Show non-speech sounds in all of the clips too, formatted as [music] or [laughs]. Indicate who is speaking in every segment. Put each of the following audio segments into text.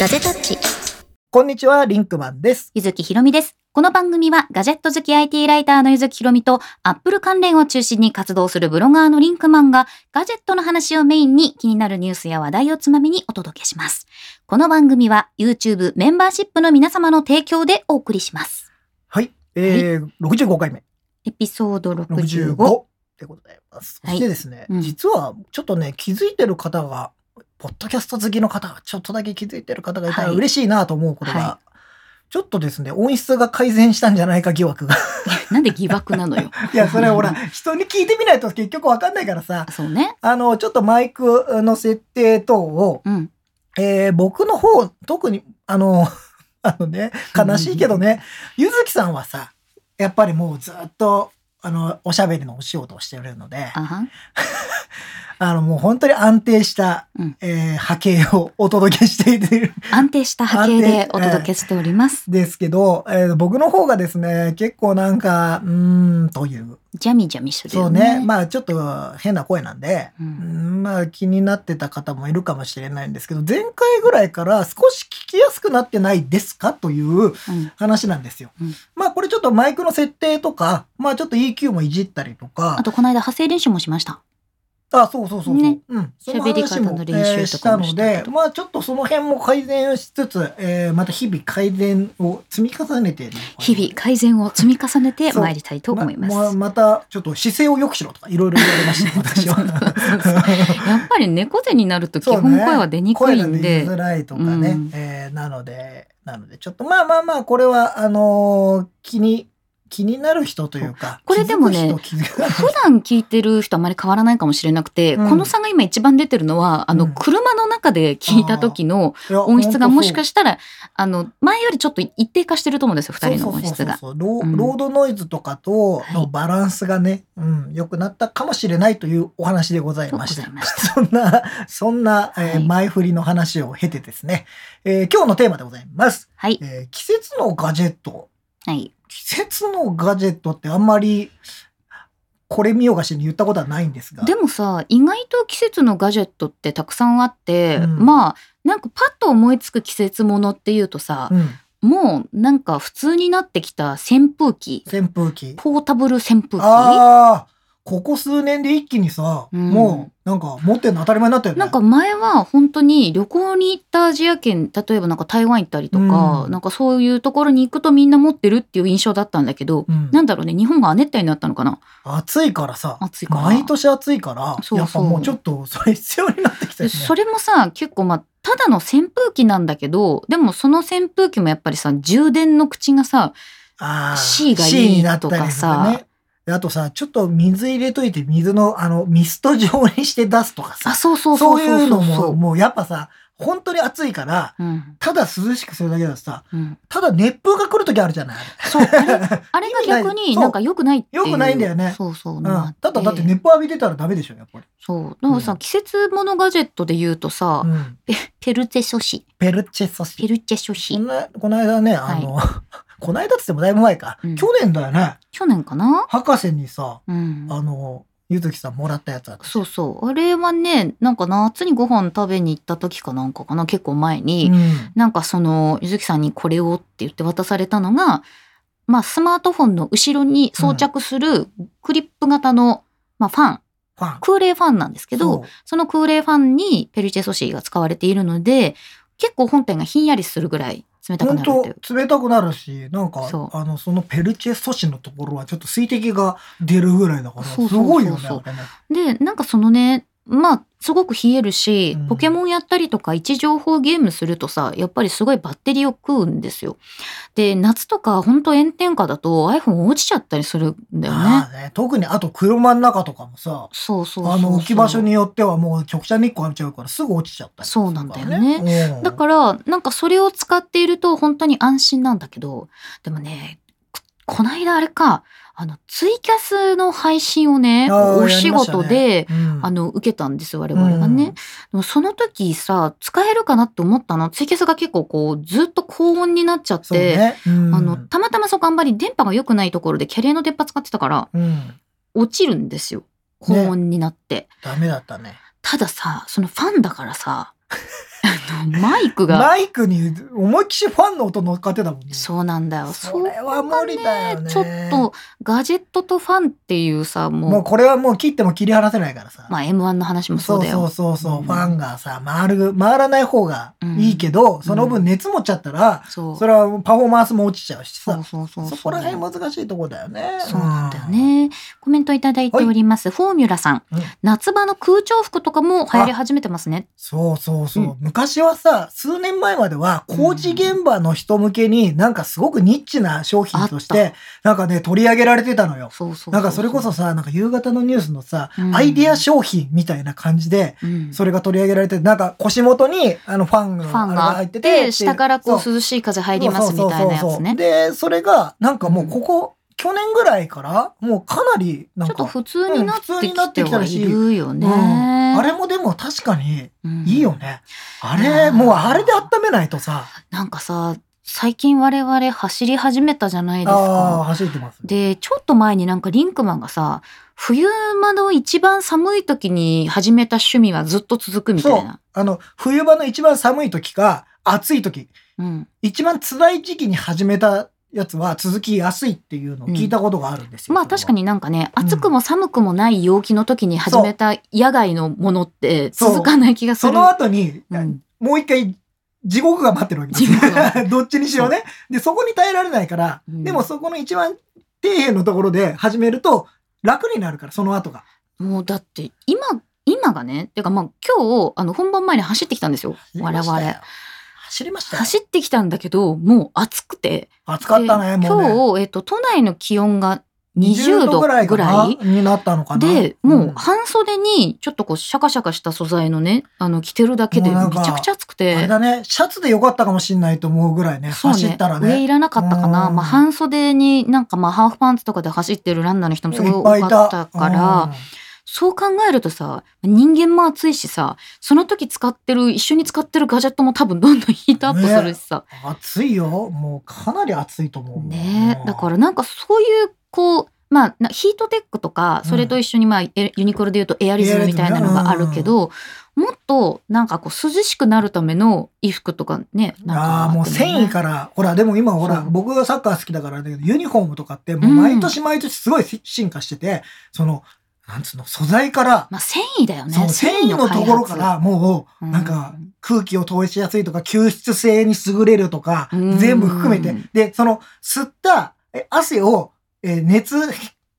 Speaker 1: ガジェタッチ。
Speaker 2: こんにちは、リンクマンです。
Speaker 3: ゆずきひろみです。この番組はガジェット好き IT ライターのゆずきひろみとアップル関連を中心に活動するブロガーのリンクマンがガジェットの話をメインに気になるニュースや話題をつまみにお届けします。この番組は YouTube メンバーシップの皆様の提供でお送りします。
Speaker 2: はい。えー、65回目。
Speaker 3: エピソード65。
Speaker 2: 65でございます。
Speaker 3: はい
Speaker 2: そしてですね、
Speaker 3: うん
Speaker 2: 実はちょっとね、気づいてる方が、ポッドキャスト好きの方が、ちょっとだけ気づいてる方がいたら
Speaker 3: はい
Speaker 2: 嬉しいなと思うことが、
Speaker 3: は
Speaker 2: ちょっとですね、音質が改善したんじゃないか疑惑が。
Speaker 3: [laughs] なんで疑惑なのよ。
Speaker 2: [laughs] いや、それはほら、人に聞いてみないと結局わかんないからさ、
Speaker 3: そうね。
Speaker 2: あの、ちょっとマイクの設定等を、
Speaker 3: うん。
Speaker 2: えー僕の方、特に、あの、 [laughs] あのね、悲しいけどね、ゆずきさんはさ、やっぱりもうずっと、あの、おしゃべりのお仕事をしてるので、
Speaker 3: あはん。
Speaker 2: あの、もう本当に安定した、
Speaker 3: うん
Speaker 2: えー波形をお届けしている
Speaker 3: 安定した波形でお
Speaker 2: 安定
Speaker 3: 届けしております。
Speaker 2: んですけど、えー僕の方がですね、結構なんか、うーん、という。
Speaker 3: ジャミジャミする
Speaker 2: そ
Speaker 3: よ
Speaker 2: う
Speaker 3: ね。
Speaker 2: ね。まあ、ちょっと変な声なんで、
Speaker 3: う
Speaker 2: うんんまあ、気になってた方もいるかもしれないんですけど、前回ぐらいから少し聞きやすくなってないですかという
Speaker 3: うん
Speaker 2: 話なんですよ。
Speaker 3: うん
Speaker 2: まあこれちょっとマイクの設定とか、まあちょっと EQ もいじったりと
Speaker 3: あ
Speaker 2: か、
Speaker 3: と、この間派生練習もしました。
Speaker 2: あそうそうそうそう、
Speaker 3: ね
Speaker 2: うん、その
Speaker 3: 喋り
Speaker 2: 話
Speaker 3: 方
Speaker 2: も
Speaker 3: の練習と
Speaker 2: え
Speaker 3: か
Speaker 2: ー
Speaker 3: も
Speaker 2: し
Speaker 3: したた
Speaker 2: の
Speaker 3: けど
Speaker 2: で、まあちょっとその辺も改善しつつ、えーまた日々改善を積み重ねてね、
Speaker 3: 日々改善を積み重ねてまいりたいと思います。
Speaker 2: ままたちょっと姿勢を良くしろとかいろいろ言われ
Speaker 3: [laughs]
Speaker 2: ました私
Speaker 3: そうそうそうそう
Speaker 2: は。
Speaker 3: やっぱり猫背になると基
Speaker 2: そう
Speaker 3: 本
Speaker 2: ね
Speaker 3: 声は出にく
Speaker 2: 声
Speaker 3: い
Speaker 2: が
Speaker 3: ん
Speaker 2: 出
Speaker 3: で、
Speaker 2: づらいとかね、
Speaker 3: うん
Speaker 2: えーなのでなのでちょっとまあまあまあこれはあのー気に気になる人というか
Speaker 3: これでもね
Speaker 2: 気づく人気づかない人
Speaker 3: 普段聞いてる人あまり変わらないかもしれなくて、
Speaker 2: うん
Speaker 3: この差が今一番出てるのは、あ
Speaker 2: う
Speaker 3: の、
Speaker 2: ん
Speaker 3: 車の中で聞いた時の
Speaker 2: いや
Speaker 3: 音質がもしか
Speaker 2: し
Speaker 3: したら、あの、前よりちょっと一定化してると思うんですよ、二人の音質が。
Speaker 2: そうそうそうそうロー
Speaker 3: うん
Speaker 2: ロードノイズとかと
Speaker 3: はい
Speaker 2: のバランスがね、うん、良くなったかもしれないというお話でございました。そんな、そんな、えー
Speaker 3: はい
Speaker 2: 前振りの話を経てですね、えー今日のテーマでございます、
Speaker 3: はい。
Speaker 2: えー季節のガジェット。
Speaker 3: はい。
Speaker 2: 季節のガジェットってあんまり、これ見よがしに言ったことはないんですが。
Speaker 3: でもさ、意外と季節のガジェットってたくさんあって、
Speaker 2: うん
Speaker 3: まあ、なんかパッと思いつく季節ものっていうとさ
Speaker 2: う、ん、
Speaker 3: もうなんか普通になってきた扇風機、
Speaker 2: 扇風機。
Speaker 3: ポータブル扇風機
Speaker 2: ああ、ここ数年で一気にさ、
Speaker 3: うん
Speaker 2: もうなんか持ってるの当たり前になったよね。
Speaker 3: なんか前は本当に旅行に行ったアジア圏例えばなんか台湾行ったりとか、
Speaker 2: うん
Speaker 3: なんかそういうところに行くとみんな持ってるっていう印象だったんだけど、
Speaker 2: うん
Speaker 3: なんだろうね日本が亜熱帯になったのかな
Speaker 2: 暑いからさ
Speaker 3: 暑いから
Speaker 2: 毎年暑いから
Speaker 3: そうそう
Speaker 2: やっぱもうちょっとそれ必要になってきたよね。
Speaker 3: それもさ結構まあただの扇風機なんだけどでもその扇風機もやっぱりさ充電の口がさ
Speaker 2: あー
Speaker 3: C がいい
Speaker 2: C になったりとか
Speaker 3: とか
Speaker 2: ね。あとさちょっと水入れといて水のあのミスト状にして出すとか
Speaker 3: あ
Speaker 2: さ
Speaker 3: そうそうそ
Speaker 2: そうう
Speaker 3: そう
Speaker 2: いう
Speaker 3: そ
Speaker 2: の
Speaker 3: う
Speaker 2: ももうやっぱさ本当に暑いから
Speaker 3: うん
Speaker 2: ただ涼しくするだけだとさ
Speaker 3: うん、
Speaker 2: ただ熱風が来る時あるじゃない。
Speaker 3: そうあれあれが逆
Speaker 2: 意味ない
Speaker 3: になんか良くないっていう
Speaker 2: そう良くないんだよね
Speaker 3: そうそうの
Speaker 2: うん、
Speaker 3: があ
Speaker 2: た
Speaker 3: て
Speaker 2: だだって熱風浴びてたらダメでしょやっぱり。
Speaker 3: そうだからさ、
Speaker 2: うん
Speaker 3: 季節ものガジェットで言うとさ、
Speaker 2: うん、
Speaker 3: ペペルチェ書士
Speaker 2: ペルチェソシ
Speaker 3: ペルチェ書
Speaker 2: こ
Speaker 3: 士
Speaker 2: んなこの間ねあの、 [laughs] この間っつってもだいぶ前か、
Speaker 3: うん
Speaker 2: 去年だよね
Speaker 3: 去年かな
Speaker 2: 博士にさ
Speaker 3: うん。
Speaker 2: あの、ゆずきさんもらったやつあった
Speaker 3: そうそう。あれはね、なんか夏にご飯食べに行った時かなんかかな、結構前に、
Speaker 2: うん
Speaker 3: なんかその、ゆずきさんにこれをって言って渡されたのが、まあスマートフォンの後ろに装着するクリップ型の、まあファン、
Speaker 2: ファン。
Speaker 3: 空冷ファンなんですけど、
Speaker 2: そう、
Speaker 3: その空冷ファンにペルチェソシーが使われているので、結構本体がひんやりするぐらい冷たくなるという
Speaker 2: 本。当冷たくなるし、なんか
Speaker 3: そ、う
Speaker 2: あの、そのペルチェ素子のところはちょっと水滴が出るぐらいだから、す
Speaker 3: そうそうそうそう
Speaker 2: ごいよね、あれね
Speaker 3: でなんかそのねまあすごく冷えるし、
Speaker 2: うん
Speaker 3: ポケモンやったりとか位置情報ゲームするとさやっぱりすごいバッテリーを食うんですよ。で夏とか本当炎天下だと iPhone 落ちちゃったりするんだよ
Speaker 2: あ
Speaker 3: ね。
Speaker 2: あね特に、あと車の中とかもさ、
Speaker 3: そうそうそう
Speaker 2: あの、置き場所によってはもう直射日光浴びちゃうからすぐ落ちちゃったりするか
Speaker 3: そう
Speaker 2: ら
Speaker 3: なんだよね
Speaker 2: うん
Speaker 3: だからなんかそれを使っていると本当に安心なんだけどでもねここないだあれかあのツイキャスの配信をね
Speaker 2: ああ
Speaker 3: お仕事で、
Speaker 2: やりましたねうん
Speaker 3: あの、受けたんです、我々がね。
Speaker 2: う
Speaker 3: で
Speaker 2: ん
Speaker 3: もその時さ、使えるかなって思ったの。ツイキャスが結構こう、ずっと高温になっちゃっ
Speaker 2: そう
Speaker 3: て、
Speaker 2: ね、うん
Speaker 3: あの、たまたまそこあんまり電波が良くないところでキャリアの電波使ってたから、
Speaker 2: うん、
Speaker 3: 落ちるんですよ。高温になって。
Speaker 2: ダメだったね。 [laughs]
Speaker 3: たださ、そのファンだからさ、あマイクが。
Speaker 2: マイクに思いっきしファンの音乗っかってたもんね。
Speaker 3: そうなんだよ。
Speaker 2: それは無理だよね。
Speaker 3: ちょっとガジェットとファンっていうさもう
Speaker 2: もうこれはもう切っても切り離せないからさ。
Speaker 3: まあ M1 の話もそうだ
Speaker 2: そ
Speaker 3: よ
Speaker 2: うそうそうそう、
Speaker 3: うん
Speaker 2: ファンがさ回る回らない方がいいけど、その分熱持っちゃったら、
Speaker 3: そう
Speaker 2: それはパフォーマンスも落ちちゃうし
Speaker 3: そ
Speaker 2: さ
Speaker 3: うそうそう
Speaker 2: そうこら辺難しいとこだよね。
Speaker 3: そうなんだよねコメントいただいております、フォーミュラさん、
Speaker 2: うん
Speaker 3: 夏場の空調服とかも流行り始めてますね
Speaker 2: そうそうそう、
Speaker 3: うん
Speaker 2: 昔はさ数年前までは工事現場の人向けになんかすごくニッチな商品とし
Speaker 3: あ
Speaker 2: てなんかね取り上げられてたのよ。
Speaker 3: そうそうう
Speaker 2: なんかそれこそさなんか夕方のニュースのさ、
Speaker 3: うん
Speaker 2: アイディア商品みたいな感じで
Speaker 3: うん
Speaker 2: それが取り上げられてなんか腰元にあのファンの
Speaker 3: ファン
Speaker 2: あれ
Speaker 3: があって下からこう涼しい風入りますみたいなや
Speaker 2: そうそう
Speaker 3: つ
Speaker 2: そうそう
Speaker 3: ね
Speaker 2: でそれがなんかもうここ、去年ぐらいからもうかなりなん
Speaker 3: ちょ
Speaker 2: か
Speaker 3: っと普通になって
Speaker 2: うん普通に
Speaker 3: き
Speaker 2: なっててきた
Speaker 3: は
Speaker 2: らし
Speaker 3: いるよね、うん、
Speaker 2: あれもでも確かにいいよね。あ
Speaker 3: う
Speaker 2: れ
Speaker 3: ん
Speaker 2: もうあれで温めないとさ
Speaker 3: なんかさ最近我々走り始めたじゃないです
Speaker 2: ああ
Speaker 3: か
Speaker 2: ー走ってます。
Speaker 3: でちょっと前になんかリンクマンがさ冬間の一番寒い時に始めた趣味はずっと続くみた
Speaker 2: そ
Speaker 3: いうな、
Speaker 2: あの冬場の一番寒い時か暑い時
Speaker 3: うん、
Speaker 2: 一番辛い時期に始めたやつは続きやすいっていうのを聞いたことがあるんですよ。
Speaker 3: まあ確か
Speaker 2: に
Speaker 3: になんかね
Speaker 2: うん
Speaker 3: 暑くも寒くもない陽気の時に始めた野外のものって
Speaker 2: そう
Speaker 3: 続かない気がす
Speaker 2: そ
Speaker 3: る。
Speaker 2: の後に、
Speaker 3: うん
Speaker 2: もう一回地獄が待ってるわけで
Speaker 3: 地獄が待っ
Speaker 2: す [laughs] どっちにしろね。でそこに耐えられないから、
Speaker 3: うん
Speaker 2: でもそこの一番底辺のところで始めると楽になるからその後が。
Speaker 3: もうだって今今がねてかまあ今日あの本番前に走ってきたんですよ我々。
Speaker 2: 走りましたよ。
Speaker 3: 走ってきたんだけどもう暑くて
Speaker 2: 暑かったね
Speaker 3: で
Speaker 2: もうね。
Speaker 3: 今日、えっと、都内の気温が20度ぐらい
Speaker 2: かなになったのかな。
Speaker 3: でもうん半袖にちょっとこうシャカシャカした素材のねあの着てるだけで
Speaker 2: もう
Speaker 3: め
Speaker 2: なんか
Speaker 3: ちゃくちゃ暑く
Speaker 2: あれ
Speaker 3: て。
Speaker 2: だね、シャツでよかったかもしれないと思うぐらいね、
Speaker 3: そう
Speaker 2: 走っ
Speaker 3: ね
Speaker 2: たら
Speaker 3: 上い
Speaker 2: ね。
Speaker 3: らなかったかな、
Speaker 2: うん
Speaker 3: まあ、半袖になんかまあハーフパンツとかで走ってるランナーの人もすごい多
Speaker 2: いっぱいい
Speaker 3: かったから、
Speaker 2: うん
Speaker 3: そう考えるとさ人間も暑いしさその時使ってる一緒に使ってるガジェットも多分どんどんヒートアップするしさ、
Speaker 2: 暑いよ。もうかなり暑いと思う。、
Speaker 3: ねえだかららなんかそういうこうまあなヒートテックとか
Speaker 2: うん
Speaker 3: それと一緒に、まあエユニクロでいうとエアリズムみたいなのがあるけど、もっとなんかこう涼しくなるための衣服とかねなんか
Speaker 2: ああー、もう繊維から、ほら、でも今ほ
Speaker 3: そ
Speaker 2: ら、
Speaker 3: う
Speaker 2: 僕がサッカー好きだからだけど、ユニフォームとかって、もう毎年毎年すごい進化してて、その、なんつうの、素材から、
Speaker 3: まあ繊維だよね
Speaker 2: その繊維のところから、もう、
Speaker 3: うん
Speaker 2: なんか、空気を通しやすいとか、吸湿性に優れるとか
Speaker 3: う、ん
Speaker 2: 全部含めて。で、その、吸ったえ汗を、えー熱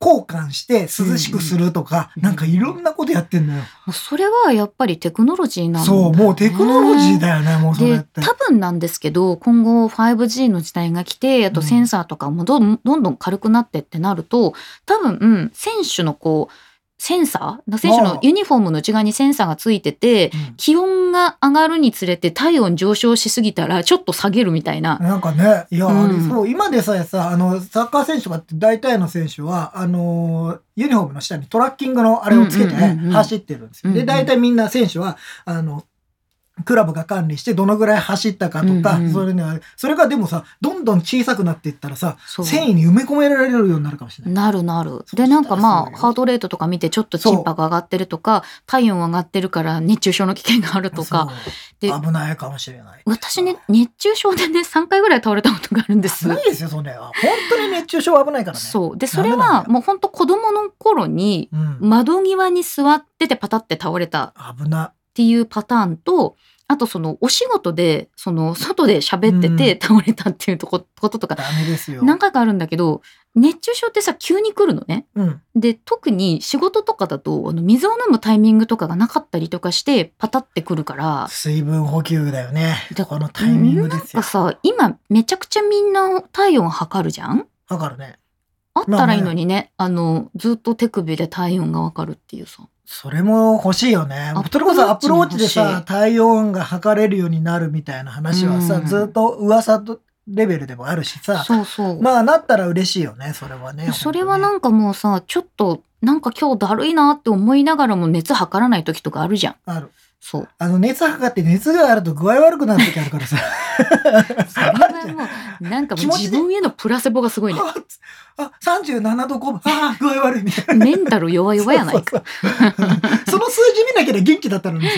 Speaker 2: 交換して涼しくするとか、
Speaker 3: うん
Speaker 2: なんかいろんなことやってんのよ。
Speaker 3: もうそれはやっぱりテクノロジーなんだよね
Speaker 2: そう、もうテクノロジーだよね、もうそれっ
Speaker 3: で
Speaker 2: て。
Speaker 3: 多分なんですけど今後 5G の時代が来てあと
Speaker 2: うん
Speaker 3: センサーとかもどんどんどん軽くなってってなると多分、うん、選手のこうセンサー選手
Speaker 2: ああ
Speaker 3: のユニフォームの内側にセンサーがついてて
Speaker 2: うん
Speaker 3: 気温が上がるにつれて体温上昇しすぎたらちょっと下げるみたいな。
Speaker 2: なんかね、いや、あ
Speaker 3: う
Speaker 2: れ
Speaker 3: ん
Speaker 2: そう、今でさえさ、あの、サッカー選手とかって大体の選手は、あのー、ユニフォームの下にトラッキングのあれをつけて
Speaker 3: うんうんうんうん
Speaker 2: 走ってるんですよ。
Speaker 3: うんう
Speaker 2: で、
Speaker 3: ん
Speaker 2: 大体みんな選手は、あの、クラブが管理してどのぐらい走ったかとか、
Speaker 3: うんうん
Speaker 2: それね、それがでもさ、どんどん小さくなっていったらさ、
Speaker 3: そう
Speaker 2: 繊維に埋め込められるようになるかもしれない。
Speaker 3: なるなる。
Speaker 2: そした
Speaker 3: で
Speaker 2: ら
Speaker 3: なんかま
Speaker 2: そう
Speaker 3: あ
Speaker 2: よ
Speaker 3: ハートレートとか見てちょっとチンパが上がってるとか体温上がってるから熱中症の危険があるとかで
Speaker 2: そう危ないかもしれない。
Speaker 3: 私ね熱中症でね3回ぐらい倒れたことがあるんです
Speaker 2: 無。理ですよ、そんなの本当に熱中症は危ないからね。
Speaker 3: そうでそれ
Speaker 2: ダメなん
Speaker 3: は
Speaker 2: だよ
Speaker 3: もう本当子供の頃に
Speaker 2: うん。
Speaker 3: 窓際に座っててパタって倒れたっ
Speaker 2: 危な。
Speaker 3: ていうパターンとあとそのお仕事でその外で喋って
Speaker 2: う
Speaker 3: て倒れたっていうとここととか
Speaker 2: ダメですよ。
Speaker 3: 何回かあるんだけど熱中症ってさ急に来るのね。
Speaker 2: うん。
Speaker 3: で特に仕事とかだとあの水を飲むタイミングとかがなかったりとかしてパタってくるから
Speaker 2: 水分補給だよね。
Speaker 3: だ
Speaker 2: このタイミング
Speaker 3: な
Speaker 2: で
Speaker 3: ん
Speaker 2: すよ
Speaker 3: か。さ今めちゃくちゃみんな体温測るじゃん
Speaker 2: わかるね。
Speaker 3: あったらいいのにね,、あ、のずっと手首で体温がわかるっていうさ
Speaker 2: それも欲しいよね
Speaker 3: アップローチも欲しい。
Speaker 2: それこそアップローチでさ、体温が測れるようになるみたいな話はさ、
Speaker 3: うん
Speaker 2: ずっと噂とレベルでもあるしさ、
Speaker 3: そうそう、
Speaker 2: まあなったら嬉しいよね、それはね。
Speaker 3: それはな
Speaker 2: 本
Speaker 3: んかもうさちょっとなんか今日だるいなって思いながらも熱測らない時とかあるじゃん [laughs]
Speaker 2: 当にねある。
Speaker 3: そう
Speaker 2: あの、熱測って熱があると具合悪くなる時あるからさ。
Speaker 3: それはもう、なんかもう
Speaker 2: 気持ち
Speaker 3: 自
Speaker 2: で
Speaker 3: 分へのプラセボがす [laughs] ごいね。
Speaker 2: あつ [laughs] あ37度5分あー具合悪いみたいな
Speaker 3: メンタル弱々やないか。
Speaker 2: そうそうそうその数字見なきゃ元気だったのにさ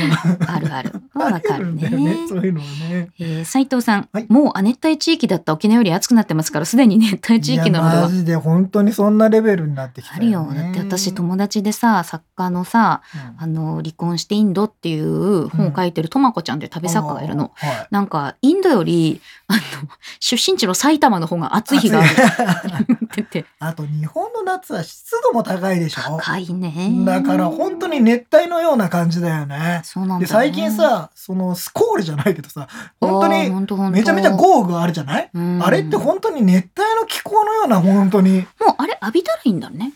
Speaker 3: あるある。まあわか
Speaker 2: あ
Speaker 3: る
Speaker 2: ん
Speaker 3: ね
Speaker 2: だ。よねそういうのはね
Speaker 3: えー、斉藤さん、
Speaker 2: はい
Speaker 3: もう亜熱帯地域だった沖縄より暑くなってますから、すでに熱帯地域なので
Speaker 2: いや
Speaker 3: は
Speaker 2: マジで本当にそんなレベルになってきた
Speaker 3: あるよ。だって私友達でさ、作家のさ、あの、離婚してインドっていう本を書いてるとまこちゃんっていう旅作家がいるの。
Speaker 2: うん、はい
Speaker 3: なんか、インドより、あの、出身地の埼玉の方が暑い日がある
Speaker 2: 暑
Speaker 3: [laughs]
Speaker 2: い [laughs]
Speaker 3: って言って、
Speaker 2: あと日本の夏は湿度も高いでしょ
Speaker 3: 高いね。
Speaker 2: だから本当に熱帯のような感じだよね
Speaker 3: そうなんだ、ね。
Speaker 2: で最近さそのスコールじゃないけどさ
Speaker 3: あー、
Speaker 2: 本当
Speaker 3: 本当本
Speaker 2: に
Speaker 3: 当
Speaker 2: めちゃめちゃ豪雨があるじゃない
Speaker 3: うん
Speaker 2: あれって本当に熱帯の気候のような本当に
Speaker 3: もうあれ浴びたらいいんだね。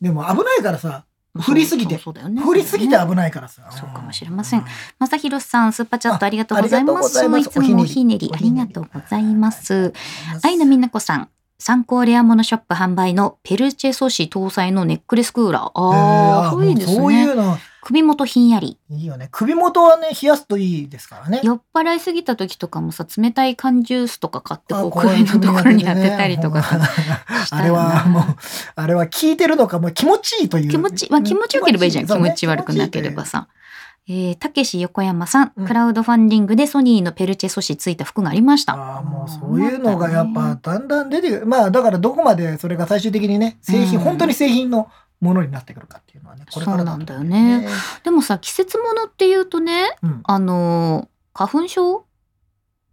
Speaker 2: でも危ないからさ降りすぎて
Speaker 3: そうそうそうだよね。
Speaker 2: 降りすぎて危ないからさ
Speaker 3: そうかもしれませんまさひろさん、スーパーチャットありがとうございます。
Speaker 2: あありがとうございます
Speaker 3: そのいつもお
Speaker 2: お
Speaker 3: ひ
Speaker 2: ひ
Speaker 3: ね
Speaker 2: ね
Speaker 3: り
Speaker 2: り
Speaker 3: ありがとうございます。愛
Speaker 2: 愛
Speaker 3: のみなこさん、参考レアモノショップ販売のペルチェ素子搭載のネックレスクーラー。ああ、そういいです
Speaker 2: そうい
Speaker 3: ね。
Speaker 2: うの
Speaker 3: 首元ひんやり。
Speaker 2: いいよね首元はね冷やすといいですからね
Speaker 3: 酔っ払いすぎた時とかもさ、冷たい缶ジュースとか買って、こう、
Speaker 2: あこうい
Speaker 3: 首
Speaker 2: う
Speaker 3: のところに当てたりと
Speaker 2: [laughs]
Speaker 3: か
Speaker 2: 首
Speaker 3: さ
Speaker 2: の。
Speaker 3: した
Speaker 2: あ
Speaker 3: ら
Speaker 2: れはもう
Speaker 3: な、
Speaker 2: あれは聞いてるのか、もう気持ちいいという。
Speaker 3: 気持ち、まあ、気持ちよければいいじゃん。
Speaker 2: そ
Speaker 3: 気
Speaker 2: うね
Speaker 3: 持ち悪くなければ
Speaker 2: 気持ち
Speaker 3: さ。えー、たけし横山さん、
Speaker 2: うん
Speaker 3: クラウドファンディングでソニーのペルチェ素子ついた服がありまし
Speaker 2: い
Speaker 3: た。
Speaker 2: というああ、もうそういうのがやっぱだんだん出てくる。まあだからどこまでそれが最終的にね、製品、
Speaker 3: うん
Speaker 2: 本当に製品のものになってくるかっていうのはね、これからと思
Speaker 3: そうなんだよね。でもさ、季節ものっていうとね、
Speaker 2: うん、
Speaker 3: あのー花粉症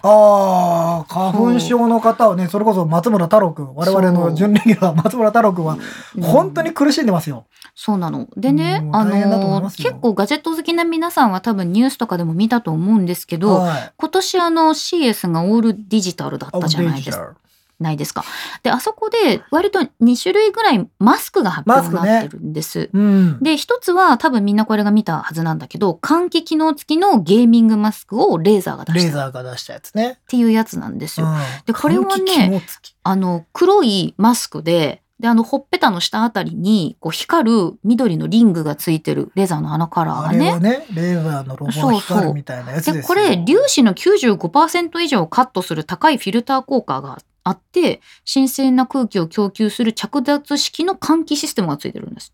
Speaker 2: ああ、花粉症の方はね、それこそ松村太郎くん、我々
Speaker 3: そう
Speaker 2: の準レギュラー松村太郎くんは、
Speaker 3: うん
Speaker 2: 本当に苦しんでますよ。
Speaker 3: そうなの。でね、
Speaker 2: うん
Speaker 3: あ
Speaker 2: 大変だと思い
Speaker 3: の
Speaker 2: ま
Speaker 3: ー
Speaker 2: すよ
Speaker 3: 結構ガジェット好きな皆さんは多分ニュースとかでも見たと思うんですけど、
Speaker 2: はい。
Speaker 3: 今年あの CS がオールデジタルだったじゃないですか。ないですか。で、あそこで割と2種類ぐらいマスクが発表になってるんです。
Speaker 2: うん。
Speaker 3: で、一つは多分みんなこれが見たはずなんだけど、換気機能付きのゲーミングマスクをレーザーが出
Speaker 2: レ
Speaker 3: し
Speaker 2: ー
Speaker 3: たっ
Speaker 2: ザーが出したやつね。
Speaker 3: ていうやつなんですよ。
Speaker 2: うん
Speaker 3: でこれはね、
Speaker 2: 換気機能付き
Speaker 3: あの、黒いマスクで、で、あの、ほっぺたの下あたりに、こう、光る緑のリングがついてるレザーのあのカラー
Speaker 2: あ
Speaker 3: が
Speaker 2: れ
Speaker 3: ね。
Speaker 2: はね、レーザーのロゴが光るみたいなやつです
Speaker 3: で、
Speaker 2: よ
Speaker 3: これ、粒子の95%以上をカットする高いフィルター効果があって、新鮮な空気を供給する着脱式の換気システムがついてるんです。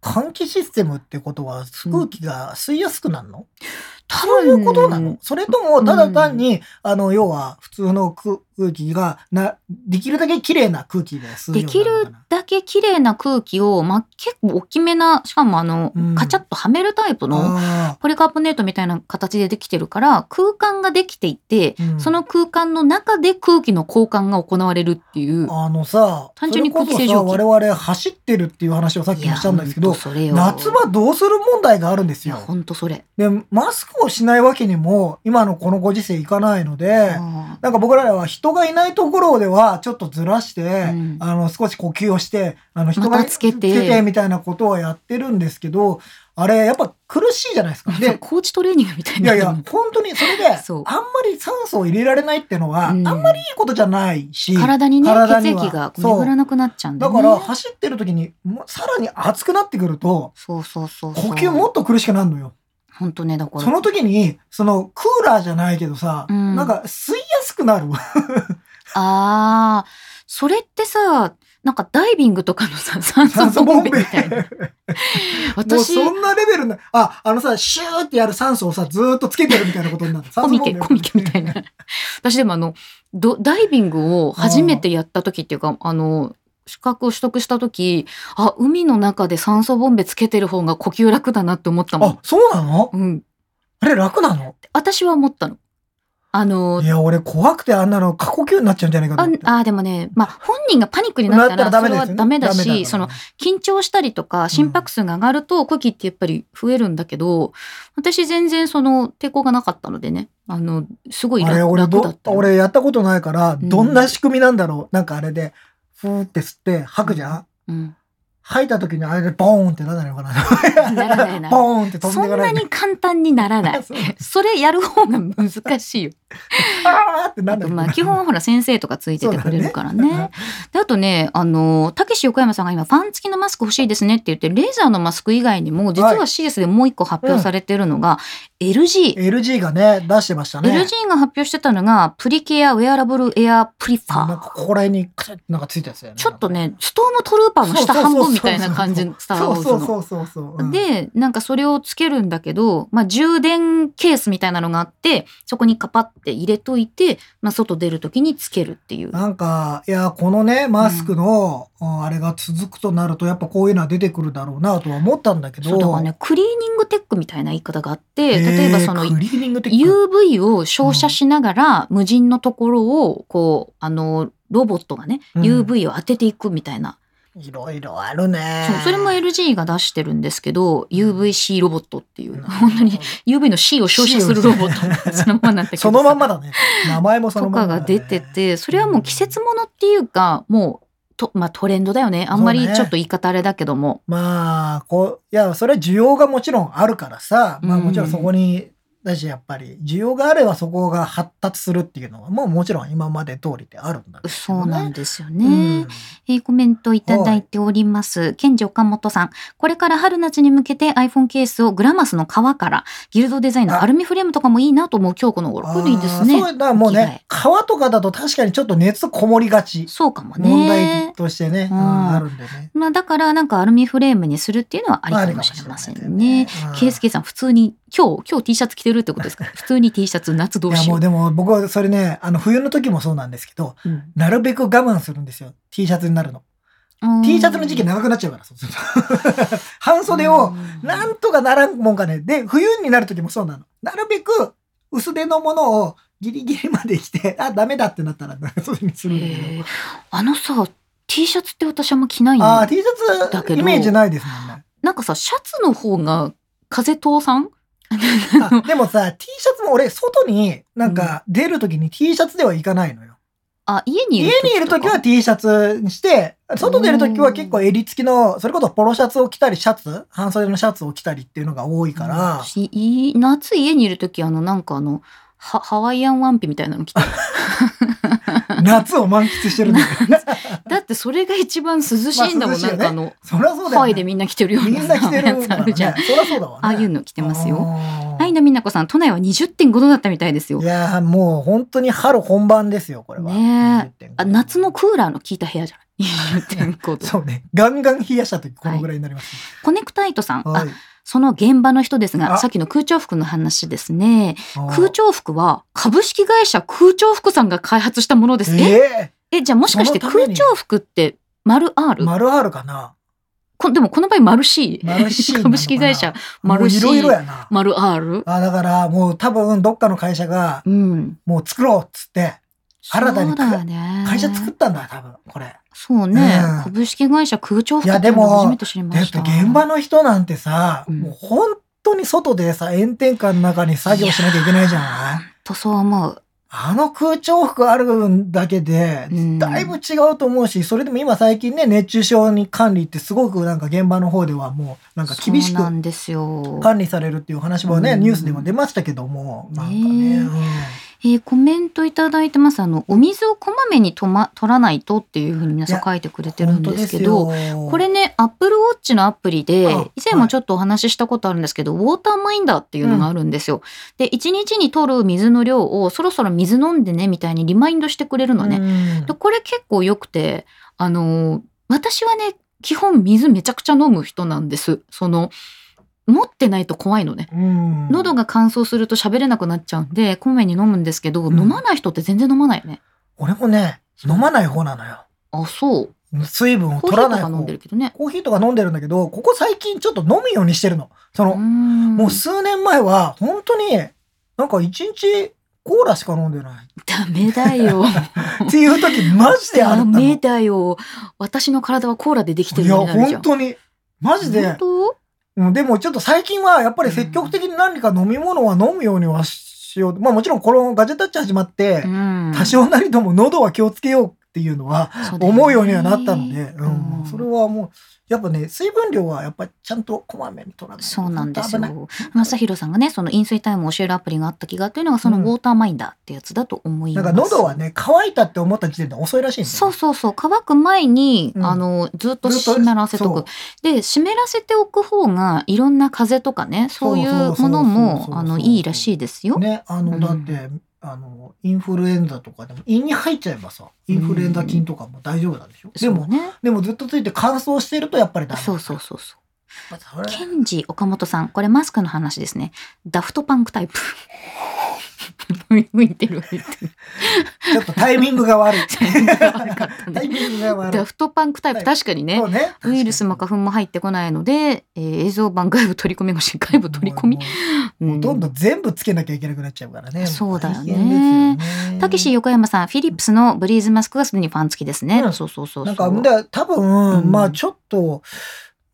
Speaker 2: 換気システムってことは
Speaker 3: うん
Speaker 2: 空気が吸いやすくなるの、
Speaker 3: 多
Speaker 2: そういうことなのそれともただ単に、あの要は普通の空空気がなできるだけ綺麗な空気で吸う
Speaker 3: で
Speaker 2: よう
Speaker 3: き
Speaker 2: になるの
Speaker 3: る
Speaker 2: かな
Speaker 3: だけ綺麗な空気を、まあ、結構大きめな、しかもあの、
Speaker 2: うん
Speaker 3: カチャッとはめるタイプの、
Speaker 2: あ
Speaker 3: ポリカーボネートみたいな形でできてるから、空間ができていて、
Speaker 2: ーうん
Speaker 3: その空間の中で空気の交換が行われるっていう。
Speaker 2: あのさ
Speaker 3: 単純に空気清浄機
Speaker 2: それこそさ我々走ってるっていう話をさっきもしたんだけ
Speaker 3: ほ
Speaker 2: ど
Speaker 3: んとそれよ
Speaker 2: 夏場どうする問題があるんです
Speaker 3: いや、
Speaker 2: よ。
Speaker 3: ほんとそれ。
Speaker 2: でマスクをしないわけにも今のこのご時世いかないので。
Speaker 3: あ
Speaker 2: なんか僕らは人がいないところではちょっとずらして、
Speaker 3: ん
Speaker 2: あの少し呼吸をしてあの人
Speaker 3: ま
Speaker 2: が
Speaker 3: たつけて
Speaker 2: みたいなことはやってるんですけどあれやっぱ苦しいじゃないですか。
Speaker 3: で、
Speaker 2: で
Speaker 3: コーチトレーニングみたい
Speaker 2: い
Speaker 3: な。
Speaker 2: やいや本当にそれであ
Speaker 3: そうん
Speaker 2: まり酸素を入れられないっていうのは、
Speaker 3: うん
Speaker 2: あんまりいいことじゃないし
Speaker 3: 体にね、
Speaker 2: 体
Speaker 3: 血
Speaker 2: には
Speaker 3: 液がこう巡らなくなっちゃうんだ、
Speaker 2: だ
Speaker 3: ね、
Speaker 2: から走ってる時にもうさらに熱くなってくると
Speaker 3: そうそうそうそう。
Speaker 2: 呼吸もっと苦しくなるのよ。
Speaker 3: ほんとね、だから。
Speaker 2: その時にそのクーラーじゃないけどさ、
Speaker 3: うん
Speaker 2: なんか吸いやすくな
Speaker 3: [laughs]
Speaker 2: る。
Speaker 3: ああ、それってさ、なんかダイビングとかのさ、酸
Speaker 2: 酸
Speaker 3: 素
Speaker 2: 素
Speaker 3: ボ
Speaker 2: ボ
Speaker 3: ン
Speaker 2: ン
Speaker 3: ベ
Speaker 2: ベ
Speaker 3: みたいな。
Speaker 2: もう
Speaker 3: 私、
Speaker 2: そんなレベルな、あ、あのさ、シューってやる酸素をさ、ずーっとつけてるみたいなことになる。
Speaker 3: [laughs] コミケ、
Speaker 2: 酸素
Speaker 3: コ
Speaker 2: ボン
Speaker 3: ミケ
Speaker 2: ベ
Speaker 3: みたい
Speaker 2: [laughs]
Speaker 3: な。。私でもあの、どダイビングを初めてやった時っていうか、あの、資格を取得した時、あ、海の中で酸素ボンベつけてる方が呼吸楽だなって思ったも
Speaker 2: あ
Speaker 3: ん、。
Speaker 2: そうなの
Speaker 3: うん。
Speaker 2: あれ楽なの
Speaker 3: 私は思ったの。あの
Speaker 2: い、や、俺怖くてあんなの過呼吸になっちゃうんじゃないかと
Speaker 3: あ
Speaker 2: 思って。
Speaker 3: あでもね、まあ、本人がパニックになったらそれは
Speaker 2: よね
Speaker 3: ダメだし、
Speaker 2: から
Speaker 3: その緊張したりとか心拍数が上がると呼気ってやっぱり増えるんだけど、私全然その抵抗がなかったのでねあのすごい
Speaker 2: あ
Speaker 3: 楽
Speaker 2: れ、俺
Speaker 3: 楽だ
Speaker 2: ど
Speaker 3: っ、たよ
Speaker 2: 俺やったことないから、
Speaker 3: うん
Speaker 2: どんな仕組みなんだろう。なんかあれで、ふーって吸って吐くじゃん
Speaker 3: うん、
Speaker 2: 吐いた時にあれでボーンってならないのか
Speaker 3: [laughs]
Speaker 2: な。
Speaker 3: ならないならない
Speaker 2: ボーンって飛
Speaker 3: そ
Speaker 2: んで
Speaker 3: ん
Speaker 2: かな。
Speaker 3: ない
Speaker 2: [laughs]
Speaker 3: に簡単にならない
Speaker 2: そう
Speaker 3: それやる方が難しいよ
Speaker 2: あーって [laughs] な
Speaker 3: あ
Speaker 2: んだ
Speaker 3: と
Speaker 2: けど
Speaker 3: まあ基本はほら先生とかついててくれるからね。
Speaker 2: そうだね
Speaker 3: [laughs] であとねあのたけし横山さんが今ファン付きのマスク欲しいですねって言ってレーザーのマスク以外にも実
Speaker 2: は
Speaker 3: はい CS でもう一個発表されてるのが LG。
Speaker 2: LG がね出してましたね
Speaker 3: LG が発表してたのがプリケアウェアラブルエアプリファ
Speaker 2: なん
Speaker 3: ー
Speaker 2: かここら辺にカチャってなんかついたやつだよね
Speaker 3: ちょっとねストームトルーパーの下半分みたいな感じのスター・ウォーズ
Speaker 2: そう
Speaker 3: の。
Speaker 2: そうそうそうそう、うん
Speaker 3: でなんかそれをつけるんだけど、まあ、充電ケースみたいなのがあってそこにカパって入れといて、まあ、外出る時につけるっていう。
Speaker 2: なんかいやこのねマスクの、うんあれが続くとなるとやっぱこういうのは出てくるだろうなとは思ったんだけど
Speaker 3: そうだからねクリーニングテックみたいな言い方があって
Speaker 2: えー
Speaker 3: 例えばその
Speaker 2: クリーニング的
Speaker 3: UV を照射しながら無人のところをこうあのロボットがね、
Speaker 2: うん
Speaker 3: UV を当てていくみたいない
Speaker 2: ろいろあるね
Speaker 3: そうそれも LG が出してるんですけど UVC ロボットっていう本当に UV の C を照射するロボッ
Speaker 2: [laughs]
Speaker 3: トそのままなんだけど
Speaker 2: そのまんまだね名前もその
Speaker 3: と
Speaker 2: ま
Speaker 3: か
Speaker 2: んまだ
Speaker 3: が
Speaker 2: ね
Speaker 3: 出ててそれはもう季節ものっていうかもうと、まあ、トレンドだよねあんまり
Speaker 2: そうね
Speaker 3: ちょっと言い方あれだけども、
Speaker 2: まあこういやそれは需要がもちろんあるからさ、まあ、
Speaker 3: うん
Speaker 2: もちろんそこにだしやっぱり需要があればそこが発達するっていうのはもうもちろん今まで通りであるんだけどね
Speaker 3: そうなんですよね。
Speaker 2: うん
Speaker 3: えーコメントいただいております。ケンジ岡本さん。これから春夏に向けて iPhone ケースをグラマスの革から、ギルドデザインのアルミフレームとかもいいなと思う今日この頃。これいいです
Speaker 2: あ
Speaker 3: ね
Speaker 2: ー。そうだからもうね、皮とかだと確かにちょっと熱こもりがち。
Speaker 3: そうかも
Speaker 2: 問題
Speaker 3: ね。
Speaker 2: としてね、
Speaker 3: う
Speaker 2: うんんあるんでね。
Speaker 3: まあだからなんかアルミフレームにするっていうのはありかもしれませんね。ケースケ
Speaker 2: ケ
Speaker 3: さん普通に今日今日 T シャツ着てるってことですか普通に T シャツ夏ど
Speaker 2: いうや
Speaker 3: し
Speaker 2: も
Speaker 3: よ
Speaker 2: う
Speaker 3: う。
Speaker 2: でも僕はそれね、あの冬の時もそうなんですけど、
Speaker 3: うん
Speaker 2: なるべく我慢するんですよ。T シャツになるの。T シャツの時期長くなっちゃうから、そうすると [laughs] 半袖を、な
Speaker 3: うん
Speaker 2: んとかならんもんかね。で、冬になる時もそうなの。なるべく薄手のものをギリギリまで着て、あ、ダメだってなったら [laughs] 長袖にするんだけど。
Speaker 3: へーあのさ T シャツって私あんま着ないんだよね
Speaker 2: ああ、T シ
Speaker 3: だ
Speaker 2: ャ
Speaker 3: け
Speaker 2: ツ
Speaker 3: ど
Speaker 2: イメージないですも
Speaker 3: [laughs]
Speaker 2: んね。
Speaker 3: なんかさ、シャツの方が風通さん
Speaker 2: あでもさ、T シャツも俺、外になんか出るときに T シャツではいかないのよ。
Speaker 3: あ、家にい
Speaker 2: 家
Speaker 3: る時とか。
Speaker 2: にいるときは T シャツにして、外出るときは結構襟付きの、それこそポロシャツを着たり、シャツ、半袖のシャツを着たりっていうのが多いか
Speaker 3: うん
Speaker 2: ら、
Speaker 3: 私いい夏家にいるとき、あの、なんかあの、ハハワイアンワンピみたいなの着て
Speaker 2: [laughs]
Speaker 3: る
Speaker 2: 夏を満喫してるんだよ。
Speaker 3: [laughs] だってそれが一番涼しいんだもん、
Speaker 2: まあ涼しいよ
Speaker 3: な
Speaker 2: ね
Speaker 3: んかあの、
Speaker 2: そりゃそうだ
Speaker 3: ハ
Speaker 2: よ、
Speaker 3: ワイ
Speaker 2: ね。
Speaker 3: でみんな着てるよう
Speaker 2: み
Speaker 3: なん
Speaker 2: な着てる
Speaker 3: やつ
Speaker 2: か
Speaker 3: あ
Speaker 2: ら
Speaker 3: る [laughs]
Speaker 2: ね。
Speaker 3: じゃん。
Speaker 2: そりゃそうだわ、ね。
Speaker 3: ああいうの着てますよ。
Speaker 2: あー
Speaker 3: はい、なみなこさん、都内は20.5度だったみたいですよ
Speaker 2: い。やーもう本当に春本番ですよ、これは。
Speaker 3: ね
Speaker 2: 20.5
Speaker 3: あ夏のクーラーの効いた部屋じゃない ?20.5 度。
Speaker 2: そうね。ガンガン冷やしたとき、このぐらいになります、
Speaker 3: コネクタイトさん、
Speaker 2: はい
Speaker 3: あ、その現場の人ですが、
Speaker 2: あ
Speaker 3: さっきの空調服の話ですね。
Speaker 2: あー
Speaker 3: 空調服は株式会社空調服さんが開発したものです。え
Speaker 2: え
Speaker 3: え、じゃあもしかして
Speaker 2: そのため
Speaker 3: 空
Speaker 2: に
Speaker 3: 調服って丸
Speaker 2: え
Speaker 3: R?
Speaker 2: 丸あるかな
Speaker 3: こでもこの場合丸 C。
Speaker 2: 丸 C なのかな
Speaker 3: 株式会社
Speaker 2: もう
Speaker 3: 丸
Speaker 2: い
Speaker 3: C。
Speaker 2: ろいろやな。
Speaker 3: 丸 R?
Speaker 2: あだからもう多分どっかの会社が
Speaker 3: うん。
Speaker 2: もう作ろうっつって新たに
Speaker 3: そうだね。
Speaker 2: 会社作ったんだ多分これ。
Speaker 3: そうね
Speaker 2: う。ん
Speaker 3: 株式会社空調服
Speaker 2: いや
Speaker 3: ってい
Speaker 2: で
Speaker 3: うの
Speaker 2: も
Speaker 3: を初めて知りま
Speaker 2: だっ
Speaker 3: してた。
Speaker 2: 現場の人なんてさ、
Speaker 3: うん
Speaker 2: もう本当に外でさ炎天下の中に作業しなきゃいけないじゃない
Speaker 3: とそう思う。
Speaker 2: あの空調服あるだけで
Speaker 3: うん
Speaker 2: だいぶ違うと思うしそれでも今最近ね熱中症に管理ってすごくなんか現場の方ではもうなんか厳し
Speaker 3: そうな
Speaker 2: く
Speaker 3: んですよ。
Speaker 2: 管理されるっていう話もね、
Speaker 3: うん
Speaker 2: ニュースでも出ましたけどもなんかね。
Speaker 3: ねええーコメントいただいてます。あの、お水をこまめにとま、取らないとっていうふうに皆さん
Speaker 2: いや
Speaker 3: 書いてくれて
Speaker 2: うん
Speaker 3: るん
Speaker 2: 本当
Speaker 3: です
Speaker 2: です
Speaker 3: けど、
Speaker 2: よ
Speaker 3: これね、Apple Watch のアプリで
Speaker 2: あ、
Speaker 3: 以前もちょっとお話ししたことあるんですけど、ウォーターマインダーっていうのがあるんですよ。で、1日に取る水の量をそろそろ水飲んでね、みたいにリマインドしてくれるのね。
Speaker 2: うん
Speaker 3: で、これ結構良くて、あのー私はね、基本水めちゃくちゃ飲む人なんです。その、持ってないと怖いのね。
Speaker 2: うん
Speaker 3: 喉が乾燥すると喋れなくなっちゃうんで、こまめに飲むんですけど、
Speaker 2: うん
Speaker 3: 飲まない人って全然飲まないよね。
Speaker 2: 俺もね飲まない方なのよ
Speaker 3: あ、そう。
Speaker 2: 水分を
Speaker 3: コー
Speaker 2: 取
Speaker 3: ヒー
Speaker 2: ら
Speaker 3: と
Speaker 2: ない
Speaker 3: か
Speaker 2: 方
Speaker 3: 飲んでるけどね。
Speaker 2: コーヒーとか飲んでるんだけどここ最近ちょっと飲むようにしてるのそ
Speaker 3: も
Speaker 2: の、もう数年前は本当になんか一日コーラしか飲んでない
Speaker 3: ダメだよ。
Speaker 2: っていう時 [laughs] マジである
Speaker 3: [laughs] ダ
Speaker 2: んだ
Speaker 3: メだよ。私の体はコーラでできて
Speaker 2: い
Speaker 3: る
Speaker 2: や
Speaker 3: ようになるじゃ
Speaker 2: 本
Speaker 3: ん。
Speaker 2: 当にマジで
Speaker 3: 本
Speaker 2: うんでもちょっと最近はやっぱり積極的に何か飲み物は飲むようにはしようまあもちろんこのガジェタッチ始まって、
Speaker 3: 当うん。
Speaker 2: 多少なりとも喉は気をつけようっていうのは
Speaker 3: そだね
Speaker 2: 思うようにはなったので、うん
Speaker 3: うん
Speaker 2: それはもうやっぱね水分量はやっぱちゃんとこまめに取らないと
Speaker 3: そうなんです
Speaker 2: 本当危ない
Speaker 3: よ。正弘さんがね、その飲水タイムを教えるアプリがあった気がっていうのが、その
Speaker 2: うん
Speaker 3: ウォーターマインダーってやつだと思い
Speaker 2: な
Speaker 3: ま
Speaker 2: ん
Speaker 3: す。
Speaker 2: か喉はね乾いたって思った時点で遅いらしいんですよ
Speaker 3: そうそうそう乾く前に、
Speaker 2: うん
Speaker 3: あのずっと
Speaker 2: ずっと
Speaker 3: 湿らせと
Speaker 2: そ
Speaker 3: く
Speaker 2: う
Speaker 3: で湿らせておく方がいろんな風邪とかねそうい
Speaker 2: そうそうそう
Speaker 3: う
Speaker 2: そう
Speaker 3: もの
Speaker 2: そ
Speaker 3: も
Speaker 2: うそうそう
Speaker 3: あのいいらしいですよ。
Speaker 2: ねあの、
Speaker 3: うん
Speaker 2: だってあのインフルエンザとかでも胃に入っちゃえばさインフルエンザ菌とかも大丈夫なんでしょ、で
Speaker 3: そ
Speaker 2: も
Speaker 3: うね
Speaker 2: でもずっとついて乾燥してるとやっぱりダメ
Speaker 3: そうそうそうそう。
Speaker 2: まあそれ
Speaker 3: ケンジ岡本さんこれマスクの話ですねダフトパンクタイプ。向いてる向いてる
Speaker 2: ちょっとタイミングが悪い
Speaker 3: [laughs] タイミングが悪かったね
Speaker 2: タイミングが悪い
Speaker 3: ダフトパンクタイプ確かにね
Speaker 2: そうね
Speaker 3: ウイルスも花粉も入ってこないので、えー映像版外部取り込み越し外部取り込み
Speaker 2: も
Speaker 3: う
Speaker 2: うもうもうどんど
Speaker 3: ん
Speaker 2: ん全部つけなきゃいけなくなっちゃうからね
Speaker 3: そうだよね
Speaker 2: 大変ですよね
Speaker 3: たけし横山さんフィリップスのブリーズマスクがすでにファン付きですね、
Speaker 2: うん
Speaker 3: そうそうそうそう
Speaker 2: なんかで多分、
Speaker 3: うん
Speaker 2: まあちょっと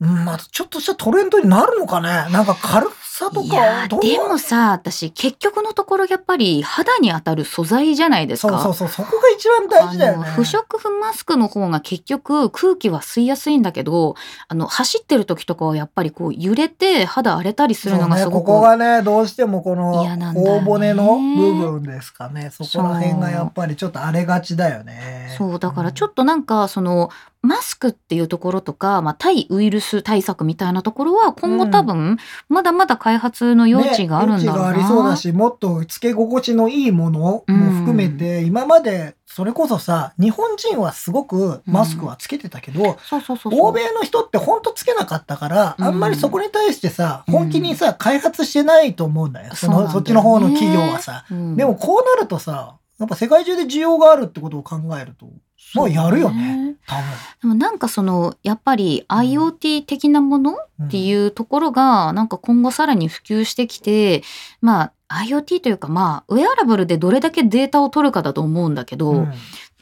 Speaker 2: うんまあちょっとしたトレンドになるのかねなんか軽さと
Speaker 3: いや
Speaker 2: かど
Speaker 3: ー
Speaker 2: う
Speaker 3: でもさ私結局のところやっぱり肌に当たる素材じゃないですか
Speaker 2: そうそうそうそこが一番大事だよ
Speaker 3: あの
Speaker 2: ね
Speaker 3: 不織布マスクの方が結局空気は吸いやすいんだけどあの走ってる時とかはやっぱりこう揺れて肌荒れたりするのがす
Speaker 2: そうね
Speaker 3: ご
Speaker 2: こ
Speaker 3: く
Speaker 2: こがねどうしてもこの
Speaker 3: 嫌なんだよね
Speaker 2: 頬骨の部分ですかねそこら辺
Speaker 3: そ
Speaker 2: が
Speaker 3: う
Speaker 2: やっぱりちょっと荒れがちだよね
Speaker 3: そうだからちょ
Speaker 2: と
Speaker 3: っとなんかそのマスクっていうところとか、まあ、対ウイルス対策みたいなところは今後多分まだまだ開発の余地があるんだろうな、
Speaker 2: ね余地がありそうだしもっとつけ心地のいいものも含めて、今までそれこそさ日本人はすごくマスクはつけてたけど、
Speaker 3: そうそうそうそう
Speaker 2: 欧米の人ってほんとつけなかったから、
Speaker 3: うん
Speaker 2: あんまりそこに対してさ、
Speaker 3: うん
Speaker 2: 本気にさ開発してないと思うんだよ
Speaker 3: そ
Speaker 2: そ
Speaker 3: うなん
Speaker 2: の
Speaker 3: だよね
Speaker 2: そっちの方の企業はさ。
Speaker 3: うん
Speaker 2: でもこうなるとさやっぱ世界中で需要があるってことを考えるとまあやるよね
Speaker 3: そう
Speaker 2: 多分。
Speaker 3: でもなんかそのやっぱり
Speaker 2: ん
Speaker 3: IoT 的なものっ
Speaker 2: うん
Speaker 3: ていうところがなんか今後さらに普及してきてまあ IoT というかまあウェアラブルでどれだけデータを取るかだと思うんだけど、
Speaker 2: うん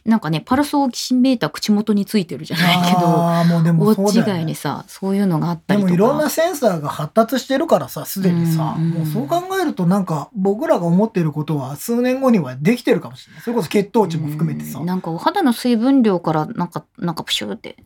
Speaker 3: なんかねパルスオキシメーター口元についてるじゃないけど。
Speaker 2: あーもうで
Speaker 3: ウォ
Speaker 2: もそ
Speaker 3: ッ
Speaker 2: う
Speaker 3: チ以
Speaker 2: だよ
Speaker 3: 外
Speaker 2: ね
Speaker 3: にさそういうのがあった
Speaker 2: で
Speaker 3: りと
Speaker 2: も
Speaker 3: か
Speaker 2: いろんなセンサーが発達してるからさすでにさ、
Speaker 3: うん
Speaker 2: もうそう考えるとなんか僕らが思っていることは数年後にはできてるかもしれないそれこそ血糖値も含めてさ、
Speaker 3: うんなんかお肌の水分量からなんかなんかプシューって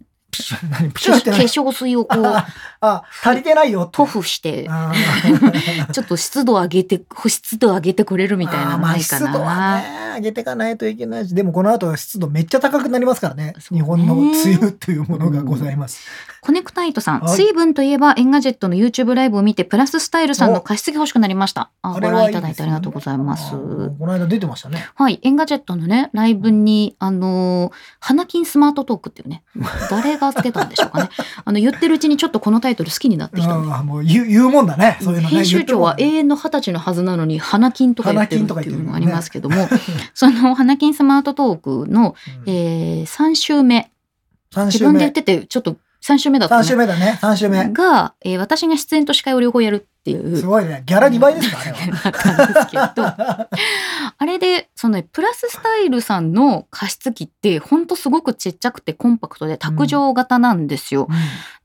Speaker 2: 何プ
Speaker 3: 化
Speaker 2: シュってな
Speaker 3: 粧水をこう
Speaker 2: [laughs] あ足りてないよって
Speaker 3: 塗布して
Speaker 2: あー
Speaker 3: ちょっと湿度上げて湿度上げてくれ [laughs] るみたいな
Speaker 2: あ
Speaker 3: の
Speaker 2: ーま
Speaker 3: ない
Speaker 2: あ
Speaker 3: か
Speaker 2: 湿
Speaker 3: な、
Speaker 2: 度はね上げていかないといけないしでもこの後湿度めっちゃ高くなりますからね
Speaker 3: そうね
Speaker 2: 日本の梅雨というものがございます、
Speaker 3: コネクタイトさん、
Speaker 2: はい
Speaker 3: 水分といえばエンガジェットの YouTube ライブを見てプラススタイルさんの
Speaker 2: お
Speaker 3: 加湿器欲しくなりましたあ
Speaker 2: あ
Speaker 3: ご
Speaker 2: れ
Speaker 3: 覧
Speaker 2: はいいい
Speaker 3: た
Speaker 2: で
Speaker 3: だい
Speaker 2: すよね
Speaker 3: てありがとうございます
Speaker 2: あーこの間出てましたね
Speaker 3: はい、エンガジェットのね、ライブに、あのー、花金スマートトークっていうね、 [laughs] 誰がつけたんでしょうかね。あの、言ってるうちにちょっとこのタイトル好きになってきたんで。
Speaker 2: あーもう言う言うもんだねそういうのね
Speaker 3: 編集長は永
Speaker 2: 言
Speaker 3: 遠
Speaker 2: って
Speaker 3: の二十歳のはずなのに、花金とか言ってる
Speaker 2: 花金とか
Speaker 3: ってい
Speaker 2: 言って
Speaker 3: う
Speaker 2: る
Speaker 3: の
Speaker 2: よ
Speaker 3: が
Speaker 2: ね
Speaker 3: ありますけども、その花金スマートトークの、
Speaker 2: もんね
Speaker 3: えー、3週目、
Speaker 2: 三
Speaker 3: 自
Speaker 2: 週
Speaker 3: 分で言
Speaker 2: 目
Speaker 3: ってて、ちょっと3週目だった
Speaker 2: 三週
Speaker 3: ね。
Speaker 2: 目だね三週目
Speaker 3: が、えー私が出演と司会を両方やるっていう。
Speaker 2: [laughs] すごいねギャラ2倍ですかあれ
Speaker 3: だ
Speaker 2: は
Speaker 3: ったんですけどあれでそのねプラススタイルさんの加湿器ってほんとすごくちっちゃくてコンパクトで卓上型なんですよ。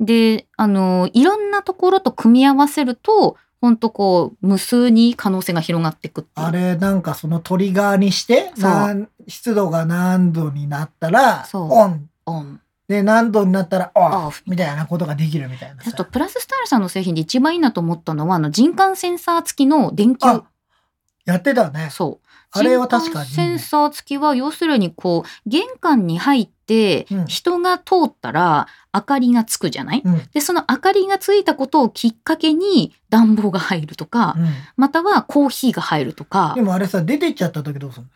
Speaker 3: であのいろんなところと組み合わせるとほんとこう無数に可能性が広がっていくっていう。
Speaker 2: あれなんかそのトリガーにして
Speaker 3: そう
Speaker 2: なん湿度が何度になったら
Speaker 3: そう
Speaker 2: オン
Speaker 3: オン
Speaker 2: で何度になったらオ
Speaker 3: オ
Speaker 2: ン
Speaker 3: フ
Speaker 2: みたいなことができるみたいな
Speaker 3: あと
Speaker 2: さ
Speaker 3: プラススタイルさんの製品で一番いいなと思ったのはあの人感センサー付きの電球
Speaker 2: あやってたね
Speaker 3: そう
Speaker 2: あれは確かに
Speaker 3: 人感センサー付きは要するにこう玄関に入って
Speaker 2: うん
Speaker 3: 人が通ったら明かりがつくじゃない、
Speaker 2: うんうん
Speaker 3: でその明かりがついたことをきっかけに暖房が入るとか、またはコーヒーが入るとか
Speaker 2: でもあれさ出てっちゃった時どうするの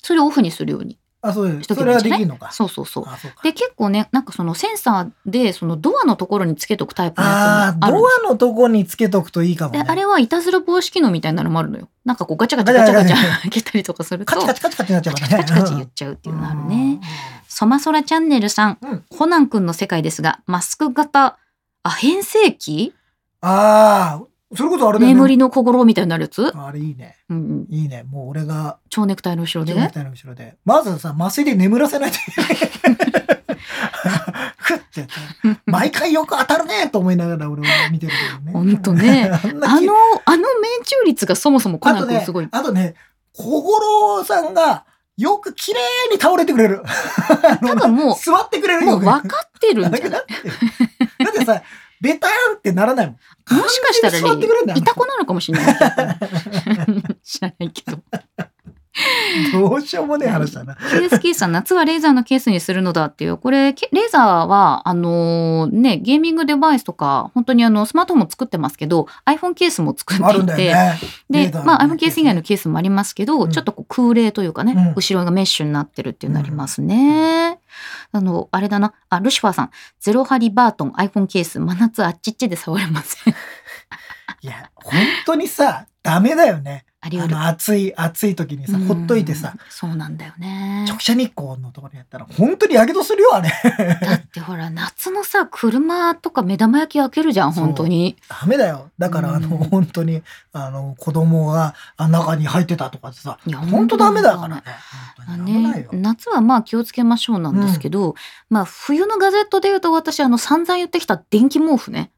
Speaker 3: それをオフにするように
Speaker 2: あそう
Speaker 3: しとけ
Speaker 2: そ
Speaker 3: ば
Speaker 2: れ
Speaker 3: いいん
Speaker 2: は
Speaker 3: じゃ
Speaker 2: で
Speaker 3: ない
Speaker 2: きるのか
Speaker 3: そうそうそう
Speaker 2: あそうか
Speaker 3: で結構ねなんかそのセンサーでそのドアのところにつけとくタイプのや
Speaker 2: あ
Speaker 3: つも
Speaker 2: ー
Speaker 3: あるん
Speaker 2: ド
Speaker 3: です
Speaker 2: アのとこにつけとくといいかも
Speaker 3: で
Speaker 2: ね
Speaker 3: あれはいたずら防止機能みたいなのもあるのよなんかこうガチャガチャガチャガチ
Speaker 2: ガチャガチ
Speaker 3: ャ開けたりとかすると
Speaker 2: カチカチカチカチになっちゃう
Speaker 3: カ
Speaker 2: か
Speaker 3: チカチカ
Speaker 2: ら
Speaker 3: チ
Speaker 2: ね
Speaker 3: 言っちゃうっていうのある
Speaker 2: うん
Speaker 3: ねソマソラチャンネルさん、
Speaker 2: うん
Speaker 3: コナン君の世界ですがマスク型あ変声期
Speaker 2: ああそれこそあれだよね
Speaker 3: 眠りの心みたいになるやつ、
Speaker 2: あれいいね
Speaker 3: うんうん、
Speaker 2: いいねもう俺が
Speaker 3: 蝶ネクタイの後ろで
Speaker 2: 蝶ネクタイの後ろで。まずさ、麻酔で眠らせないといけ
Speaker 3: [laughs]
Speaker 2: ない。ふってやって毎回よく当たるねと思いながら俺は見てるけどね。
Speaker 3: ほんとね
Speaker 2: [laughs] あんな
Speaker 3: あ
Speaker 2: き
Speaker 3: の、あの命中率がそもそもコ
Speaker 2: あ
Speaker 3: ナ
Speaker 2: と
Speaker 3: ン君
Speaker 2: ね
Speaker 3: すごい、。
Speaker 2: あとね、小五郎さんがよく綺麗に倒れてくれる。
Speaker 3: [laughs] 多分も
Speaker 2: 座ってくれ
Speaker 3: う、
Speaker 2: る
Speaker 3: も
Speaker 2: よ
Speaker 3: う
Speaker 2: く
Speaker 3: 分かってるん
Speaker 2: だ
Speaker 3: じゃ
Speaker 2: けど
Speaker 3: ない
Speaker 2: だってだってさ、ベターンってならないもん。
Speaker 3: もしかしたら
Speaker 2: 完全に座ってくれるんだ
Speaker 3: ね、いた子なのかもしれないけど。知らないけど。
Speaker 2: どうしようもねえ話だな。
Speaker 3: KS ケースさん、夏はレーザーのケースにするのだっていう。これ、けレーザーは、あのーね、ゲーミングデバイスとか、本当にあの、スマートフォンも作ってますけど、iPhone ケースも作って
Speaker 2: ある
Speaker 3: い
Speaker 2: んだ
Speaker 3: て、
Speaker 2: よね。レ
Speaker 3: で、
Speaker 2: ーザーの
Speaker 3: まあ、
Speaker 2: ね
Speaker 3: iPhone ケース以外のケースもありますけど、
Speaker 2: うん
Speaker 3: ちょっとこう空冷というかね、
Speaker 2: うん
Speaker 3: 後ろがメッシュになってるっていうのありますね。あの、あれだな、あ、ルシファーさん、ゼロハリバートン iPhone ケース、真夏あっちっちで触れません。 [laughs]
Speaker 2: いや、本当にさ、ダメだよね。
Speaker 3: あり
Speaker 2: あ
Speaker 3: 得る。
Speaker 2: の、暑い、暑い時にさ、ほっといてさ
Speaker 3: うん、。そうなんだよね。
Speaker 2: 直射日光のところやったら、本当にやけどするよ、あれ。 [laughs]
Speaker 3: だってほら、夏のさ、車とか目玉焼き開けるじゃん、
Speaker 2: そう
Speaker 3: 本当に。
Speaker 2: ダメだよ。だから、あの、
Speaker 3: うん
Speaker 2: 本当に、あの、子供があ中に入ってたとかってさ、
Speaker 3: いや
Speaker 2: 本当ダメだからね。
Speaker 3: あ
Speaker 2: 本当に危ない
Speaker 3: ね
Speaker 2: よ、。
Speaker 3: 夏はまあ気をつけましょうなんですけど、まあ冬のガゼットで言うと私あの散々言ってきた電気毛布ね、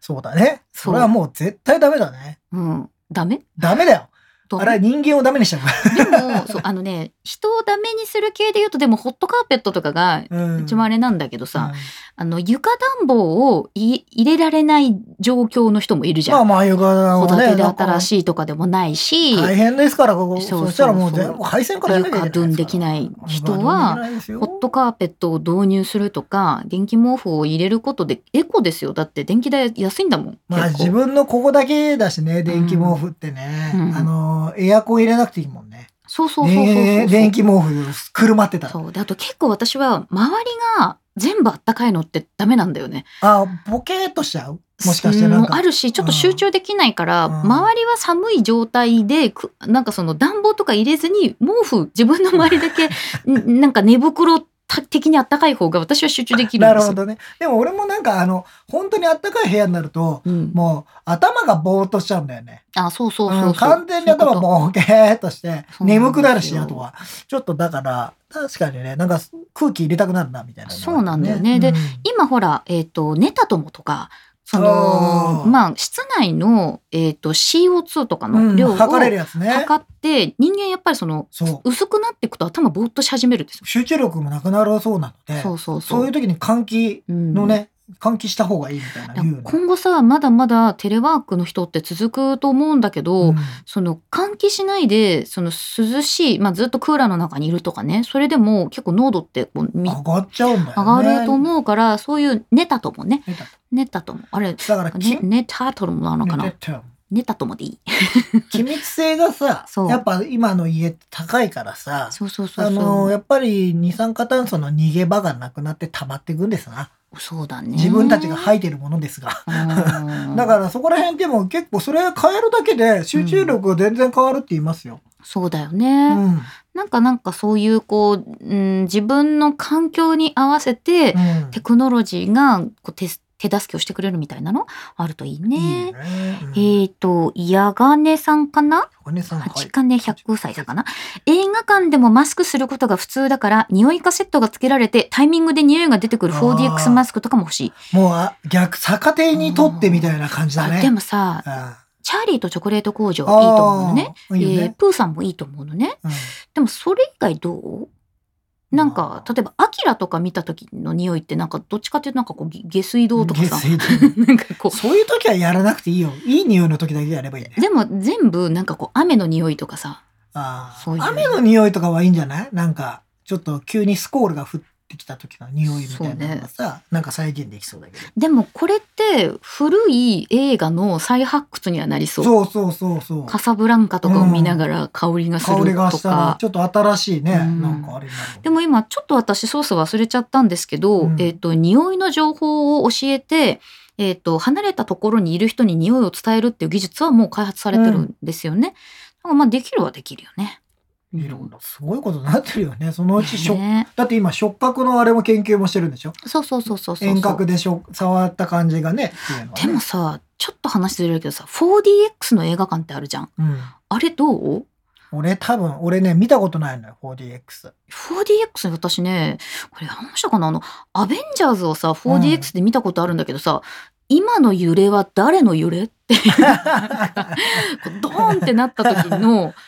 Speaker 2: そうだね。
Speaker 3: そう
Speaker 2: それはもう絶対ダメだね。
Speaker 3: うん、ダメ
Speaker 2: ダメだよ。
Speaker 3: と
Speaker 2: あれは人間をダメにしちゃうか
Speaker 3: でもそうあのね人をダメにする系で言うとでもホットカーペットとかが
Speaker 2: ら。う
Speaker 3: 一番あれなんだけどさ、
Speaker 2: う
Speaker 3: あの床暖房をい入れられない状況の人もいるじ
Speaker 2: んま
Speaker 3: ゃ
Speaker 2: あ
Speaker 3: ん。
Speaker 2: まあ、床
Speaker 3: 戸
Speaker 2: は
Speaker 3: 建
Speaker 2: ね、
Speaker 3: てで新
Speaker 2: い。
Speaker 3: しいとかでもないし、
Speaker 2: 大変ですから、こ
Speaker 3: そ
Speaker 2: こ。
Speaker 3: うそう
Speaker 2: そしたらもう全部配線からやんなきゃいけない
Speaker 3: 床ドゥンできない人は
Speaker 2: 床ドゥンできないですよ
Speaker 3: ホットカーペットを導入するとか電気毛布を入れることでエコですよだって電気代安いんだもん。
Speaker 2: まあ
Speaker 3: 結構
Speaker 2: 自分のここだけだしね、電気毛布ってね。
Speaker 3: うん
Speaker 2: あの、エアコン入れなくていいもんね。
Speaker 3: そうそうそうそうそう、
Speaker 2: ね電気毛布、車ってたら。
Speaker 3: そうであと結構私は周りが全部あったかいのってダメなんだよね。
Speaker 2: あ、ボケーっとしちゃうもしかしてなん
Speaker 3: うん
Speaker 2: か。
Speaker 3: あるしちょっと集中できないから、
Speaker 2: うん
Speaker 3: 周りは寒い状態でくなんかその暖房とか入れずに毛布自分の周り
Speaker 2: [laughs]
Speaker 3: だけんなんか寝袋た的にあったかい方が私は集中できるん
Speaker 2: な
Speaker 3: で
Speaker 2: る
Speaker 3: す
Speaker 2: ほ
Speaker 3: よ。
Speaker 2: どね。でも俺もなんかあの、本当にあったかい部屋になると、
Speaker 3: うん、
Speaker 2: もう頭がぼーっとしちゃうんだよね。
Speaker 3: あそうそうそう
Speaker 2: う
Speaker 3: そ
Speaker 2: ん
Speaker 3: う
Speaker 2: 完全に頭
Speaker 3: そういうこ
Speaker 2: ぼーけーっとして、
Speaker 3: そうなんですよ
Speaker 2: 眠くなるし、あとは。ちょっとだから、確かにね、なんか空気入れたくなるな、みたいなのがあって。
Speaker 3: そうなんだよねで
Speaker 2: うん
Speaker 3: と今ほら、えっとネタ友とかそ
Speaker 2: あ
Speaker 3: の
Speaker 2: ー
Speaker 3: まあ室内の、えっと CO2 とか
Speaker 2: う
Speaker 3: の
Speaker 2: ん
Speaker 3: 量を
Speaker 2: 測れる
Speaker 3: 測
Speaker 2: やつね。
Speaker 3: って人間やっぱりその
Speaker 2: そう。
Speaker 3: 薄くなっていくと頭ぼーっとし始めるんですよ。
Speaker 2: 集中力もなくなるそうなので、
Speaker 3: そうそうそう
Speaker 2: そういう時に換気
Speaker 3: うん
Speaker 2: のね、換気した方がいいみたいな言うの。
Speaker 3: 今後さまだまだテレワークの人って続くと思うんだけど、
Speaker 2: うん
Speaker 3: その換気しないでその涼しい、まあ、ずっとクーラーの中にいるとかねそれでも結構濃度ってこうみ
Speaker 2: 上がっちゃうんだよね。
Speaker 3: 上がると思うから、そういうネタともね
Speaker 2: ネタと
Speaker 3: ネタともあれ、
Speaker 2: だか
Speaker 3: ね
Speaker 2: ら、き、
Speaker 3: ネタともなのかな
Speaker 2: ネタと
Speaker 3: ネタともでいい
Speaker 2: [laughs] 気密性がさ
Speaker 3: そう、
Speaker 2: やっぱ今の家って高いからさ、
Speaker 3: そうそうそう
Speaker 2: あ
Speaker 3: そ
Speaker 2: の、
Speaker 3: う
Speaker 2: やっぱり二酸化炭素の逃げ場がなくなって溜まっていくんですな。
Speaker 3: そうだね
Speaker 2: 自分たちが吐いてるものですが。
Speaker 3: うん
Speaker 2: だからそこら辺でも結構それ変えるだけで集中力が全然変わるって言いますよ。
Speaker 3: そうだよ
Speaker 2: う
Speaker 3: ね、
Speaker 2: ん。うん。
Speaker 3: なんかなんかそういうこう、うん、自分の環境に合わせて、テクノロジーがこう手す手助けをしてくれるみたいなのあるといいね。
Speaker 2: いいね。うん
Speaker 3: えっ、と、矢金さんかな
Speaker 2: お姉さんはい
Speaker 3: 八金100歳さんかな映画館でもマスクすることが普通だから、匂いカセットがつけられて、タイミングで匂いが出てくる 4DX マスクとかも欲しい。
Speaker 2: もうあ逆逆手にとってみたいな感じだね。
Speaker 3: でもさ、
Speaker 2: あ
Speaker 3: チャーリーとチョコレート工場いい
Speaker 2: ー
Speaker 3: と思うのね。。
Speaker 2: あーいいよ
Speaker 3: えー
Speaker 2: ね。
Speaker 3: プーさんもいいと思うのね。
Speaker 2: うん
Speaker 3: でもそれ以外どうなんか、
Speaker 2: あー
Speaker 3: 例えば、アキラとか見た時の匂いって、なんか、どっちかっていうと、なんかこう、下下水道とかさ、
Speaker 2: 下水
Speaker 3: [laughs] なんかこう
Speaker 2: 道、そういう時はやらなくていいよ。いい匂いの時だけやればいいね。
Speaker 3: でも全部なんかこう雨の匂いとかさ
Speaker 2: あー
Speaker 3: そういう
Speaker 2: 雨の匂いとかはいいんじゃないなんかちょっと急にスコールが降ってきた時の匂いみたいなのがさ、なんか再現できそうだけど
Speaker 3: でもこれって古い映画の再発掘にはなりそう
Speaker 2: そうそうそうそう
Speaker 3: カサブランカとかを見ながら香りがする
Speaker 2: 香りが
Speaker 3: と
Speaker 2: したら
Speaker 3: か
Speaker 2: ちょっと新しいね、
Speaker 3: うん
Speaker 2: なんかあれになる
Speaker 3: でも今ちょっと私ソース忘れちゃったんですけど、
Speaker 2: うん
Speaker 3: えっ、と匂いの情報を教えてえっ、と離れたところにいる人に匂いを伝えるっていう技術はもう開発されてるんですよね。だからまあできるはできるよね。
Speaker 2: いろんなすごいことになってるよねそのうち触、
Speaker 3: ね
Speaker 2: だって今触覚のあれも研究もしてるんでしょ
Speaker 3: そうそうそうそうそうそう。
Speaker 2: 遠隔でしょ触った感じがねっていうのはね
Speaker 3: でもさちょっと話ずれるけどさ 4DX の映画館ってあるじゃん。
Speaker 2: うん
Speaker 3: あれどう
Speaker 2: 俺多分俺ね見たことないのよ 4DX
Speaker 3: 4DX ね私ねこれ話したかなあの「アベンジャーズ」をさ 4DX で見たことあるんだけどさ、今の揺れ
Speaker 2: [laughs]
Speaker 3: は誰の揺れってこうドーンってなった時の
Speaker 2: [laughs]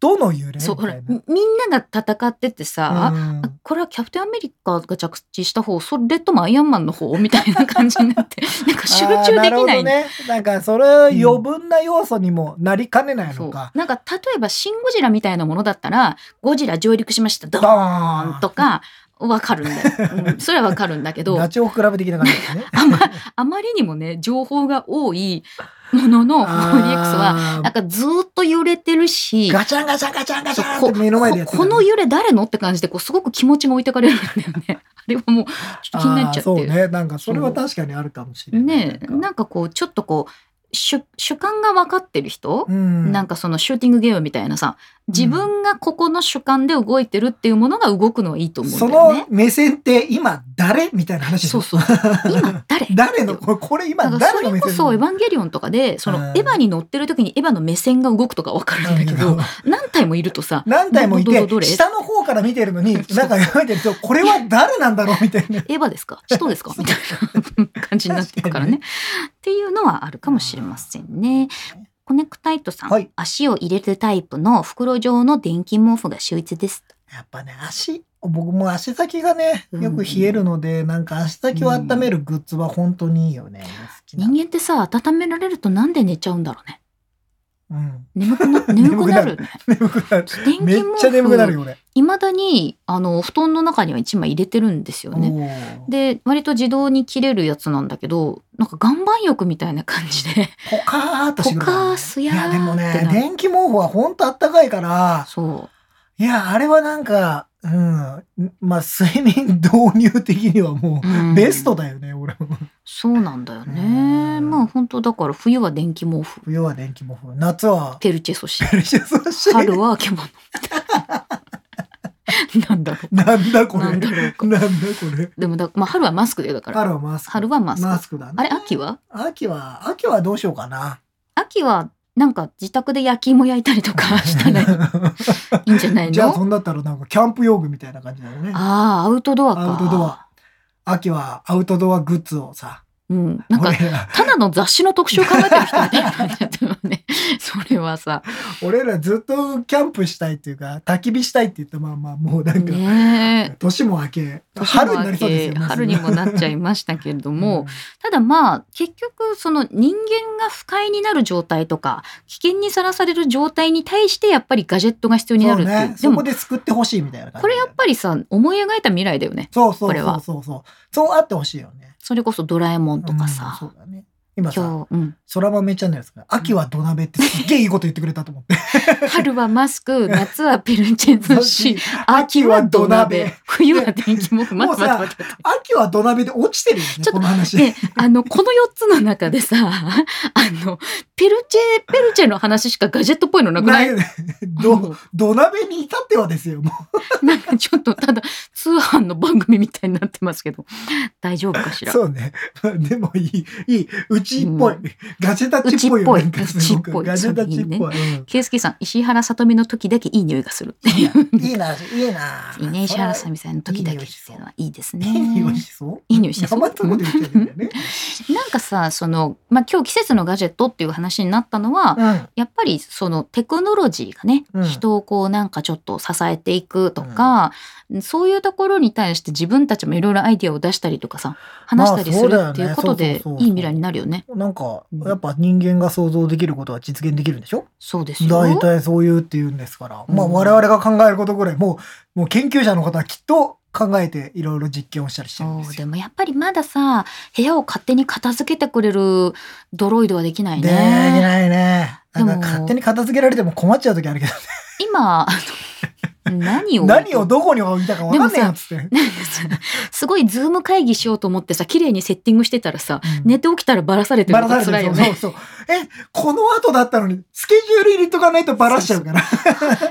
Speaker 2: どの幽霊
Speaker 3: そう
Speaker 2: み
Speaker 3: ほ
Speaker 2: た
Speaker 3: ら
Speaker 2: い
Speaker 3: みみんなが戦っててさ、
Speaker 2: な。うん
Speaker 3: これはキャプテンアメリカが着地した方それともアイアンマンの方みたいな感じになって
Speaker 2: [laughs]
Speaker 3: なんか集中でき
Speaker 2: あーるほ
Speaker 3: ない
Speaker 2: どね。なんかそれ余分な要素にもなりかねない
Speaker 3: そ
Speaker 2: の
Speaker 3: う
Speaker 2: か。
Speaker 3: なんか例えば「シン・ゴジラ」みたいなものだったら「ゴジラ上陸しましたド
Speaker 2: ド
Speaker 3: ー
Speaker 2: ー
Speaker 3: ン!」
Speaker 2: ン
Speaker 3: とかわかるんだよ、うんそれはわかるんだけど
Speaker 2: ダチョウ倶楽部的な感
Speaker 3: [laughs]
Speaker 2: じですね。
Speaker 3: あまあまりにもね情報が多いものの 4DX は
Speaker 2: あー
Speaker 3: なんかずーっと揺れてるし
Speaker 2: ガチャンガチャンガチャンガチャン
Speaker 3: そう
Speaker 2: っ
Speaker 3: こ
Speaker 2: て目の前でやって
Speaker 3: こ
Speaker 2: る
Speaker 3: の揺れ誰のって感じでこうすごく気持ちが置いてかれるんだよね。 [laughs] あれはもうちょっと気になっちゃっ
Speaker 2: あーそう
Speaker 3: て。
Speaker 2: ね。なんかそれは確かにあるかもしれない。
Speaker 3: ねえなんかこうちょっとこう主主観が分かってる人、
Speaker 2: うん
Speaker 3: なんかそのシューティングゲームみたいなさ自分がここの主観で動いてるっていうものが動くのはいいと思うんだ
Speaker 2: そ
Speaker 3: よね
Speaker 2: の。目線って今誰みたいな話でし
Speaker 3: そ
Speaker 2: ょ
Speaker 3: うそう今誰
Speaker 2: [laughs] 誰のこれこれ今
Speaker 3: だからそ
Speaker 2: 誰の
Speaker 3: れ
Speaker 2: 目
Speaker 3: こ
Speaker 2: 線
Speaker 3: そ「エヴァンゲリオン」とかでその
Speaker 2: うん
Speaker 3: エヴァに乗ってる時にエヴァの目線が動くとか分かるんだけ
Speaker 2: [laughs]
Speaker 3: ど何体もいるとさ
Speaker 2: 何体もいて
Speaker 3: どどどれ
Speaker 2: 下の方から見てる
Speaker 3: [laughs]
Speaker 2: のになんか読めてるとこれは誰なんだろうみたい
Speaker 3: エ
Speaker 2: な。
Speaker 3: ヴァですか人ですかみたいな感じになってるからね。っていうのはあるかもしれませんね。コネクタイトさん、
Speaker 2: はい
Speaker 3: 足を入れるタイプの袋状の電気毛布が秀逸です。
Speaker 2: やっぱね足僕も足先がね
Speaker 3: うん
Speaker 2: よく冷えるので、なんか足先を温めるグッズは本当にいいよね。好きな
Speaker 3: 人間ってさ、温められるとなんで寝ちゃうんだろうね。
Speaker 2: うん、
Speaker 3: 眠く
Speaker 2: [laughs]
Speaker 3: な眠くなるね。
Speaker 2: 眠くなる
Speaker 3: 電気毛布
Speaker 2: めっちゃ眠くなるよ俺。
Speaker 3: いまだにあの布団の中には一枚入れてるんですよね。
Speaker 2: おー
Speaker 3: で割と自動に切れるやつなんだけどなんか岩盤浴みたいな感じで
Speaker 2: ポカーっとしてくるからね
Speaker 3: ポカーすやー
Speaker 2: いやでも
Speaker 3: って
Speaker 2: ね
Speaker 3: なる
Speaker 2: 電気毛布は本当あったかいから
Speaker 3: そ
Speaker 2: いやあれはなんかうんまあ睡眠導入的にはも
Speaker 3: う、
Speaker 2: う、
Speaker 3: うん
Speaker 2: ベストだよね俺も
Speaker 3: そうなんだよね。
Speaker 2: うん
Speaker 3: まあ本当だから冬は電気毛布
Speaker 2: 冬は電気毛布夏は
Speaker 3: ペルチェソシ
Speaker 2: ペルシャスシ
Speaker 3: 春はあけぼのみたいな。なんだろ
Speaker 2: [laughs] なんだ
Speaker 3: う
Speaker 2: これ
Speaker 3: な
Speaker 2: なん
Speaker 3: ん
Speaker 2: だ
Speaker 3: だろう
Speaker 2: こ
Speaker 3: か。
Speaker 2: れ
Speaker 3: でもだ、まあ、春はマスクだよだから。
Speaker 2: 春はマスク
Speaker 3: 春はマスク
Speaker 2: マスクだね
Speaker 3: あれ秋は
Speaker 2: 秋は秋はどうしようかな
Speaker 3: 秋はなんか自宅で焼き芋焼いたりとかしたらいいんじゃない
Speaker 2: [laughs] じゃあ
Speaker 3: の
Speaker 2: そんだったらなんかキャンプ用具みたいな感じだよね
Speaker 3: ああアウトドアか。
Speaker 2: アウトドア秋はアウトドアグッズをさ
Speaker 3: うん。なんか
Speaker 2: 俺ら
Speaker 3: ただの雑誌の特集を考えてる人みたいな感じだったよ
Speaker 2: [laughs]
Speaker 3: ね。それはさ。
Speaker 2: 俺らずっとキャンプしたいっていうか焚き火したいって言ったまあまあもうなんか、
Speaker 3: ねえ。
Speaker 2: [laughs] 年も明け
Speaker 3: 年
Speaker 2: 春
Speaker 3: も
Speaker 2: に
Speaker 3: 明
Speaker 2: なりそうです
Speaker 3: け
Speaker 2: よ
Speaker 3: 春にもなっちゃい
Speaker 2: ま
Speaker 3: ましたけれど
Speaker 2: す
Speaker 3: も、ただまあ結局その人間が不快になる状態とか危険にさらされる状態に対してやっぱりガジェットが必要
Speaker 2: うん
Speaker 3: にな
Speaker 2: そ
Speaker 3: る
Speaker 2: う
Speaker 3: っていう
Speaker 2: ね
Speaker 3: で
Speaker 2: そこ
Speaker 3: も
Speaker 2: で救ってほしいみたいな感じ
Speaker 3: これやっぱりさ思い描いた未来だよね
Speaker 2: そうそ
Speaker 3: こ
Speaker 2: うそ
Speaker 3: れ
Speaker 2: う
Speaker 3: は
Speaker 2: そうそうそうあってほしいよね
Speaker 3: それこそ「ドラえもん」とかさ、
Speaker 2: うんそうだね今さ
Speaker 3: 今日、うん、
Speaker 2: そら豆ちゃんのやつが秋は土鍋ってすっげえいいこと言ってくれたと思って
Speaker 3: [laughs] 春はマス
Speaker 2: [laughs]
Speaker 3: ク夏はペルチェ寿司秋
Speaker 2: 秋
Speaker 3: は
Speaker 2: は
Speaker 3: 土
Speaker 2: 土鍋
Speaker 3: 鍋冬は電気毛布待
Speaker 2: も
Speaker 3: っ
Speaker 2: う
Speaker 3: て待
Speaker 2: さ
Speaker 3: って待って。
Speaker 2: 秋は土鍋で落ちてるよね
Speaker 3: ちょっと
Speaker 2: この話、
Speaker 3: で、あの、この4つの中でさ、あの、ペルチェ、ペルチェの話しかガジェットっぽいのなくな
Speaker 2: ないいよね [laughs] ど土鍋に至ってはですよも
Speaker 3: [laughs] なんかちょっとただ通販の番組みたいになってますけど大丈夫かし
Speaker 2: う
Speaker 3: ら
Speaker 2: そうねでもいいいいうちっぽい、
Speaker 3: う
Speaker 2: ガジェタッチっぽいよ
Speaker 3: うちっぽい
Speaker 2: なんかすごく
Speaker 3: うちっぽい
Speaker 2: ガジェタッチっぽいうん
Speaker 3: 圭介さん石原さとみの時だけいい匂いがするって
Speaker 2: い
Speaker 3: い
Speaker 2: や
Speaker 3: う
Speaker 2: いいな、いい
Speaker 3: [laughs]
Speaker 2: な。
Speaker 3: いいね石原さとみさんの時だけっていうのはいいですね
Speaker 2: いい匂いし
Speaker 3: [laughs]
Speaker 2: そう。
Speaker 3: いい匂いしそう
Speaker 2: 黙ったこと言ってるんだよね。
Speaker 3: なんかさその、まあ、今日季節のガジェットっていう話になったのは、
Speaker 2: うん。
Speaker 3: やっぱりそのテクノロジーがね、
Speaker 2: うん
Speaker 3: 人をこうなんかちょっと支えていくとか、そういうところに対して自分たちもいろいろアイディアを出したりとかさ話したりするっていうことで
Speaker 2: まあそうだよねそうそうそうそう
Speaker 3: いい未来になるよね。
Speaker 2: なんか、やっぱ人間が想像できることは実現できるんでしょ
Speaker 3: そうですよ
Speaker 2: 大体そういうっていうんですから。まあ
Speaker 3: うん
Speaker 2: 我々が考えることぐらい、もう、もう研究者の方はきっと考えていろいろ実験をしたりしてるんで
Speaker 3: そう
Speaker 2: す
Speaker 3: で
Speaker 2: よ。
Speaker 3: もやっぱりまださ部屋を勝手に片付けてくれるドロイドはできない
Speaker 2: でき
Speaker 3: ね。
Speaker 2: ないね。
Speaker 3: で
Speaker 2: な
Speaker 3: も
Speaker 2: んか勝手に片付けられても困っちゃう時あるけ
Speaker 3: 今あの
Speaker 2: [laughs]
Speaker 3: 何
Speaker 2: ど、
Speaker 3: を
Speaker 2: 何をどこに置いたかわかんねえやつって。
Speaker 3: なんかさ [laughs] すごいズーム会議しようと思ってさ綺麗にセッティングしてたらさ
Speaker 2: うん
Speaker 3: 寝て起きたらバラされてる
Speaker 2: バ
Speaker 3: の
Speaker 2: ラ
Speaker 3: が
Speaker 2: さ
Speaker 3: 辛
Speaker 2: れ
Speaker 3: い
Speaker 2: て
Speaker 3: よ
Speaker 2: るそう
Speaker 3: ね。
Speaker 2: そう。え、この後だったのに、スケジュール入れとかないとバラしちゃうから。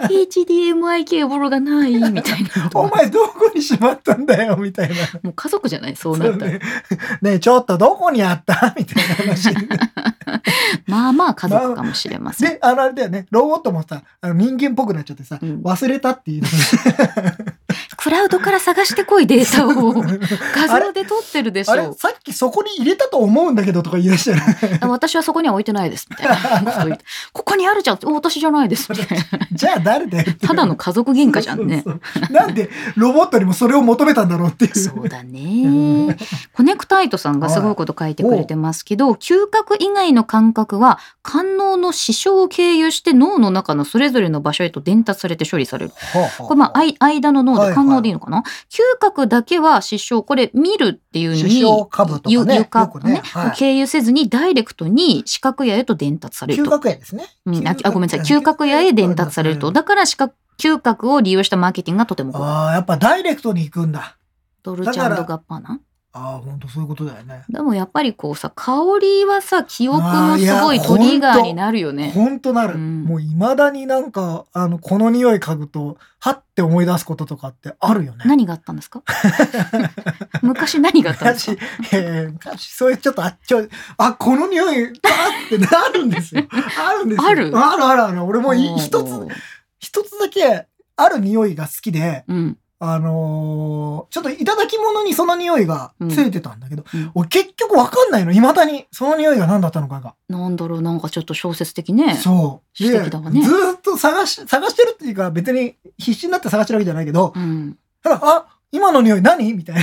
Speaker 3: HDMI ケーブルがないみたいな
Speaker 2: [laughs] お前どこにしまったんだよみたいな。
Speaker 3: もう家族じゃないそうな
Speaker 2: そう
Speaker 3: ったら、
Speaker 2: ね。 [laughs] ねえちょっとどこにあったみたいな
Speaker 3: [laughs]
Speaker 2: 話。
Speaker 3: まあまあ家族かもしれません。
Speaker 2: で、あのあれだよね、ロボットもさ、あの人間っぽくなっちゃってさ、
Speaker 3: うん
Speaker 2: 忘れたっていうの
Speaker 3: クラウドから探してこいデータを画
Speaker 2: [laughs] あ
Speaker 3: 像
Speaker 2: れ
Speaker 3: で撮ってるでし
Speaker 2: あれ
Speaker 3: ょ
Speaker 2: さっきそこに入れたと思うんだけどとか言い出したよ
Speaker 3: [laughs]
Speaker 2: ね
Speaker 3: あ私はそこには置いてないですみたいなこと
Speaker 2: [laughs]
Speaker 3: 言ってここにあるじゃんお私じゃないですみたいな
Speaker 2: じゃあ誰だよっていう
Speaker 3: ただの家族喧嘩じゃんね
Speaker 2: そうそうそうなんでロボットにもそれを求めたんだろうっていう
Speaker 3: そうだ
Speaker 2: う
Speaker 3: ね
Speaker 2: ん。
Speaker 3: コネクタイトさんがすごいこと書いてくれてますけど、嗅覚以外の感覚は、感能の支障を経由して脳の中のそれぞれの場所へと伝達されて処理される。これまあ、あい間の脳
Speaker 2: は
Speaker 3: で
Speaker 2: いはい
Speaker 3: 感能でいいのかな、嗅覚だけは支障、これ見るっていうのに、
Speaker 2: 視床下部とかね
Speaker 3: ゆ床
Speaker 2: よくね
Speaker 3: ね
Speaker 2: はい
Speaker 3: 経由せずにダイレクトに視覚野へと伝達される
Speaker 2: 嗅
Speaker 3: と。
Speaker 2: 覚やですね。
Speaker 3: うん、ああごめんなさい。
Speaker 2: 嗅
Speaker 3: 嗅覚野へ伝達されると。だ
Speaker 2: か
Speaker 3: から視覚、嗅覚を利用したマーケティングがとても効果
Speaker 2: ああ、やっぱダイレクトに行くんだ。
Speaker 3: ドルチャンドガッパーナ
Speaker 2: ああ、本当そういうことだよね。
Speaker 3: でもやっぱりこうさ香りはさ記憶のすごい
Speaker 2: あーいや
Speaker 3: トリガーになるよね。
Speaker 2: 本当なる。
Speaker 3: うん
Speaker 2: もういまだになんか、あの、この匂い嗅ぐと、はって思い出すこととかってあるよね。
Speaker 3: 何があったんですか昔何があったんです
Speaker 2: 昔
Speaker 3: か、
Speaker 2: えー昔、そういうちょっとあっちょい、あ、この匂い、あってなるんですよ。あるんですよ。
Speaker 3: ある
Speaker 2: あるあるある。 [laughs] 俺もい一つ、、一つだけ、ある匂いが好きで、
Speaker 3: うん、
Speaker 2: あのーちょっといただき物にその匂いがついてたんだけど、
Speaker 3: うんうん
Speaker 2: 俺結局わかんないの、未だに。その匂いが何だったのかが。
Speaker 3: なんだろうなんかちょっと小説的ね。
Speaker 2: そう。で、
Speaker 3: 素敵
Speaker 2: ず
Speaker 3: だわね
Speaker 2: ーっと探し、探してるっていうか、別に必死になって探してるわけじゃないけど、
Speaker 3: うん、
Speaker 2: ただあ、今の匂い何みたいな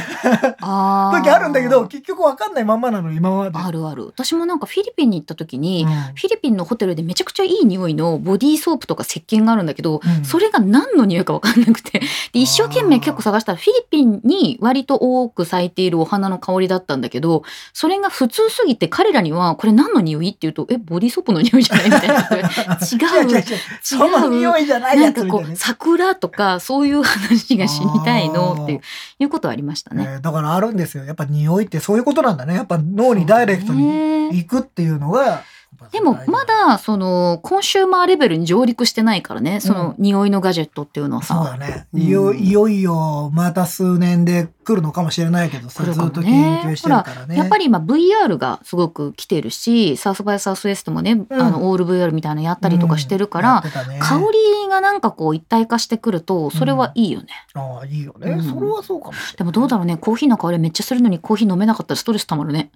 Speaker 3: あー
Speaker 2: 時あるんだけど、結局わかんないまんまなの、今まで。
Speaker 3: あるある私もなんかフィリピンに行った時に、
Speaker 2: うん
Speaker 3: フィリピンのホテルでめちゃくちゃいい匂いのボディーソープとか石鹸があるんだけど、
Speaker 2: うん
Speaker 3: それが何の匂いか分かんなくてで一生懸命結構探したらフィリピンに割と多く咲いているお花の香りだったんだけどそれが普通すぎて彼らには「これ何の匂い?」って言うと「えボディーソープの匂いじゃない?」みたいな
Speaker 2: 違う違う違
Speaker 3: 違
Speaker 2: う
Speaker 3: う。
Speaker 2: [laughs] その
Speaker 3: 違う
Speaker 2: 匂いじゃない
Speaker 3: な
Speaker 2: や
Speaker 3: ん
Speaker 2: つ
Speaker 3: か
Speaker 2: みた
Speaker 3: こ
Speaker 2: いな
Speaker 3: う
Speaker 2: ね。
Speaker 3: 桜とかそういう話が知りたいのっていういうことはありました
Speaker 2: え
Speaker 3: ね。
Speaker 2: ーだからあるんですよ。やっぱ匂いってそういうことなんだね。やっぱ脳にダイレクトに
Speaker 3: ね
Speaker 2: 行くっていうのが。
Speaker 3: でもまだそのコンシューマーレベルに上陸してないからねその匂いのガジェットっていうのは
Speaker 2: そう
Speaker 3: さ、
Speaker 2: だね。
Speaker 3: うん
Speaker 2: いよいよいよ、また数年で来るのかもしれないけど、それ
Speaker 3: 来る
Speaker 2: ず
Speaker 3: かも
Speaker 2: っ
Speaker 3: ね
Speaker 2: と研究してるからね。
Speaker 3: やっぱ
Speaker 2: り、
Speaker 3: り今 VR がすごく来てるしサウスバイサウスウエストもね、あのオール VR みたいなのやったりとかしてるから、香
Speaker 2: り。
Speaker 3: りがなんかこう一体化してくるとそれはいいよね、
Speaker 2: ああ、いいよ
Speaker 3: う
Speaker 2: ね。
Speaker 3: ん
Speaker 2: それはそうかもしれない。
Speaker 3: でもどうだろうねコーヒーの香りめっちゃするのにコーヒー飲めなかったらストレスたまるね、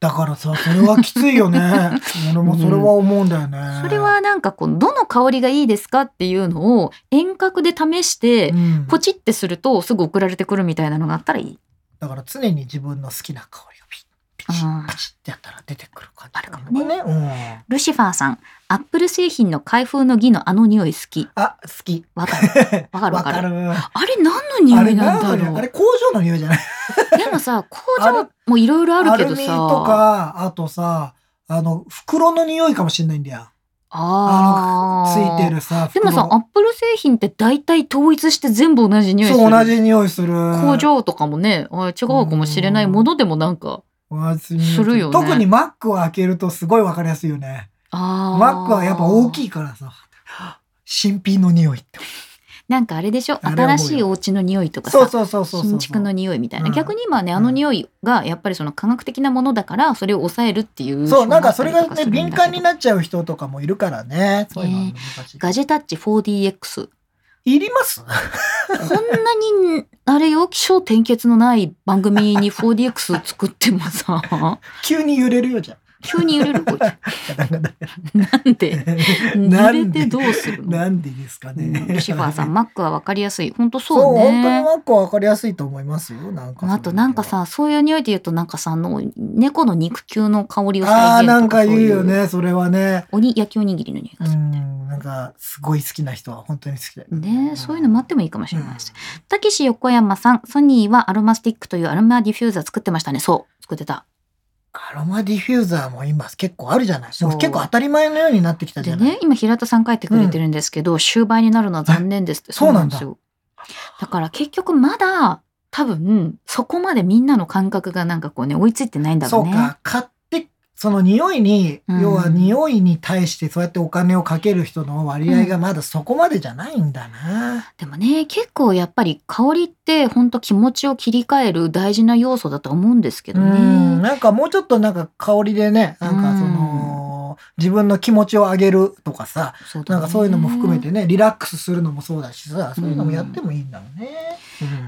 Speaker 2: だからさ、それはきつい
Speaker 3: [laughs]
Speaker 2: よね。俺もそれは思うんだよね。
Speaker 3: それはなんかこうどの香りがいいですかっていうのを遠隔で試して、
Speaker 2: うん、
Speaker 3: ポチってするとすぐ送られてくるみたいなのがあったらいい
Speaker 2: だから常に自分の好きな香りをピッ、ピチ
Speaker 3: うん
Speaker 2: ッ、ピチッってやったら出てくる感じ。
Speaker 3: あるかもね
Speaker 2: ね。うん。
Speaker 3: ルシファーさんアップル製品の開封の儀のあの匂い好き
Speaker 2: あ、好き。
Speaker 3: わか
Speaker 2: [laughs]
Speaker 3: る [laughs] わかるわかる
Speaker 2: わか
Speaker 3: あれ何
Speaker 2: る。
Speaker 3: の
Speaker 2: あ
Speaker 3: 匂
Speaker 2: れ
Speaker 3: いなん
Speaker 2: 何の
Speaker 3: だろ
Speaker 2: 匂
Speaker 3: う
Speaker 2: いあれ工場の匂いじゃない
Speaker 3: でもさ、工
Speaker 2: あれ
Speaker 3: 場もいろいろあるけど
Speaker 2: アルミ
Speaker 3: さ、
Speaker 2: とか、あとさ、あの、袋の匂いかもしれないんだよ。
Speaker 3: あ
Speaker 2: あ
Speaker 3: ー
Speaker 2: の、ついてるさ、
Speaker 3: でもさ、ア
Speaker 2: 袋
Speaker 3: ップル製品って大体統一して全部同じ匂いする。
Speaker 2: そう、同じ匂いする。
Speaker 3: 工場とかもね、あ違うかもしれないものでもなんか、
Speaker 2: 同じ匂い
Speaker 3: するよね
Speaker 2: 特にマックを開けるとすごいわかりやすいよね。
Speaker 3: あ
Speaker 2: マックはやっぱ大
Speaker 3: い。
Speaker 2: きいからさ、新品の匂いって。
Speaker 3: なんかあれでしょ
Speaker 2: あれはもう
Speaker 3: 新しいお家の匂いとかさ。
Speaker 2: [laughs] そうそうそうそうそう。
Speaker 3: 新築の匂いみたいな、
Speaker 2: うん
Speaker 3: 逆に今はねあの匂いがやっぱりその科学的なものだからそれを抑えるっていう
Speaker 2: そう、なんかそれがね、
Speaker 3: 商品だっ
Speaker 2: 敏
Speaker 3: た
Speaker 2: 感
Speaker 3: りとか
Speaker 2: になっちゃう人とかもいるからね。そういうのは難しい。
Speaker 3: ガジェタッチ 4DX
Speaker 2: いります [laughs]
Speaker 3: こんなに、あれよ、気象転結のない番組に 4DX 作っても
Speaker 2: [laughs]
Speaker 3: さ、
Speaker 2: 急に揺れるよじゃん。
Speaker 3: 急に揺れるこい
Speaker 2: ガタガタ
Speaker 3: なんで
Speaker 2: [laughs] な
Speaker 3: 揺れ
Speaker 2: んで
Speaker 3: てどうするの
Speaker 2: [laughs] なんでですかね。
Speaker 3: ルシファーさん、マックはわかりやすい。本当
Speaker 2: そう
Speaker 3: そう
Speaker 2: 本当に
Speaker 3: ね。
Speaker 2: マックは分かりやすいと思いますよ。なんかそれ
Speaker 3: あとなんかさ、そういう匂いで言うとなんかさ、あの、猫の肉球の香りを
Speaker 2: あ
Speaker 3: 再現
Speaker 2: あー
Speaker 3: とか
Speaker 2: なんか
Speaker 3: そう
Speaker 2: 言
Speaker 3: いう
Speaker 2: よ。ねそれはね。
Speaker 3: おに、焼きおにぎりの匂いうがする。
Speaker 2: んなんかすごい好きな人は本当に好きだよ
Speaker 3: ねそういうの待ってもいいかもしれないです。たけし横山さん、ソニーはアロマスティックというアロマディフューザー作ってましたね。そう、作ってた。
Speaker 2: アロマディフューザーも今結構あるじゃない。
Speaker 3: そう
Speaker 2: もう結構当たり前のようになってきたじ
Speaker 3: で
Speaker 2: ゃない。
Speaker 3: ね、今平田さん書いてくれてるんですけど、終売になるのは残念ですって。
Speaker 2: えそうなんだ
Speaker 3: ですよ。だから結局まだ、多分、そこまでみんなの感覚がなんかこうね、追いついてないんだろ
Speaker 2: そうう
Speaker 3: ね。
Speaker 2: か買ってその匂いに、
Speaker 3: うん
Speaker 2: 要は匂いに対してそうやってお金をかける人の割合がまだそこまでじゃないんだな。
Speaker 3: でもね、結構やっぱり香りって本当気持ちを切り替える大事な要素だと思うんですけ
Speaker 2: う
Speaker 3: ど
Speaker 2: ん
Speaker 3: ね。
Speaker 2: なんかもうちょっとなんか香りでねなんかそ
Speaker 3: うん
Speaker 2: の、自分の気持ちを上げるとかさ、
Speaker 3: そうだ
Speaker 2: な
Speaker 3: ね
Speaker 2: んかそういうのも含めてね、リラックスするのもそうだしさ、そういうのもやってもいいんだろうね。
Speaker 3: え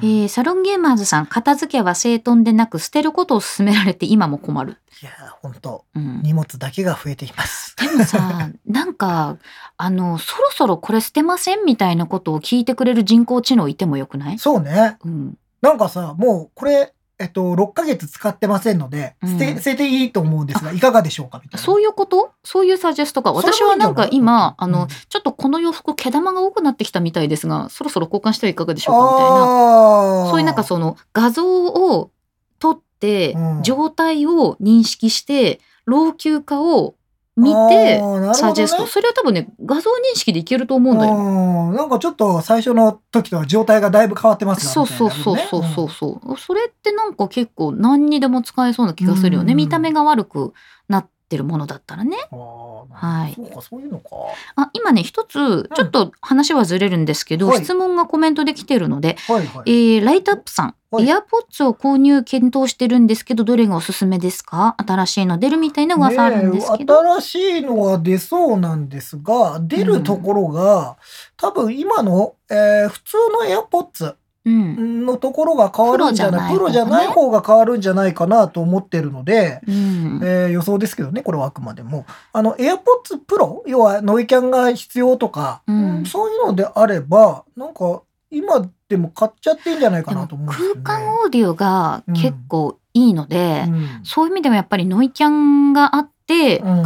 Speaker 2: うんい
Speaker 3: ーサロンゲーマーズさん片付けは整頓でなく捨てることを勧められて今も困る、
Speaker 2: や、本当
Speaker 3: うん、
Speaker 2: 荷物だけが増えています。
Speaker 3: でもさなんかあのそろそろこれ捨てませんみたいなことを聞いてくれる人工知能いてもよくない、
Speaker 2: そうね。
Speaker 3: うん、
Speaker 2: なんかさ、もうこれ、えっと、6ヶ月使ってませんので、捨て、
Speaker 3: うん
Speaker 2: 捨てていいと思うんですが、いかがでしょうかみたいな。
Speaker 3: そういうことそういうサジェストか
Speaker 2: それもいいん
Speaker 3: 私
Speaker 2: じゃな
Speaker 3: はいなんか今あの、
Speaker 2: うん
Speaker 3: ちょっとこの洋服毛玉が多くなってきたみたいですがそろそろ交換してはいかがでしょうかみたいな
Speaker 2: あー
Speaker 3: そういうなんかその画像を撮って、
Speaker 2: うん
Speaker 3: 状態を認識して老朽化を見
Speaker 2: あ
Speaker 3: て
Speaker 2: ーなるほどね
Speaker 3: サジェスト、それは多分ね画像認識でいけると思うんだよ。
Speaker 2: うんなんかちょっと最初の時とは状態がだいぶ変わってます
Speaker 3: そうそうそうそうそうそう、それってなんか結構何にでも使えそうな気がするよね、
Speaker 2: うん
Speaker 3: 見た目が悪くなってるものだったらねは
Speaker 2: はいそうかそういうのか。
Speaker 3: あ今ね一つちょっと話はずれるんですけど、
Speaker 2: はい
Speaker 3: 質問がコメントで来てるので、
Speaker 2: はいはい。
Speaker 3: えーライトアップさん、
Speaker 2: はい
Speaker 3: エアポッツを購入検討してるんですけど、どれがおすすめですか新しいの出るみたいな噂あるんですけど。
Speaker 2: ねえ新しいのは出そうなんですが出るところが、多分今の、えー普通の AirPods
Speaker 3: うん。
Speaker 2: のところが変わるんじゃないプ
Speaker 3: プ
Speaker 2: ロ
Speaker 3: ロ
Speaker 2: じ
Speaker 3: じ
Speaker 2: ゃ
Speaker 3: ゃ
Speaker 2: な
Speaker 3: ないい
Speaker 2: 方が変わるんじゃないかなと思ってるので、
Speaker 3: うん。
Speaker 2: えー予想ですけどねこれはあくまでもあの AirPods Pro 要はノイキャンが必要とか、
Speaker 3: うん
Speaker 2: そういうのであればなんか今でも買っちゃっていいんじゃないか
Speaker 3: で
Speaker 2: な
Speaker 3: も
Speaker 2: と思うんですよ
Speaker 3: 空
Speaker 2: ね。
Speaker 3: 間オーディオが結構いいので、
Speaker 2: うん
Speaker 3: そういう意味でもやっぱりノイキャンがあって、
Speaker 2: うん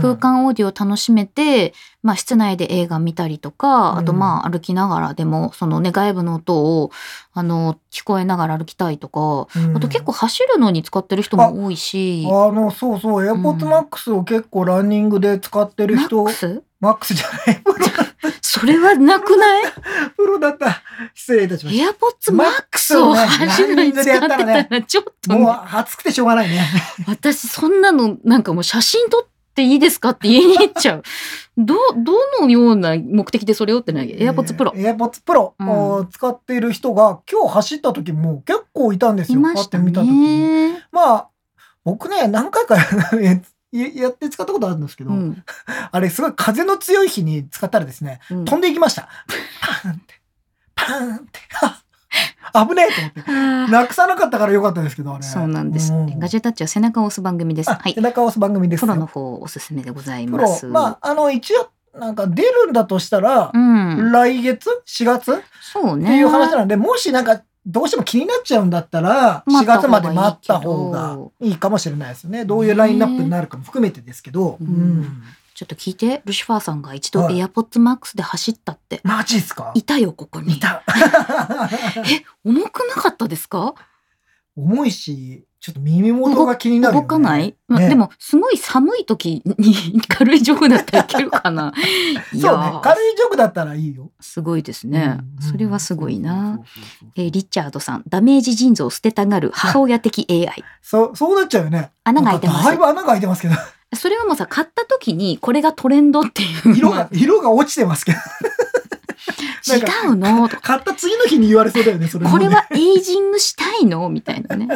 Speaker 3: 空間オーディオを楽しめて、まあ、室内で映画見たりとかあと
Speaker 2: うん
Speaker 3: まあ歩きながらでもそのね外部の音をあの聞こえながら歩きたいとか、
Speaker 2: うん
Speaker 3: あと結構走るのに使ってる人も多いし。
Speaker 2: あのそうそう AirPods
Speaker 3: うん
Speaker 2: Max を結構ランニングで使ってる
Speaker 3: マッ
Speaker 2: 人、
Speaker 3: クス
Speaker 2: Max じゃないプロ
Speaker 3: それはなく
Speaker 2: [laughs]
Speaker 3: ない
Speaker 2: プロだった失礼いたしまし
Speaker 3: エアポッツマックスを走るのに使ってたらちょったと
Speaker 2: もう
Speaker 3: ね、
Speaker 2: 暑くてしょうがないね
Speaker 3: 私そんなのなんかもう写真撮っていいですかって言いに行っちゃう。ど、どのような目的でそれをってないエアポッツプロ。
Speaker 2: AirPods Pro
Speaker 3: うん
Speaker 2: を使っている人が今日走った時も結構いたんです
Speaker 3: い
Speaker 2: よ
Speaker 3: ました
Speaker 2: パッて見た時に
Speaker 3: ね。
Speaker 2: まあ僕ね何回か [laughs] ややって使ったことあるんですけど、
Speaker 3: うん。
Speaker 2: あれすごい風の強い日に使ったらですね
Speaker 3: うん
Speaker 2: 飛んでいきましたパーンってパーンって [laughs] あ危ねえと思って
Speaker 3: あー
Speaker 2: なくさなかったから良かったですけど、あ
Speaker 3: [laughs]
Speaker 2: れ。
Speaker 3: そうなんですね。ガジェタッチは背中を押す番組です。
Speaker 2: あ
Speaker 3: はい
Speaker 2: 背。中を押す番組です
Speaker 3: プ
Speaker 2: よ。
Speaker 3: ロの方おすすめでござい
Speaker 2: プ
Speaker 3: ま
Speaker 2: ロ
Speaker 3: す。
Speaker 2: まあ、あの、一応、なんか出るんだとしたら
Speaker 3: う、ん。
Speaker 2: 来月 ?4 月っ
Speaker 3: そう
Speaker 2: てい
Speaker 3: ね。
Speaker 2: う話なので、もしなんか、どうしても気になっちゃうんだったら、4
Speaker 3: 待った
Speaker 2: 月
Speaker 3: 方
Speaker 2: ま
Speaker 3: が
Speaker 2: で待った方がいいかもしれないですね。どういうラインナップになるかも含めてですけど。う
Speaker 3: ね
Speaker 2: ん。
Speaker 3: ちょっと聞いて、ルシファーさんが一度
Speaker 2: はい
Speaker 3: エアポッツマックスで走ったって。
Speaker 2: マジっすか [laughs]
Speaker 3: いたよ、ここに。
Speaker 2: いた。
Speaker 3: え、重くなかったですか
Speaker 2: 重いし、ちょっと耳元が気になるよ
Speaker 3: 動
Speaker 2: ね。
Speaker 3: かない、まあ
Speaker 2: ね
Speaker 3: でも、すごい寒い時に [laughs] 軽いジョグだったらいけるかないや
Speaker 2: [laughs] そうね
Speaker 3: ー。
Speaker 2: 軽いジョグだったらいいよ。
Speaker 3: すごいですね
Speaker 2: うん。
Speaker 3: それはすごい。
Speaker 2: うん
Speaker 3: な。
Speaker 2: そうそうそうそう
Speaker 3: えーリチャードさん、ダメージ腎臓を捨てたがる母親的 AI。
Speaker 2: そう、そうなっちゃうよね。
Speaker 3: 穴が開いてま
Speaker 2: だい
Speaker 3: す
Speaker 2: ぶ。穴が開いてま
Speaker 3: [laughs]
Speaker 2: すけど、
Speaker 3: それはもうさ、買った時にこれがトレンドっていうの
Speaker 2: 色
Speaker 3: は
Speaker 2: が、色が落ちてますけど。なんか
Speaker 3: 違うのとか
Speaker 2: 買った次の日に言われそうだよね、それも
Speaker 3: こ
Speaker 2: ね
Speaker 3: れはエイジングしたいのみたい
Speaker 2: [laughs]
Speaker 3: なね、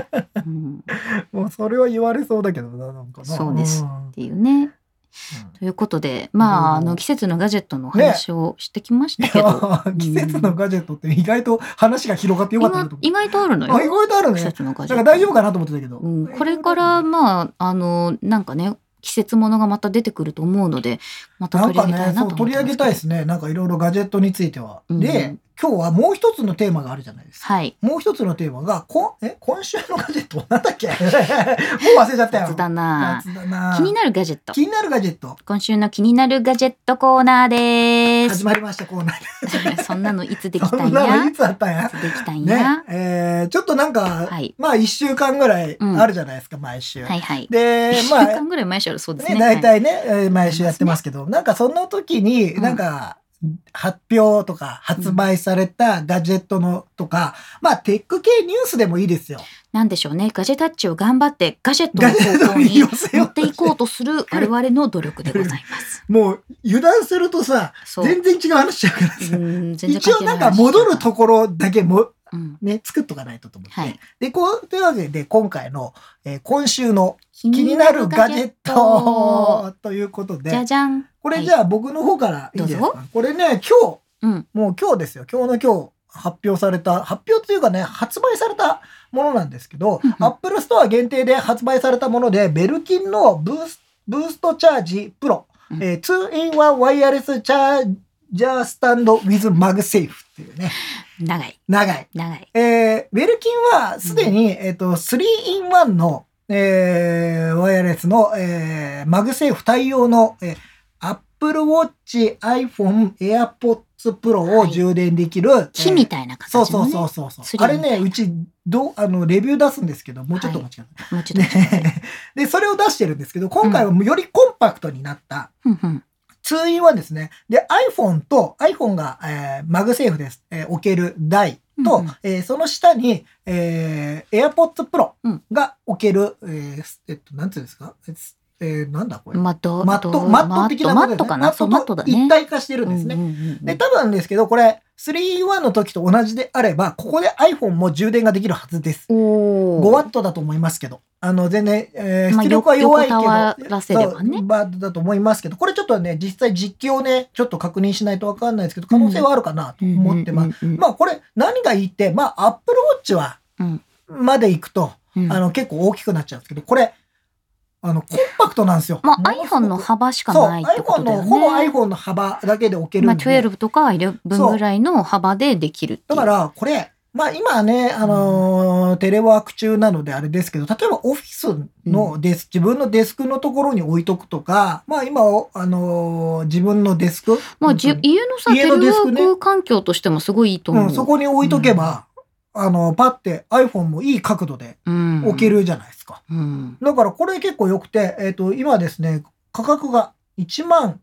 Speaker 3: うん。っ
Speaker 2: もうそれは言われそうだけどな、なんかな。
Speaker 3: そうです
Speaker 2: ん
Speaker 3: ていうね。ということで、まあ、あの、季節のガジェットのお話をしてきました
Speaker 2: い
Speaker 3: けど、
Speaker 2: や季節のガジェットって意外と話が広がってよかったなと思
Speaker 3: 意外意外とあるのよ
Speaker 2: う。あ、意。外とある
Speaker 3: 季
Speaker 2: ね。
Speaker 3: 節のガ
Speaker 2: だ
Speaker 3: ジ
Speaker 2: か
Speaker 3: ェッ
Speaker 2: ら
Speaker 3: ト。
Speaker 2: 大丈夫かなと思ってたけど。
Speaker 3: うん、これから、まあ、あの、なんかね、季節ものがまた出てくると思うので、また
Speaker 2: なん
Speaker 3: 取り
Speaker 2: か
Speaker 3: 上げた
Speaker 2: ね
Speaker 3: い、
Speaker 2: そ
Speaker 3: な
Speaker 2: う
Speaker 3: と思
Speaker 2: 取
Speaker 3: って
Speaker 2: り
Speaker 3: ますけ
Speaker 2: 上げ
Speaker 3: ど
Speaker 2: たいですね。なんかいろいろガジェットについては。
Speaker 3: うん
Speaker 2: で、今日はもう一つのテーマがあるじゃないですか。
Speaker 3: はい。
Speaker 2: もう一つのテーマが、こんえ今週のガジェットなんだっけ [laughs] もう忘れちゃったよ。
Speaker 3: 雑だな
Speaker 2: 雑だな
Speaker 3: 気になるガジェット。
Speaker 2: 気になるガジェット
Speaker 3: 今週の気になるガジェットコーナーで
Speaker 2: [laughs] 始まりましたコーナー
Speaker 3: す。そんなのいつで
Speaker 2: で
Speaker 3: き
Speaker 2: そ
Speaker 3: たん
Speaker 2: んなの
Speaker 3: や。い
Speaker 2: いつあったんや
Speaker 3: つできたん
Speaker 2: ね
Speaker 3: や。
Speaker 2: えーちょっとなんか、
Speaker 3: はい。
Speaker 2: まあ1週間ぐらいあるじゃないですか、毎週、
Speaker 3: はいはい。 [laughs]
Speaker 2: で
Speaker 3: 一週
Speaker 2: まあ
Speaker 3: 間ぐらい前週あるそうです
Speaker 2: ね
Speaker 3: ね。
Speaker 2: 大
Speaker 3: はい
Speaker 2: 体ね、えー毎週やってますけどなんかその時に
Speaker 3: うん
Speaker 2: なんか、発表とか発売されたガジェットのとか、まあテック系ニュースでもいいですよ。
Speaker 3: なんでしょうね。ガジェタッチを頑張って、ガジェット
Speaker 2: ガ
Speaker 3: の
Speaker 2: ジェッ
Speaker 3: 方
Speaker 2: ト
Speaker 3: 向
Speaker 2: に
Speaker 3: に
Speaker 2: 寄せ
Speaker 3: 持
Speaker 2: よう
Speaker 3: っていこうとする我々の努力でござい
Speaker 2: [laughs]
Speaker 3: ます。
Speaker 2: もう油断するとさ
Speaker 3: そう。
Speaker 2: 全然違う話しちゃうからさ、
Speaker 3: うん全然
Speaker 2: 一
Speaker 3: 関
Speaker 2: 応
Speaker 3: 係
Speaker 2: ないんか戻るところだけもか
Speaker 3: う、ん。
Speaker 2: ね、作っとかないとと思って。
Speaker 3: はい
Speaker 2: で、こう、というわけで、今回の、えー今週の
Speaker 3: 気
Speaker 2: 気になるガジェットということ
Speaker 3: じゃ
Speaker 2: で、
Speaker 3: じゃん。
Speaker 2: これじゃあ僕の方からいいです
Speaker 3: どう
Speaker 2: かこれね、今日、
Speaker 3: うん。
Speaker 2: もう今日ですよ。今日の今日発表された、発表というかね、発売されたものなんですけど
Speaker 3: うんう、ん
Speaker 2: アップルストア限定で発売されたもので、ベルキンのブースブーストチャージプロ、
Speaker 3: うん
Speaker 2: えー、2 in 1ワイヤレスチャージャースタンド with マグセーフっていうね、
Speaker 3: 長い。
Speaker 2: 長い。
Speaker 3: 長い。
Speaker 2: えー、ベルキンはすでに、えっ、と、3 in 1の、えー、ワイヤレスの、えー、マグセーフ対応の、えー、Apple Watch、iPhone、AirPods Pro を
Speaker 3: はい
Speaker 2: 充電できる、
Speaker 3: 木みたいな
Speaker 2: えーそう
Speaker 3: 形
Speaker 2: そ
Speaker 3: の
Speaker 2: う
Speaker 3: ね。
Speaker 2: そうそうそう。
Speaker 3: スリ
Speaker 2: あ
Speaker 3: ー
Speaker 2: れ
Speaker 3: みたいな
Speaker 2: ね、うち、どう、あの、レビュー出すんですけど、もうちょっとお待ちください。
Speaker 3: もうちょっと。
Speaker 2: ね [laughs] で、それを出してるんですけど、今回はもうよりコンパクトになった、
Speaker 3: うんうん。
Speaker 2: 通院はですね、で、iPhone と、iPhone が、えーマグセーフです、えー置ける台と、
Speaker 3: うんうん
Speaker 2: えーその下に、えー AirPods Pro
Speaker 3: うん
Speaker 2: が置ける、えーすえっと、なんていうんですか、えーえーなんだこれ。
Speaker 3: マット、
Speaker 2: マット、
Speaker 3: どう
Speaker 2: マット的なもの
Speaker 3: マッ
Speaker 2: です
Speaker 3: ト
Speaker 2: ね
Speaker 3: かな。そう、マット
Speaker 2: と
Speaker 3: だね。
Speaker 2: 一体化してるんです
Speaker 3: うん
Speaker 2: ね。
Speaker 3: うんうんうん
Speaker 2: で、多分ですけど、これ、3-in-1の時と同じであれば、ここで iPhone も充電ができるはずです。
Speaker 3: おー
Speaker 2: 5W だと思いますけど、あの、全然、えー
Speaker 3: まあ
Speaker 2: 出力は弱いけど、
Speaker 3: 横たわらせればね
Speaker 2: そうバードだと思いますけど、これちょっとね、実際実機をね、ちょっと確認しないとわかんないですけど、可能性はあるかなと思ってます。
Speaker 3: す。うんうんうん
Speaker 2: まあ、これ、何がいいって、まあ、Apple Watch は
Speaker 3: うん、
Speaker 2: まで行くと、
Speaker 3: うん
Speaker 2: あの、結構大きくなっちゃうんですけど、これ、あの、コンパクトなんですよ。
Speaker 3: まあ、
Speaker 2: ものすご
Speaker 3: iPhone
Speaker 2: く
Speaker 3: の幅しかないってことだよね。
Speaker 2: そう、iPhone の、ほぼ iPhone の幅だけで置ける
Speaker 3: まあ、
Speaker 2: んで。
Speaker 3: 12とか11ぐらいの幅でできるってい
Speaker 2: だ
Speaker 3: う
Speaker 2: から、これ、まあ今ね、あのーテレワーク中なのであれですけど、例えばオフィスのデスク、自分のデスクのところに置いとくとか、まあ今、あのー自分のデスク。
Speaker 3: まあ、じ
Speaker 2: うん
Speaker 3: 家のさ、
Speaker 2: 家
Speaker 3: テレワ
Speaker 2: のデスクね
Speaker 3: ーク環境としてもすごいいいと
Speaker 2: う
Speaker 3: 思う。
Speaker 2: ん、そこに置いとけば、あの、パって iPhone もいい角度で
Speaker 3: うん
Speaker 2: 置け。るじゃないですか。
Speaker 3: うん。
Speaker 2: だからこれ結構良くて、えっ、と、今ですね、価格が1万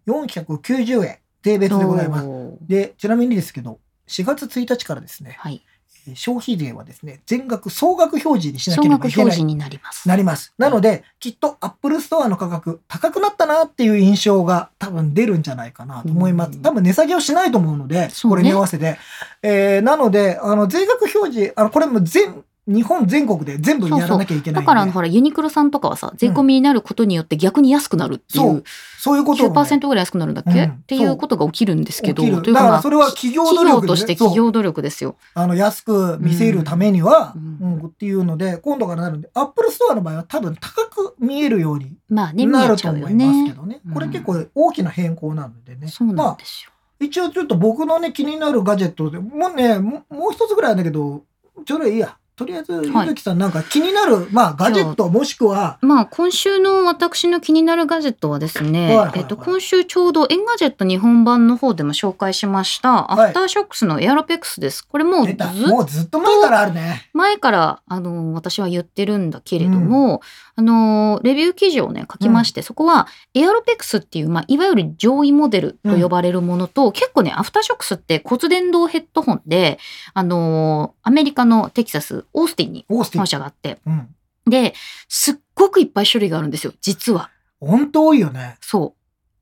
Speaker 2: 490円、税別でございます。
Speaker 3: おー
Speaker 2: で、ちなみにですけど、4月1日からですね、
Speaker 3: はい。
Speaker 2: えー消費税はですね、全額総額表示にしな
Speaker 3: 総
Speaker 2: けれ
Speaker 3: 額
Speaker 2: ばい
Speaker 3: 表
Speaker 2: けない
Speaker 3: 示。になります。
Speaker 2: なります。なので、きっと Apple Store の価格高くなったなっていう印象が多分出るんじゃないかなと思いま
Speaker 3: う
Speaker 2: す。
Speaker 3: ん
Speaker 2: 多分値下げをしないと思うので、
Speaker 3: そうね
Speaker 2: これに合わせて。えーなので、あの、税額表示、あの、これも全、日本全国で全部やらなきゃいけない
Speaker 3: だ
Speaker 2: んで。
Speaker 3: からあのほらユニクロさんとかはさ税込みになることによって逆に安くなるってい
Speaker 2: そううそういうことをね
Speaker 3: 9%ぐらい安くなるんだっけ、
Speaker 2: うん
Speaker 3: っていうことが起きるんですけど
Speaker 2: 起きる
Speaker 3: という
Speaker 2: だ
Speaker 3: か
Speaker 2: か
Speaker 3: まあ
Speaker 2: らそれは企業努力
Speaker 3: 企
Speaker 2: で
Speaker 3: 業
Speaker 2: ね
Speaker 3: として企業努力ですよ。
Speaker 2: あの、安く見せるためには、
Speaker 3: う
Speaker 2: うんん、っていうので、今度からなるんで、Apple Store の場合は多分高く見えるように
Speaker 3: まあね見
Speaker 2: な
Speaker 3: え
Speaker 2: る
Speaker 3: ち
Speaker 2: と
Speaker 3: ゃ
Speaker 2: 思
Speaker 3: う
Speaker 2: いま
Speaker 3: よ
Speaker 2: すけ
Speaker 3: ね。
Speaker 2: どね
Speaker 3: うん。
Speaker 2: これ結構大きな変更なのでね。
Speaker 3: そう
Speaker 2: ま
Speaker 3: なん
Speaker 2: あ
Speaker 3: で、すよ。
Speaker 2: 一応ちょっと僕のね、気になるガジェットで、もうね、ももう一つぐらいなんだけど、ちょうどいいや。とりあえず、ゆ
Speaker 3: はい
Speaker 2: ずきさんなんか気になる、まあ、ガジェットもしくは、
Speaker 3: まあ今週の私の気になるガジェットはですね、
Speaker 2: はいはいはい
Speaker 3: えっと今週ちょうどエンガジェット日本版の方でも紹介しました、
Speaker 2: はい
Speaker 3: アフターショックスのエアロペックスです。これもうず
Speaker 2: 出た。もうずっと前からあるね。
Speaker 3: 前からあの私は言ってるんだけれども、あのレビュー記事をね書きまして、そこはエアロペックスっていう、まあ、いわゆる上位モデルと呼ばれるものと、結構ねアフターショックスって骨伝導ヘッドホンであのアメリカのテキサスオースティンに
Speaker 2: オースティ
Speaker 3: 本
Speaker 2: ン。
Speaker 3: 社があって
Speaker 2: うん。
Speaker 3: ですっごくいっぱい種類があるんですよ実は
Speaker 2: 本当多いよね。
Speaker 3: そ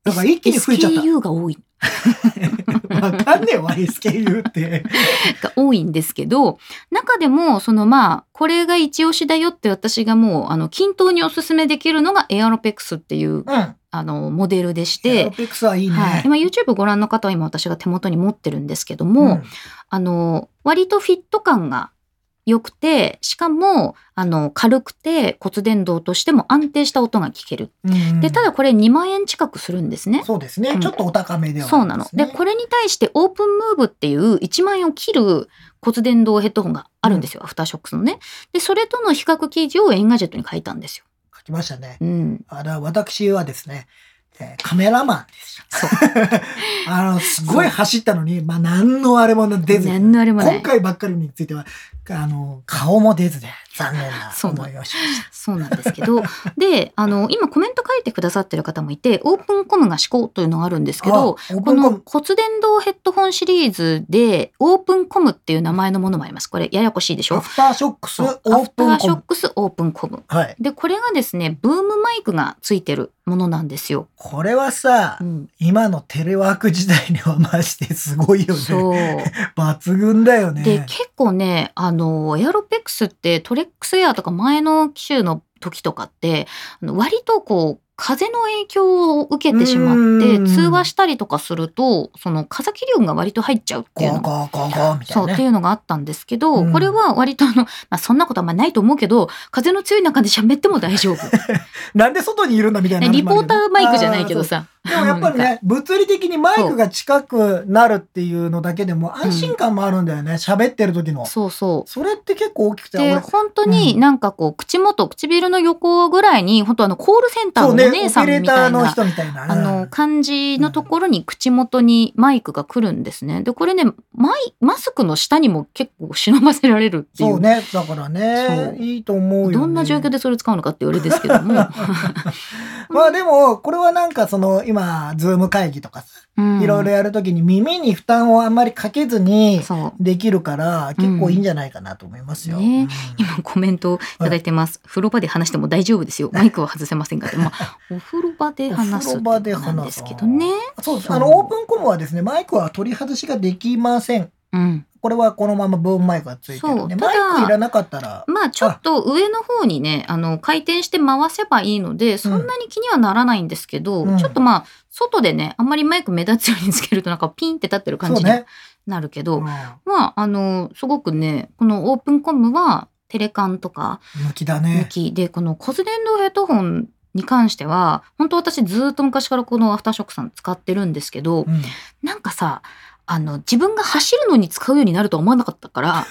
Speaker 3: う。
Speaker 2: だから一気に増えちゃった。
Speaker 3: SKU が多い
Speaker 2: [laughs] わかんねえわ、SKU って。
Speaker 3: が多いんですけど中でもそのまあこれが一押しだよって私がもうあの均等におすすめできるのがエアロペックスって [laughs] いう
Speaker 2: うん。
Speaker 3: あのモデルでし
Speaker 2: エアロ
Speaker 3: て、
Speaker 2: ペックスはいいね。
Speaker 3: はい、今 YouTube ご覧の方は今私が手元に持ってるんですけども、
Speaker 2: うん
Speaker 3: あの割とフィット感が良くてしかもあの軽くて骨伝導としても安定した音が聞ける。
Speaker 2: うん
Speaker 3: でただこれ2万円近くするんですね。
Speaker 2: そうです
Speaker 3: う
Speaker 2: ね。
Speaker 3: ん
Speaker 2: ちょっとお高めでは
Speaker 3: そう
Speaker 2: あ
Speaker 3: な
Speaker 2: りま
Speaker 3: の。
Speaker 2: すね
Speaker 3: で、これに対してオープンムーブっていう1万円を切る骨伝導ヘッドホンがあるんですよ。アフターショックスのね。で、それとの比較記事をエンガジェットに書いたんですよ。
Speaker 2: 書きましたね。
Speaker 3: うん。
Speaker 2: あら、私はですね、えーカメラマンでし
Speaker 3: そ
Speaker 2: た。
Speaker 3: う
Speaker 2: [laughs] あの、すごい走ったのに、まあ、何のあれも出ず、
Speaker 3: 何のあれもない
Speaker 2: 今。回ばっかりについては、あの、顔も出ずで、残念な
Speaker 3: そう
Speaker 2: 思いをしました。
Speaker 3: そうなんですけどであの今コメント書いてくださってる方もいてオープンコムが思考というのがあるんですけ
Speaker 2: あ
Speaker 3: ど
Speaker 2: オープ
Speaker 3: こ
Speaker 2: ンコ
Speaker 3: の
Speaker 2: ム
Speaker 3: 骨伝導ヘッドホンシリーズでオープンコムっていう名前のものもありますこれややこしいでし
Speaker 2: ア
Speaker 3: ょ
Speaker 2: フターショックス、オ
Speaker 3: そう
Speaker 2: ープ
Speaker 3: ア
Speaker 2: ン
Speaker 3: フター
Speaker 2: コ
Speaker 3: ショッ
Speaker 2: ム。
Speaker 3: クスオープンコム
Speaker 2: はい。
Speaker 3: でこれがですねブームマイクがついてるものなんですよ、
Speaker 2: これはさ、
Speaker 3: うん、
Speaker 2: 今のテレワーク時代にはましてすごいよね。
Speaker 3: そう
Speaker 2: 抜群だよね。
Speaker 3: で結構ねあのエアロペックスってトレックスエアとか前の機種の時とかってあの割とこう風の影響を受けてしまって
Speaker 2: うん
Speaker 3: 通話したりとかするとその風切り音が割と入っちゃうっていう
Speaker 2: ゴ
Speaker 3: の
Speaker 2: ー
Speaker 3: が。
Speaker 2: ゴーゴーゴーみた
Speaker 3: そ
Speaker 2: いう
Speaker 3: っ
Speaker 2: な
Speaker 3: て
Speaker 2: ね。
Speaker 3: いうのがあったんですけど、
Speaker 2: うん
Speaker 3: これは割とあの、まあ、そんなことはあんまないと思うけど風の強い中で喋っても大
Speaker 2: [laughs]
Speaker 3: 丈夫
Speaker 2: なんで外にいるんだみたいな。
Speaker 3: ねリポーターマイクじゃないけど。さ
Speaker 2: でもやっぱり
Speaker 3: なん
Speaker 2: ね、物理的にマイクが近くなるっていうのだけでも安心感もあるんだよね。喋ってる時の
Speaker 3: か。 [laughs] そうそう
Speaker 2: それって結構大きくて、
Speaker 3: で
Speaker 2: 俺
Speaker 3: 本当になんかこう、口元唇の横ぐらいに本当あのコールセンター
Speaker 2: そ
Speaker 3: の
Speaker 2: う
Speaker 3: お
Speaker 2: ね、
Speaker 3: 姉
Speaker 2: オ
Speaker 3: さ
Speaker 2: ペ
Speaker 3: ん
Speaker 2: レー
Speaker 3: み
Speaker 2: タ
Speaker 3: た
Speaker 2: ー
Speaker 3: い
Speaker 2: の
Speaker 3: な。
Speaker 2: 人みたいな。
Speaker 3: あの、漢字のところに口元にマイクが来るんですね。で、これね、マイ、マスクの下にも結構忍ばせられるってい。
Speaker 2: そううね、だから
Speaker 3: そ
Speaker 2: ね、
Speaker 3: う
Speaker 2: いいと思うよ、ね。
Speaker 3: どんな状況でそれ使うのかって言われですけども。
Speaker 2: まあでも、これはなんかその、今、ズーム会議とかさ、
Speaker 3: [laughs] うん
Speaker 2: いろいろやるときに耳に負担をあんまりかけずに
Speaker 3: そう。
Speaker 2: できるから、結構いいんじゃないかなと思いますよ。
Speaker 3: うんね
Speaker 2: うん
Speaker 3: 今コメントをいただいてます。風呂場で話しても大丈夫ですよ。マイクは外せませんから。まあ、お風呂場で話すってことなんですけどね。
Speaker 2: そうですあの、オープンコムはですね、マイクは取り外しができません。
Speaker 3: うん。
Speaker 2: これはこのままブームマイクがついてるんで、
Speaker 3: そう
Speaker 2: マ
Speaker 3: た
Speaker 2: イ
Speaker 3: だ
Speaker 2: クいらなかったら、
Speaker 3: まあちょっと上の方にねあの回転して回せばいいのでそんなに気にはならないんですけど、
Speaker 2: うん
Speaker 3: ちょっとまあ外でねあんまりマイク目立つようにつけるとなんかピンって立ってる感
Speaker 2: そう
Speaker 3: じに
Speaker 2: ね。
Speaker 3: なるけ
Speaker 2: う
Speaker 3: ど、
Speaker 2: ん
Speaker 3: まああのすごくねこのオープンコムはテレカンとか
Speaker 2: 向きだ
Speaker 3: 向
Speaker 2: ね。
Speaker 3: きでこの骨伝導ヘッドホンに関しては本当私ずっと昔からこのアフターショックさん使ってるんですけど、
Speaker 2: うん
Speaker 3: なんかさあの自分が走るのに使うようになるとは思わなかったから、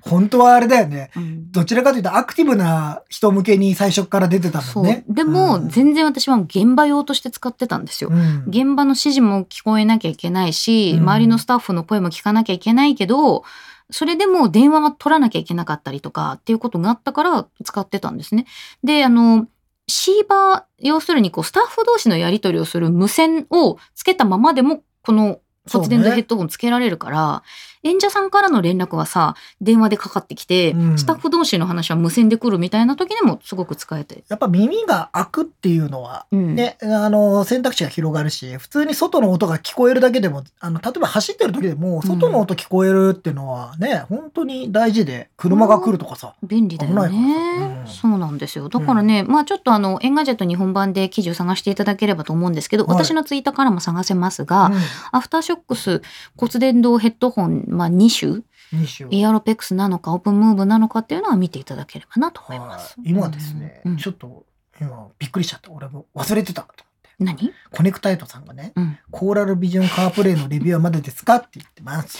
Speaker 2: 本当はあれだよね。
Speaker 3: うん
Speaker 2: どちらかというとアクティブな人向けに最初から出てた
Speaker 3: そ
Speaker 2: も
Speaker 3: うん
Speaker 2: ね。
Speaker 3: でも、
Speaker 2: うん
Speaker 3: 全然私は現場用として使ってたんですよ。
Speaker 2: うん
Speaker 3: 現場の指示も聞こえなきゃいけないし、
Speaker 2: うん
Speaker 3: 周りのスタッフの声も聞かなきゃいけないけどそれでもう電話は取らなきゃいけなかったりとかっていうことがあったから使ってたんですね。であのシーバー要するにこうスタッフ同士のやり取りをする無線をつけたままでもこの骨伝導ヘッドホンつけられるから、演者さんからの連絡はさ電話でかかってきて、
Speaker 2: うん
Speaker 3: スタッフ同士の話は無線で来るみたいな時でもすごく使えて。
Speaker 2: やっぱ耳が開くっていうのは、
Speaker 3: うん
Speaker 2: ね、あの、選択肢が広がるし、普通に外の音が聞こえるだけでも、あの、例えば走ってる時でも、外の音聞こえるっていうのはね、本当に大事で、車が来るとかさ。
Speaker 3: 便利だよ
Speaker 2: 危ないから
Speaker 3: ね
Speaker 2: さ。うん
Speaker 3: そうなんですよ。だからね、まあちょっとあの、エンガジェット日本版で記事を探していただければと思うんですけど、
Speaker 2: はい
Speaker 3: 私のツイッターからも探せますが、アフターショックス骨伝導ヘッドホン、まあ2
Speaker 2: うん、2種。
Speaker 3: 種、エアロペックスなのか、オープンムーブなのかっていうのは見ていただければなと思いま
Speaker 2: は
Speaker 3: す。
Speaker 2: い今ですね、
Speaker 3: うんうん
Speaker 2: ちょっと、今、びっくりしちゃった。俺も忘れてたと思って。
Speaker 3: 何
Speaker 2: コネクタイトさんがね、
Speaker 3: うん。
Speaker 2: コーラルビジョンカープレイのレビューはまだですかって言ってます。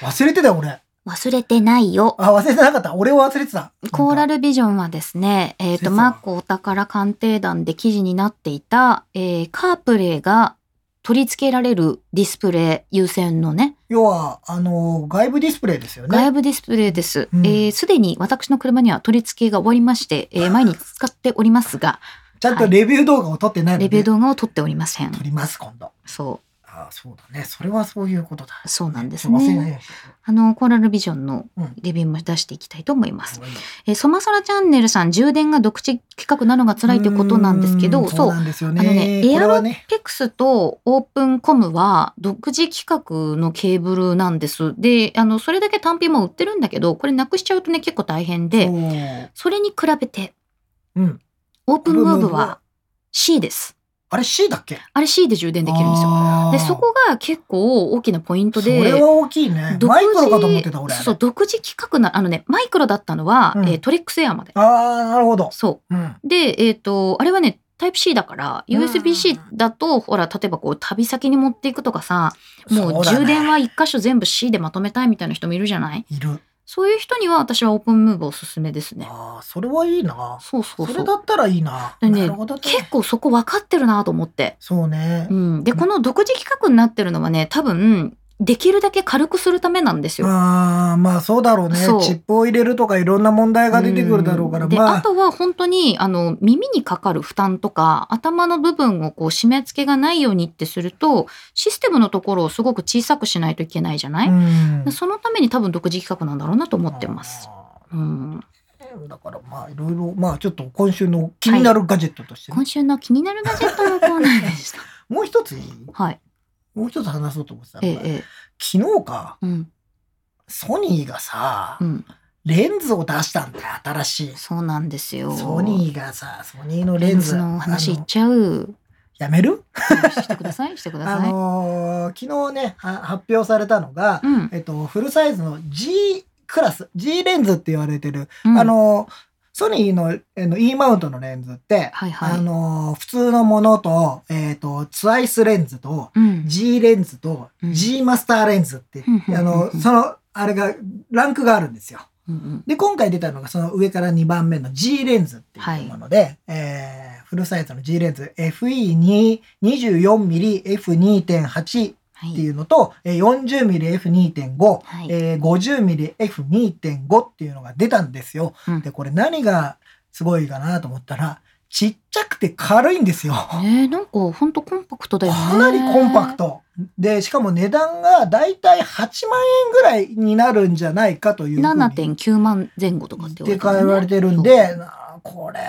Speaker 2: 忘れてたよ、俺。
Speaker 3: 忘れてないよ。
Speaker 2: あ、忘れてなかった。俺は忘れてた。
Speaker 3: コーラルビジョンはですね、えっ、
Speaker 2: 先
Speaker 3: と、
Speaker 2: 生
Speaker 3: マックお宝鑑定団で記事になっていた、えーカープレイが取り付けなんか取り付けられるディスプレイ優先のね、
Speaker 2: 要は、あの、外部ディスプレイですよね。
Speaker 3: 外部ディスプレイです。
Speaker 2: うん
Speaker 3: えーすでに私の車には取り付けが終わりまして、えー毎日使っておりますが、
Speaker 2: ちゃんとレビュー動画を撮ってないので、
Speaker 3: レビュー動画を撮っておりません。
Speaker 2: 撮ります、今度。
Speaker 3: そ
Speaker 2: あそうだね。それはそういうことだ。
Speaker 3: う、そうなんです
Speaker 2: 忘れない
Speaker 3: ね。
Speaker 2: ようにし
Speaker 3: あの、コーラルビジョンの
Speaker 2: うん
Speaker 3: レビューも出していきたいと思います
Speaker 2: て。ね
Speaker 3: えーソマソラチャンネルさん、充電が独自企画なのが辛いということなんですけ
Speaker 2: うー
Speaker 3: ど、
Speaker 2: んそう
Speaker 3: そう
Speaker 2: な、んですよ
Speaker 3: あのね
Speaker 2: ね。
Speaker 3: エアロ
Speaker 2: これはね、
Speaker 3: ペクスとオープンコムは独自規格のケーブルなんです。で、あの、それだけ単品も売ってるんだけど、これなくしちゃうとね、結構大変で、
Speaker 2: そう
Speaker 3: それに比べて、
Speaker 2: うん
Speaker 3: オープンムーブは C です。
Speaker 2: あれ C だっけ
Speaker 3: あれ C で充電できるんですよ。
Speaker 2: よ
Speaker 3: で、そこが結構大きなポイント
Speaker 2: そ
Speaker 3: で、
Speaker 2: れは大きいね。
Speaker 3: 独
Speaker 2: マイ
Speaker 3: 自
Speaker 2: クロかと思ってた、俺。
Speaker 3: そう、独自規格な、あのね、マイクロだったのは、
Speaker 2: うん
Speaker 3: えートレックスエアまで。
Speaker 2: ああ、なるほど。
Speaker 3: そ
Speaker 2: うん。
Speaker 3: う。で、えっ、と、あれはね、タイプ C だから、
Speaker 2: うん
Speaker 3: USB-C だと、ほら、例えばこう、旅先に持っていくとかさ、も
Speaker 2: そううだね
Speaker 3: 充電は一箇所全部 C でまとめたいみたいな人もいるじゃない
Speaker 2: いる。
Speaker 3: そういう人には私はオープンムーブおすすめですね。
Speaker 2: ああ、それはいいな。
Speaker 3: そうそう
Speaker 2: そ
Speaker 3: そ
Speaker 2: れ
Speaker 3: う
Speaker 2: だ。ったらいいな。
Speaker 3: でね
Speaker 2: なるほどね。
Speaker 3: 結構そこ分かってるなと思って。
Speaker 2: そうね
Speaker 3: う。ん、でこの独自企画になってるのはね多分できるだけ軽くするためなんですよ。
Speaker 2: あーまあそうだろうね
Speaker 3: そう
Speaker 2: チップを入れるとかいろんな問題が出てくるだろうから、
Speaker 3: んで、
Speaker 2: ま
Speaker 3: あ、
Speaker 2: あ
Speaker 3: とは本当にあの耳にかかる負担とか頭の部分をこう締め付けがないようにってするとシステムのところをすごく小さくしないといけないじゃない、
Speaker 2: うん
Speaker 3: でそのために多分独自企画なんだろうなと思ってます。うん、
Speaker 2: うんだからまあいろいろまあちょっと今週の気になるガジェットとしてね、
Speaker 3: 今週の気になるガジェットのコーナーで
Speaker 2: [laughs]
Speaker 3: した。
Speaker 2: もう一ついい
Speaker 3: はい。
Speaker 2: もう一つ話そうと思ってたの
Speaker 3: え
Speaker 2: が、
Speaker 3: え、ええ、
Speaker 2: 昨日か
Speaker 3: うん、
Speaker 2: ソニーがさ、
Speaker 3: うん、
Speaker 2: レンズを出したんだよ新しい
Speaker 3: そうなんですよ。
Speaker 2: ソニーがさソニーの
Speaker 3: レ
Speaker 2: レ
Speaker 3: ン
Speaker 2: ン
Speaker 3: ズ
Speaker 2: ズ
Speaker 3: の話い
Speaker 2: あ
Speaker 3: っ
Speaker 2: の [laughs]
Speaker 3: ちゃう。
Speaker 2: やめる
Speaker 3: してください、してくだ
Speaker 2: あ
Speaker 3: さい。
Speaker 2: のー昨日ねは発表されたのが、
Speaker 3: うん
Speaker 2: えっと、フルサイズの G クラス G レンズって言われてる、
Speaker 3: うん
Speaker 2: あ、のソニーのあの E マウントのレンズって、
Speaker 3: はいはい
Speaker 2: あの普通のものと,、えっとツアイスレンズと
Speaker 3: うん
Speaker 2: G レンズと
Speaker 3: うん
Speaker 2: G マスターレンズって、
Speaker 3: うん
Speaker 2: あの
Speaker 3: うん
Speaker 2: そのあれがランクがあるんですよ。
Speaker 3: うんうん、
Speaker 2: で今回出たのがその上から2番目の G レンズっていうもので、えーフルサイズの G レンズ FE24mmF2.8
Speaker 3: は
Speaker 2: ってい
Speaker 3: い。
Speaker 2: うのと、えー 40mmF2.5、
Speaker 3: はい
Speaker 2: えー 50mmF2.5 っていうのが出たんですよ。
Speaker 3: うん
Speaker 2: でこれ何がすごいかなと思ったらちっちゃくて軽いんですよ。か
Speaker 3: ねえ、なんか本当コンパクトだよね。
Speaker 2: なりコンパク。ト。でしかも値段がだいたい8万円ぐらいになるんじゃないかというふうに
Speaker 3: 7.9万前後とかって
Speaker 2: って言われてるんで、なこれ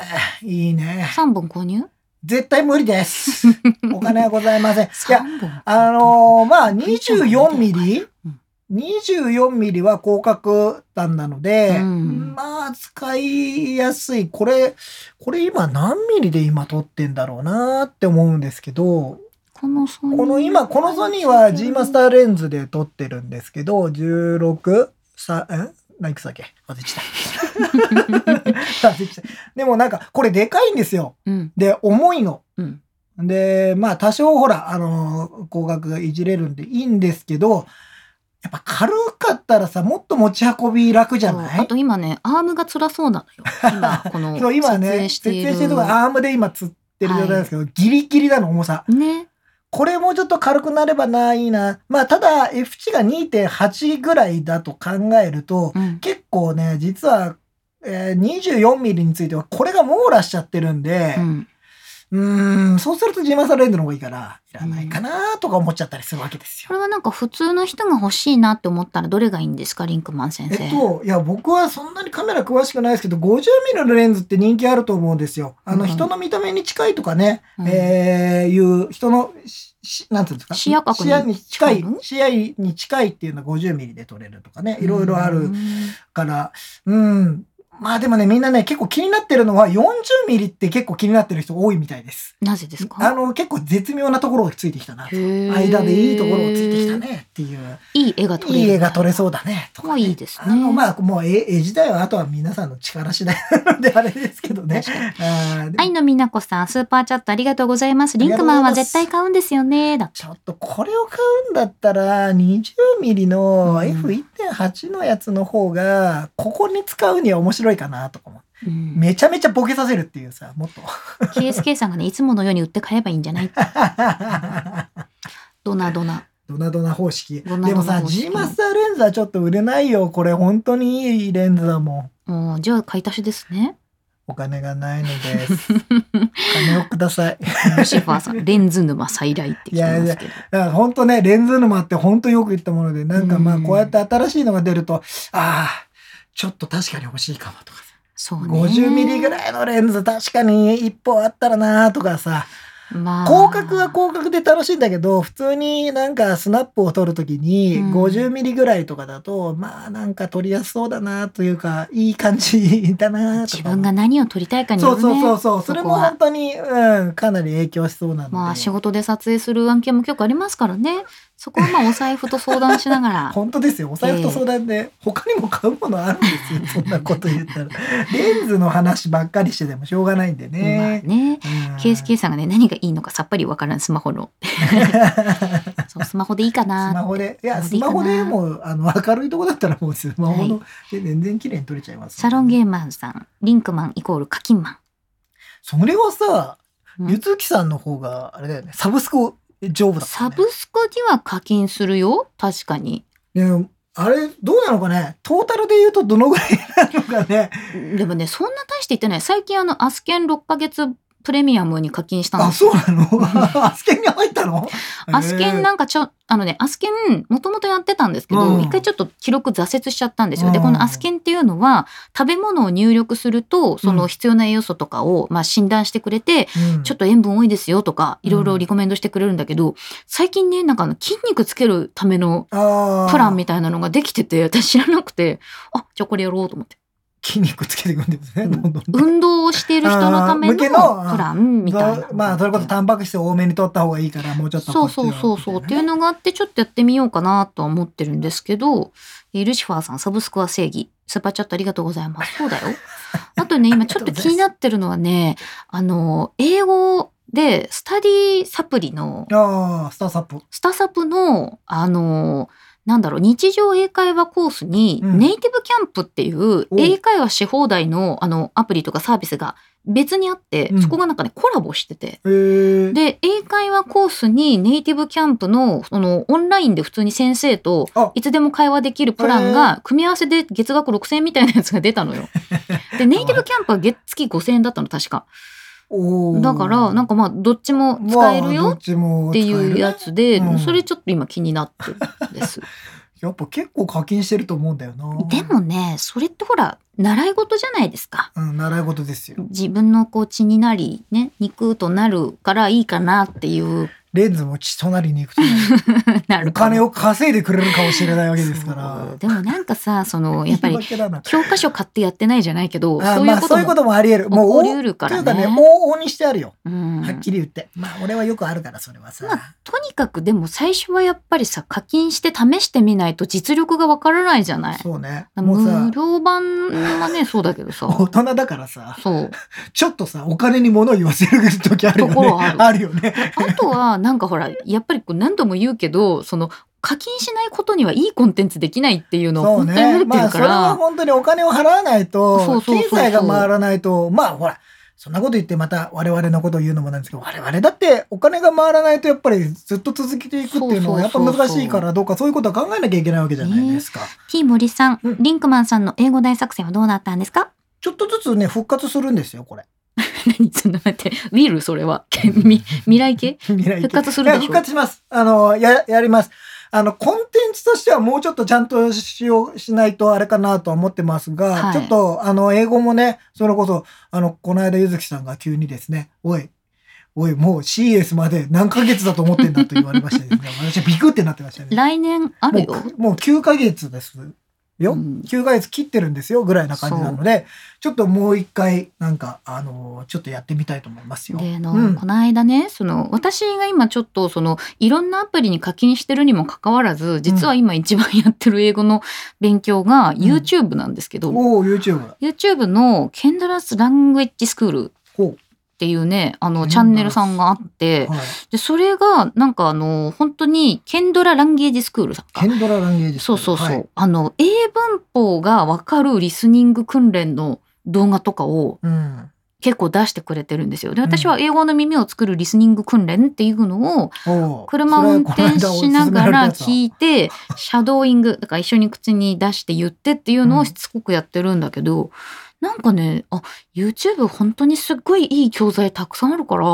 Speaker 2: いいね
Speaker 3: 3本購入
Speaker 2: 絶対無理です
Speaker 3: [laughs]
Speaker 2: お金はございませんいや
Speaker 3: ?3 本
Speaker 2: あのーまあ24ミリ
Speaker 3: うん
Speaker 2: 24ミリは広角端なので、
Speaker 3: うん
Speaker 2: まあ使いやすいこれこれ今何ミリで今撮ってんだろうなって思うんですけど
Speaker 3: このソニー
Speaker 2: この今このソニーは G マスターレンズで撮ってるんですけど16さえ何いくつだっけ忘れちゃった [laughs]
Speaker 3: ー
Speaker 2: 忘れちゃったでもなんかこれでかいんですよ
Speaker 3: うん
Speaker 2: で重いの
Speaker 3: うん
Speaker 2: でまあ多少ほらあの高額がいじれるんでいいんですけどやっぱ軽かったらさもっと持ち運び楽じゃな
Speaker 3: そうあ
Speaker 2: い
Speaker 3: と今ねアームが辛そうなのよ今この
Speaker 2: そう [laughs] 今
Speaker 3: 撮
Speaker 2: ね
Speaker 3: 影して
Speaker 2: 設
Speaker 3: い
Speaker 2: 定
Speaker 3: る
Speaker 2: してるとこアームで今釣ってる状態ですけど、ギリギリだの重さ
Speaker 3: ね
Speaker 2: これもうちょっと軽くなればないいなまあただ F 値が2.8ぐらいだと考えると、
Speaker 3: うん
Speaker 2: 結構ね実は、えー、24ミリについてはこれが網羅しちゃってるんで、
Speaker 3: うん
Speaker 2: うーん、そうするとジーマサレンズの方がいいから、いらないかなとか思っちゃったりするわけです
Speaker 3: こ
Speaker 2: よ。
Speaker 3: れはなんか普通の人が欲しいなって思ったらどれがいいんですかリンクマン先生
Speaker 2: えっと、いや、僕はそんなにカメラ詳しくないですけど、50ミリのレンズって人気あると思うんですよ。あの、
Speaker 3: うん
Speaker 2: 人の見た目に近いとかね、
Speaker 3: うん
Speaker 2: えーいう、人のし、しなんていうんですか
Speaker 3: 視野角に
Speaker 2: 視野に近い
Speaker 3: 近いの、
Speaker 2: 視野に近いっていうのは50ミリで撮れるとかね、いろいろあ
Speaker 3: う
Speaker 2: る
Speaker 3: ん
Speaker 2: から、うん。まあでもね、みんなね、結構気になってるのは、40ミリって結構気になってる人多いみたいです。
Speaker 3: なぜです
Speaker 2: あ
Speaker 3: か
Speaker 2: の、結構絶妙なところをついてきたなと。間
Speaker 3: 間
Speaker 2: でいいところをついてきたねっていう、
Speaker 3: いい絵が撮れる
Speaker 2: いい絵が撮れそうだねとか、
Speaker 3: もういいですね
Speaker 2: あのまあもう絵絵自体はあとは皆さんの力次第なのであれですけどね
Speaker 3: 確。かに
Speaker 2: あーでも
Speaker 3: 愛のみなこさん、スーパーチャットありがとうございます。リンクマンは絶対買うんですよね。だ
Speaker 2: ちょっとこれを買うんだったら20ミリ
Speaker 3: う
Speaker 2: の
Speaker 3: ん
Speaker 2: F1.8 のやつの方がここに使うには面白いかなとかも
Speaker 3: うん。
Speaker 2: めちゃめちゃボケさせるっていうさもっと [laughs]
Speaker 3: KSK さんがね、いつものように売って買えばいいんじゃないドナドナ。
Speaker 2: ドナドナ方式
Speaker 3: ドナドナ
Speaker 2: でもさ
Speaker 3: 方式
Speaker 2: G マスターレンズはちょっと売れないよこれ本当にいいレンズだもん
Speaker 3: もうじゃあ買い足しですね。
Speaker 2: お金がないのです。お金をください。
Speaker 3: シェファーさん、レンズ沼再来って来てますけど。
Speaker 2: だから本当ね、レンズ沼って本当よく言ったもので、なんかまあ
Speaker 3: うん
Speaker 2: こうやって新しいのが出ると、ああ、ちょっと確かに欲しいかもとかさ、
Speaker 3: そうね。
Speaker 2: 50ミリぐらいのレンズ確かに一本あったらなとかさ、
Speaker 3: まあ。
Speaker 2: 広角は広角で楽しいんだけど、普通になんかスナップを撮るときに
Speaker 3: うん
Speaker 2: 50ミリぐらいとかだと、まあなんか撮りやすそうだなというか、いい感じだなと
Speaker 3: 自
Speaker 2: か。
Speaker 3: 分が何を撮りたいかによ
Speaker 2: そ
Speaker 3: る
Speaker 2: う
Speaker 3: ね。
Speaker 2: そうそうそう。それ
Speaker 3: そ
Speaker 2: も
Speaker 3: こは
Speaker 2: 本当に、うん、かなり影響しそうなので。
Speaker 3: まあ仕事で撮影する案件も結構ありますからね。そこはまあお財布と相談しなが
Speaker 2: [laughs]
Speaker 3: ら。
Speaker 2: 本当ですよ。お財布と相談で、他にも買うものあるんですよ。そんなこと
Speaker 3: [laughs]
Speaker 2: 言ったら。レンズの話ばっかりしててもしょうがないんで
Speaker 3: まあ
Speaker 2: ね。
Speaker 3: ね。
Speaker 2: うん
Speaker 3: ケースケさんがね何がいいのかさっぱりわからんスマホ
Speaker 2: [laughs]
Speaker 3: のそうスマホでいいかな
Speaker 2: スマホで。いや、
Speaker 3: ス
Speaker 2: ス
Speaker 3: マ
Speaker 2: マ
Speaker 3: ホ
Speaker 2: ホ
Speaker 3: でいい
Speaker 2: で
Speaker 3: かな
Speaker 2: もう、あの、明るいとこだったらもうスマホの、
Speaker 3: は
Speaker 2: で全然綺麗に撮れちゃいます、
Speaker 3: サロンゲ
Speaker 2: ー
Speaker 3: ーマンさんリンクマンイコール課金マン
Speaker 2: それはさ、
Speaker 3: うん
Speaker 2: ゆつきさんの方が、あれだよね、サブスク丈夫だった
Speaker 3: サ
Speaker 2: ね、
Speaker 3: ブスクには課金するよ確かに。
Speaker 2: ねあれ、どうなのかねトータルで言うとどのぐらいなのかね
Speaker 3: でもねそんな大して言ってない最近あのアスケン6ヶ月プレミアムに課金したん
Speaker 2: あ、
Speaker 3: ですよ
Speaker 2: そうなのアスケンに入ったの
Speaker 3: アスケン
Speaker 2: へ
Speaker 3: なんかちょあのねアスケンもともとやってたんですけど
Speaker 2: うん
Speaker 3: 一回ちょっと記録挫折しちゃったんですよで
Speaker 2: うん
Speaker 3: このアスケンっていうのは食べ物を入力するとそうの
Speaker 2: ん
Speaker 3: 必要な栄養素とかをまあ診断してくれて
Speaker 2: えうん
Speaker 3: ちょっと塩分多いですよとか
Speaker 2: うん
Speaker 3: いろいろリコメンドしてくれるんだけど最近ねなんかあの筋肉つけるための
Speaker 2: あー
Speaker 3: プランみたいなのができてて私知らなくてあじゃあこれやろうと思って
Speaker 2: 筋肉つけていくんですね、
Speaker 3: うん
Speaker 2: どんどんね
Speaker 3: 運動をしてる人のための
Speaker 2: あー向け
Speaker 3: プ
Speaker 2: のあー
Speaker 3: ランみたいな。
Speaker 2: まあ、それこそタンパク質多めに取った方がいいから、もうちょっと
Speaker 3: そ
Speaker 2: こ
Speaker 3: う
Speaker 2: っちを
Speaker 3: そうそうそうっ
Speaker 2: み
Speaker 3: て
Speaker 2: た
Speaker 3: いう
Speaker 2: なね
Speaker 3: のがあってちょっとやってみようかなとは思ってるんですけどえールシファーさんサブスクは正義スーパーチャットありがとうございます
Speaker 2: [laughs]
Speaker 3: そうだよあとね今ちょっと気になってるのはねあの英語でスタディサプリの
Speaker 2: ああ、スターサップ。
Speaker 3: スタサプのあのなんだろう日常英会話コースに、
Speaker 2: うん
Speaker 3: ネイティブキャンプっていう
Speaker 2: お
Speaker 3: 英会話し放題のあのアプリとかサービスが別にあって、
Speaker 2: うん
Speaker 3: そこがなんかねコラボしてて
Speaker 2: えー、
Speaker 3: で英会話コースにネイティブキャンプのそのオンラインで普通に先生と
Speaker 2: あ
Speaker 3: いつでも会話できるプランが組み合わせで月額6,000円みたいなやつが出たの [laughs] よ。でネイティブキャンプは月月5,000円だったの確か。
Speaker 2: おー
Speaker 3: だからなんかまあどっちも使える
Speaker 2: まあど
Speaker 3: よ
Speaker 2: っち
Speaker 3: っ
Speaker 2: も使
Speaker 3: て
Speaker 2: える
Speaker 3: い
Speaker 2: ね
Speaker 3: うやつで、
Speaker 2: うん
Speaker 3: それちょっと今気になってるんです。
Speaker 2: やっぱ結構課金してると思うんだよな。
Speaker 3: [laughs] でも、ねそれってほら習い事じゃないですか。
Speaker 2: うん、習い事ですよ。
Speaker 3: 自分のこう血になりね肉となるからいいかなっていう [laughs]
Speaker 2: レンズも血となりに行くと、
Speaker 3: なる
Speaker 2: お金
Speaker 3: を
Speaker 2: を稼いでくれるかもしれないわけですから
Speaker 3: そう。でもなんかさそのやっぱり
Speaker 2: 言い訳だな
Speaker 3: 教科書買ってやってないじゃないけど、
Speaker 2: あ
Speaker 3: そうい
Speaker 2: ま
Speaker 3: う
Speaker 2: あ
Speaker 3: こ
Speaker 2: そういうことともあり得る。も
Speaker 3: も
Speaker 2: う、
Speaker 3: 起こりうるか
Speaker 2: とい
Speaker 3: ら
Speaker 2: うか
Speaker 3: ね。
Speaker 2: ね、往々にしてあるよ。
Speaker 3: うん
Speaker 2: はっきり言って。まあ、俺はよくあるから、それはさ。
Speaker 3: まとにかくでも最初はやっぱりさ課金して試してみないと実力がわからないじゃない。
Speaker 2: そうね。もうさ
Speaker 3: 無、料版はねそうだけどさ。
Speaker 2: 大人だからさ、
Speaker 3: そう
Speaker 2: ちょっとさ、お金に物を言わせる時あるよ
Speaker 3: ところ
Speaker 2: ね。
Speaker 3: はある
Speaker 2: あるよね。
Speaker 3: あとはなんかほらやっぱりこう何度も言うけどその課金しないことにはいいコンテンツできないっていうのを
Speaker 2: そう
Speaker 3: 本当に
Speaker 2: ね。
Speaker 3: 思って
Speaker 2: ま
Speaker 3: る
Speaker 2: あ、
Speaker 3: か
Speaker 2: それは
Speaker 3: ら、
Speaker 2: 本当にお金を払わない
Speaker 3: そう
Speaker 2: と、
Speaker 3: そうそう
Speaker 2: 経
Speaker 3: そう
Speaker 2: 済が回らないと、まあ、ほら、そんなこと言ってまた我々のことを言うのもなんですけど、我々だってお金が回らないとやっぱりずっと続けていくっていうのはやっぱ難しいから、どうかそういうことは考えなきゃいけないわけじゃないですか。
Speaker 3: T 森さん、
Speaker 2: うん
Speaker 3: リンクマンさんの英語大作戦はどうなったんですか
Speaker 2: ちょっとずつね、復活するんですよ、これ。
Speaker 3: [laughs] 何そんな待ってウィルそれはみ未来系
Speaker 2: 未来
Speaker 3: 復活す
Speaker 2: い
Speaker 3: る
Speaker 2: や
Speaker 3: でし
Speaker 2: 復
Speaker 3: ょ
Speaker 2: 活します。あの、や、やります。あの、コンテンツとしてはもうちょっとちゃんとしよう、しないとあれかなとは思ってますが、
Speaker 3: はい
Speaker 2: ちょっと、あの、英語もね、それこそ、あの、この間ゆずきさんが急にですね、おい、おい、もう CS まで何ヶ月だと思ってんだと言われましてですね、 [laughs] 私はビクってなってましたね。
Speaker 3: 来年あるよ。
Speaker 2: もうもう9ヶ月ですよ、
Speaker 3: うん
Speaker 2: 9ヶ月切ってるんですよぐらいな感じなのでちょっともう一回なんかあのちょっとやってみたいと思いますよ。
Speaker 3: であの、
Speaker 2: うん
Speaker 3: この間ねその私が今ちょっとそのいろんなアプリに課金してるにもかかわらず実は今一番やってる英語の勉強が YouTube なんですけど、
Speaker 2: おお YouTube
Speaker 3: YouTube のケンドラス・ラングエッジスクール
Speaker 2: ほ
Speaker 3: っていうねあの
Speaker 2: Kendra's
Speaker 3: チャンネルさんがあって
Speaker 2: う、はい、
Speaker 3: でそれがなんかあの本当にケンドラ・ランゲージスクールさんか
Speaker 2: ケンドラランゲージ
Speaker 3: そうそうそう、
Speaker 2: はい
Speaker 3: あの英文法がわかるリスニング訓練の動画とかを
Speaker 2: うん、
Speaker 3: 結構出してくれてるんですよ。で
Speaker 2: うん
Speaker 3: 私は英語の耳を作るリスニング訓練っていうのを
Speaker 2: おう
Speaker 3: 車を運転しながら
Speaker 2: それはこの間おすすめ
Speaker 3: 聞いてシャドーイングだから一緒に口に出して言ってっていうのをしつこくやってるんだけど、なんかねあ YouTube 本当にすっごいいい教材たくさんあるから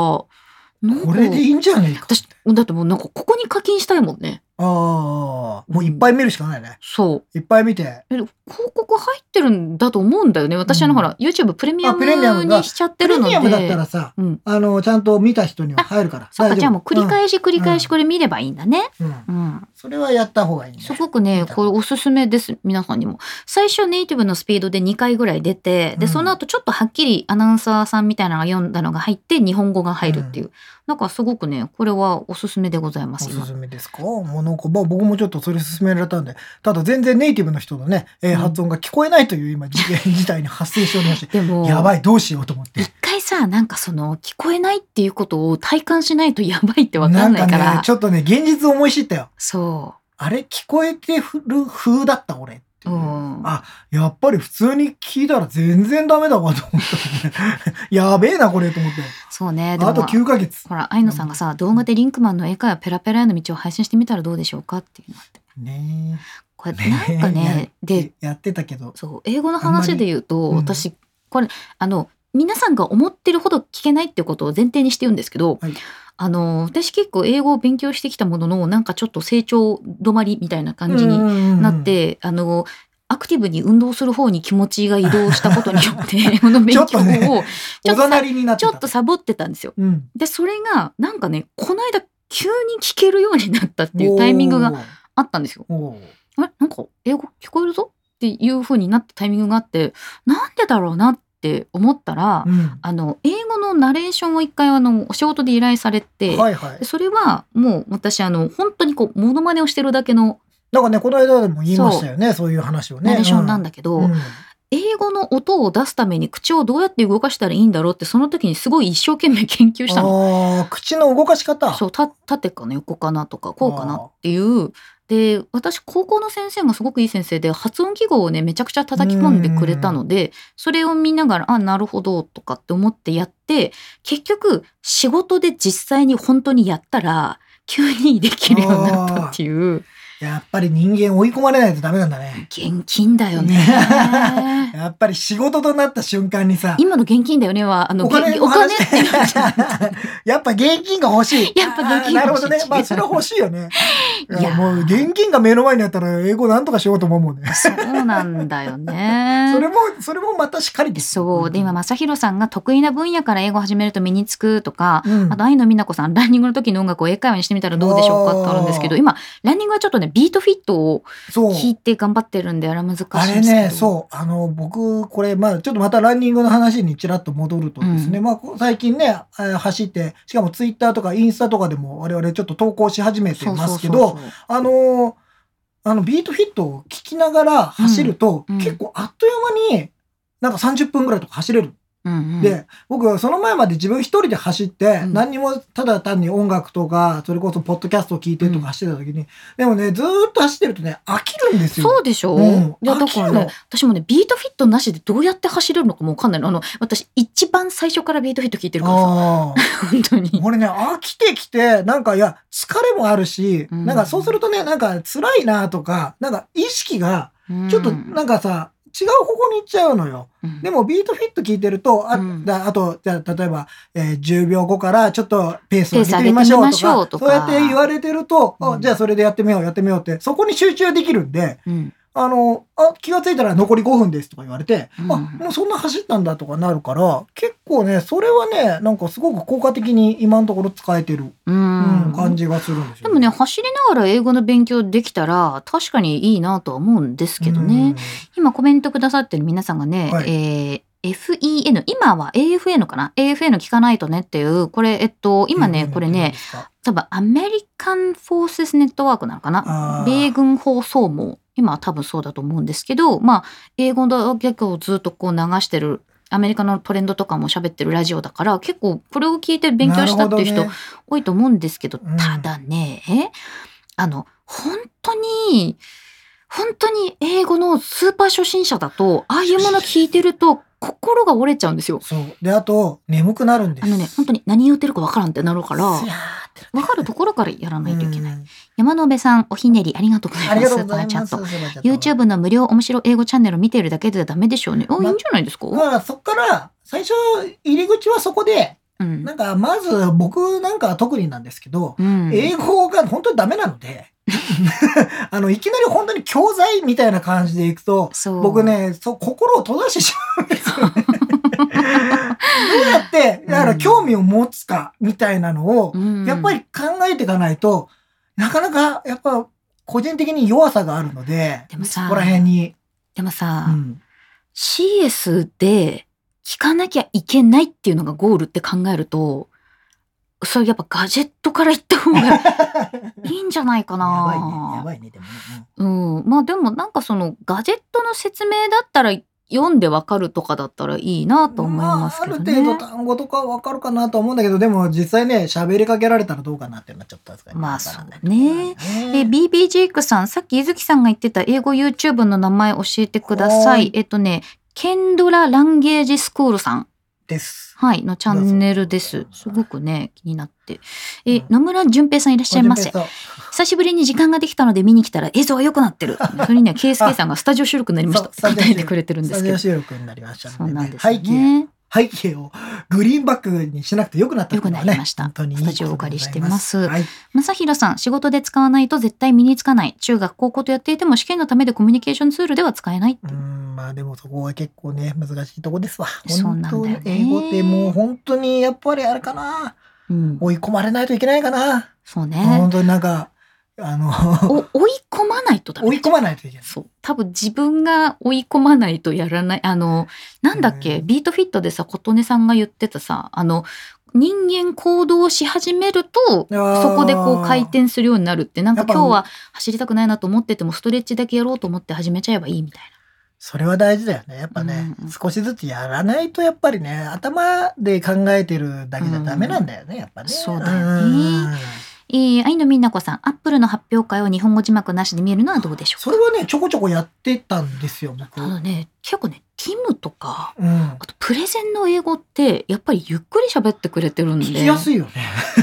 Speaker 3: なんか
Speaker 2: これでいいんじゃねえか
Speaker 3: 私だってもうなんかここに課金したいもんね。
Speaker 2: ああもういっぱい見るしかないね
Speaker 3: そう
Speaker 2: いっぱい見て
Speaker 3: え広告入ってるんだと思うんだよね私はね
Speaker 2: うん
Speaker 3: ほら YouTube プレミア
Speaker 2: あプレミア
Speaker 3: ム
Speaker 2: ムが
Speaker 3: にしちゃって
Speaker 2: プレ
Speaker 3: るの
Speaker 2: ミ
Speaker 3: で
Speaker 2: アムだったらさ
Speaker 3: うん、
Speaker 2: あのちゃんと見た人には入るから
Speaker 3: そうか
Speaker 2: 大丈夫
Speaker 3: じゃあもう繰り返し繰り返し
Speaker 2: うん
Speaker 3: これ見ればいいんだね。
Speaker 2: うんうん
Speaker 3: うん
Speaker 2: それはやった方がいいね
Speaker 3: すごくね、これおすすめです。皆さんにも。最初ネイティブのスピードで2回ぐらい出て、で、
Speaker 2: うん
Speaker 3: その後ちょっとはっきりアナウンサーさんみたいなのが読んだのが入って、日本語が入るっていう。なんかすごくね、これはおすすめでございま
Speaker 2: お
Speaker 3: す、
Speaker 2: す
Speaker 3: 今
Speaker 2: す。めですかもうなんか、まあ、僕もちょっとそれ勧められたんで、ただ全然ネイティブの人のね、えー
Speaker 3: うん
Speaker 2: 発音が聞こえないという今、事件 [laughs] 事態に発生しておりまして、
Speaker 3: で [laughs] も、
Speaker 2: やばい、どうしようと思って
Speaker 3: 一。回さ、なんかその、聞こえないっていうことを体感しないとやばいってわか
Speaker 2: なんん
Speaker 3: ない
Speaker 2: か
Speaker 3: から。
Speaker 2: ね、ちょっとね、現実を思い知ったよ。
Speaker 3: そ
Speaker 2: あれ、聞こえてる風だった俺ってって。
Speaker 3: うん
Speaker 2: あやっぱり普通に聞いたら全然ダメだわと思ったもんね。やべえな、これと思って。
Speaker 3: そうね。でも
Speaker 2: あと9ヶ月。
Speaker 3: ほら、愛野さんがさ、動画でリンクマンの英会話ペラペラへの道を配信してみたらどうでしょうかっていうのがあって。
Speaker 2: ね
Speaker 3: これ、
Speaker 2: ね
Speaker 3: なんかね、で、
Speaker 2: やってたけど。
Speaker 3: そう、英語の話で言うと、
Speaker 2: あんまりうん
Speaker 3: 私、これ、あの、皆さんが思ってるほど聞けないっていうことを前提にして言うんですけど、
Speaker 2: はい
Speaker 3: あの、私結構英語を勉強してきたものの、なんかちょっと成長止まりみたいな感じに
Speaker 2: に
Speaker 3: なって、あの、アクティブに運動する方に気持ちが移動したことによって、
Speaker 2: [laughs]
Speaker 3: この勉
Speaker 2: ちょ
Speaker 3: 強
Speaker 2: っとね
Speaker 3: をちょ
Speaker 2: お
Speaker 3: っと
Speaker 2: ざな
Speaker 3: さ、
Speaker 2: りになって
Speaker 3: ち
Speaker 2: た。
Speaker 3: ょっとサボってたんですよ。
Speaker 2: うん。
Speaker 3: でそれがなんかねこの間急に聞けるようになったっていうタイミングがあったんですよ。
Speaker 2: おー。おー
Speaker 3: あれなんか英語聞こえるぞっていう風になったタイミングがあってなんでだろうなって思ったら、
Speaker 2: うん
Speaker 3: あの英語のナレーションを一回あのお仕事で依頼されて、
Speaker 2: はいはい
Speaker 3: で。それはもう私あの本当にこうモノマネをしてるだけの
Speaker 2: なんかね、この間でも言いましたよね、そういう話をね。
Speaker 3: ナレーションなん
Speaker 2: だ
Speaker 3: だけど、英語の音を出すために口をどうやって動かしたらいいんだろうってその時にすごい一生懸命研究したの。
Speaker 2: ああ、口の動かし方。
Speaker 3: そうた縦かな横かなとかこうかなっていうで私高校の先生がすごくいい先生で発音記号をねめちゃくちゃ叩き込んでくれたのでそれを見ながらあなるほどとかって思ってやって結局仕事で実際に本当にやったら急にできるようになったっていう
Speaker 2: やっぱり人間追い込まれないとダメなんだね。
Speaker 3: 現金だよ
Speaker 2: [laughs]
Speaker 3: ね。
Speaker 2: やっぱり仕事となった瞬間にさ、
Speaker 3: 今の現金だよねはあの
Speaker 2: お金
Speaker 3: げ
Speaker 2: の
Speaker 3: お金
Speaker 2: 話
Speaker 3: ってなっちゃった。
Speaker 2: [laughs] やっぱ現金が欲しい。
Speaker 3: やっぱ現金が欲しい
Speaker 2: あーなるほどね。まあ、それは欲しいよね。い
Speaker 3: いや
Speaker 2: や、もう現金が目の前にあったら英語なんとかしようと思うもんね。
Speaker 3: そうなんだよね。
Speaker 2: [laughs] それも、それもまたしっかりですよ。
Speaker 3: そうで今正弘さんが得意な分野から英語を始めると身につくとか、
Speaker 2: うん
Speaker 3: あと愛の美奈子さんランニングの時の音楽を英会話にしてみたらどうでしょうかってあるんですけど
Speaker 2: おー
Speaker 3: 今ランニングはちょっとねビートフィットを
Speaker 2: そう。
Speaker 3: 弾いて頑張ってるんであれ難しいんです
Speaker 2: あ
Speaker 3: けど
Speaker 2: れね、そう、あの、僕、これ、まあ、ちょっとまたランニングの話にちらっと戻るとですね、
Speaker 3: う
Speaker 2: まあ、こう最近ね、えー走って、しかもツイッターとかインスタとかでも我々ちょっと投稿し始めて
Speaker 3: そう
Speaker 2: ま
Speaker 3: そう
Speaker 2: すけ
Speaker 3: そうそう
Speaker 2: ど、あのーあの、ビートフィットを聞きながら走ると、
Speaker 3: うんうん
Speaker 2: 結構あっという間に、なんか30分ぐらいとか走れる。
Speaker 3: うんうん
Speaker 2: で、僕、その前まで自分一人で走って、
Speaker 3: うん
Speaker 2: 何にもただ単に音楽とか、それこそポッドキャストを聞いてとか走ってた時に、でもね、ずーっと走ってるとね、飽きるんですよ。
Speaker 3: そうでしょ、
Speaker 2: うん
Speaker 3: いやだ
Speaker 2: 飽き
Speaker 3: から
Speaker 2: る
Speaker 3: ね
Speaker 2: の
Speaker 3: 私もねビートフィットなしでどうやって走れるのかもわかんないのあの私一番最初からビートフィット聞いてるからさ
Speaker 2: あー
Speaker 3: 本当に
Speaker 2: 俺ね、飽きてきて、なんか、いや、疲れもあるし、
Speaker 3: うん
Speaker 2: なんかそうするとね、なんか辛いなとか、なんか意識が、ちょっとなんかさ、違う方向に行っちゃうのよ。
Speaker 3: うん
Speaker 2: でも、ビートフィット聞いてると、あ,、
Speaker 3: うん
Speaker 2: だあと、じゃあ例えば、えー10秒後からちょっとペース
Speaker 3: ペー
Speaker 2: を上げ
Speaker 3: ス上
Speaker 2: て
Speaker 3: げて
Speaker 2: み
Speaker 3: み
Speaker 2: ま
Speaker 3: ま
Speaker 2: し
Speaker 3: し
Speaker 2: ょ
Speaker 3: ょ
Speaker 2: う
Speaker 3: う
Speaker 2: とか、
Speaker 3: と
Speaker 2: そう
Speaker 3: か
Speaker 2: やって言われてると、
Speaker 3: う
Speaker 2: あ
Speaker 3: ん
Speaker 2: じゃあそれでやってみよう、やってみようって、そこに集中できるんで、
Speaker 3: うん
Speaker 2: あの、あ、気がついたら残り5分ですとか言われて、
Speaker 3: うん
Speaker 2: あ、もうそんな走ったんだとかなるから、結構ね、それはね、なんかすごく効果的に今のところ使えてる、
Speaker 3: うん
Speaker 2: うん感じがするんです
Speaker 3: で
Speaker 2: よ、
Speaker 3: もね、走りながら英語の勉強できたら確かにいいなとは思うんですけどね、今コメントくださってる皆さんがね、
Speaker 2: はい
Speaker 3: えー FEN 今は AFN かな AFN 聞かないとねっていうこれえっと
Speaker 2: うん。
Speaker 3: 今ねこれね、多分アメリカン・フォーセス・ネットワークなのかな
Speaker 2: あー
Speaker 3: 米軍放送網今は多分そうだと思うんですけどまあ英語の曲をずっとこう流してるアメリカのトレンドとかも喋ってるラジオだから結構これを聞いて勉強したっていう人
Speaker 2: なるほどね
Speaker 3: 多いと思うんですけど、
Speaker 2: うん
Speaker 3: ただねあの本当に本当に英語のスーパー初心者だとああいうもの聞いてると心が折れちゃうんですよ。
Speaker 2: そう。で、あと、眠くなるんです。
Speaker 3: あのね本当に何言ってるかわからんってなるから
Speaker 2: すや
Speaker 3: わ
Speaker 2: ーって
Speaker 3: かるところからやらないといけない。
Speaker 2: うん
Speaker 3: 山野辺さんおひねりありがとうござい
Speaker 2: あ
Speaker 3: ま
Speaker 2: り
Speaker 3: す。
Speaker 2: がとうござい
Speaker 3: スーパ
Speaker 2: ま
Speaker 3: ー
Speaker 2: す。
Speaker 3: チャット。
Speaker 2: スーパーチャット
Speaker 3: YouTube の無料面白英語チャンネルを見ているだけではダメでしょうね。おい
Speaker 2: ま
Speaker 3: いんじゃないですか、
Speaker 2: だからそっから、最初、入り口はそこで、
Speaker 3: うん
Speaker 2: なんか、まず、僕なんかは特になんですけど、
Speaker 3: うん
Speaker 2: 英語が本当にダメなの [laughs] で、あの、いきなり本当に教材みたいな感じでいくと、
Speaker 3: そう
Speaker 2: 僕ね、そう、心を閉ざしてしまうんですよね。 [laughs] どうやって、だか
Speaker 3: う
Speaker 2: ら
Speaker 3: ん
Speaker 2: 興味を持つか、みたいなのを
Speaker 3: う、ん
Speaker 2: やっぱり考えていかないと、なかなか、やっぱ、個人的に弱さがあるので、
Speaker 3: でも
Speaker 2: こ
Speaker 3: さ
Speaker 2: こら辺に。
Speaker 3: でもさ、
Speaker 2: うん。
Speaker 3: CS で聞かなきゃいけないっていうのがゴールって考えると、それやっぱガジェットから行った方
Speaker 2: [laughs]
Speaker 3: がいいんじゃないか
Speaker 2: やばいね、や
Speaker 3: な。
Speaker 2: ばいね、でもね。
Speaker 3: うん、まあでもなんかそのガジェットの説明だったら読んでわかるとかだったらいいなと思いますけど
Speaker 2: あ、あ
Speaker 3: ね。
Speaker 2: る程度単語とかわかるかなと思うんだけどでも実際ね喋りかけられたらどうかなってなっちゃったんですか
Speaker 3: まあそうねえー、BB ジークさん、さっきゆずきさんが言ってた英語 YouTube の名前教えてくださ
Speaker 2: はいい。
Speaker 3: えっとね、ケンドラ・ランゲージスクールさん、
Speaker 2: です
Speaker 3: はい、のチャンネルです
Speaker 2: ど。うぞ
Speaker 3: すごくね、気になって。え
Speaker 2: うん、
Speaker 3: 野村淳平さんいらっしゃいませ。
Speaker 2: そう
Speaker 3: 久しぶりに時間ができたので見に来たら映像が良くなって
Speaker 2: [laughs]
Speaker 3: る。それには KSK さんがスタジオ収録になりました。
Speaker 2: そうスタジオ収
Speaker 3: 答
Speaker 2: 録
Speaker 3: えてくれてるん
Speaker 2: ス
Speaker 3: で
Speaker 2: タ
Speaker 3: すけ
Speaker 2: ジ
Speaker 3: ど
Speaker 2: オ。収録になりました
Speaker 3: そ
Speaker 2: の
Speaker 3: う
Speaker 2: で,、
Speaker 3: なんですよ
Speaker 2: 背景
Speaker 3: ね。
Speaker 2: 背景をグリーンバックにしなくてよくなったっていうの
Speaker 3: 良
Speaker 2: は
Speaker 3: くなりました
Speaker 2: 本当にいいこと
Speaker 3: スタジオをお借りして
Speaker 2: でござい
Speaker 3: ます
Speaker 2: はい、
Speaker 3: 正弘さん、仕事で使わないと絶対身につかない。中学、高校とやっていても試験のためでコミュニケーションツールでは使えない。
Speaker 2: うんまあでもそこは結構ね難しいとこですわ
Speaker 3: そうなんだよね
Speaker 2: 本当に英語ってもう本当にやっぱりあれかな
Speaker 3: うん、
Speaker 2: 追い込まれないといけないかな、
Speaker 3: そう
Speaker 2: 本
Speaker 3: ね。
Speaker 2: 当になんかあの
Speaker 3: お追い込まないとダメ。
Speaker 2: 追い込まないといけない
Speaker 3: そう。多分自分が追い込まないとやらない。あの、なんだっけ、
Speaker 2: うん
Speaker 3: ビートフィットでさ、琴音さんが言ってたさ、あの、人間行動し始めると、
Speaker 2: あー
Speaker 3: そこでこう回転するようになるって、なんか
Speaker 2: やっぱ
Speaker 3: 今日は走りたくないなと思ってても、ストレッチだけやろうと思って始めちゃえばいいみたい
Speaker 2: それは大事だよね。やっぱね、
Speaker 3: うんうん
Speaker 2: 少しずつやらないとやっぱりね、頭で考えてるだけじゃダメなんだよね、やっぱね。
Speaker 3: そうだよねな。えー、愛のみんなこさん、アップルの発表会を日本語字幕なしで見えるのはどうでしょう
Speaker 2: そ
Speaker 3: か
Speaker 2: れはね、ちょこちょこやってたんですよ、僕。
Speaker 3: ただね、結構ね、ティムとか、
Speaker 2: うん。
Speaker 3: あとプレゼンの英語って、やっぱりゆっくり喋ってくれてるんで。
Speaker 2: 聞きやすいよね。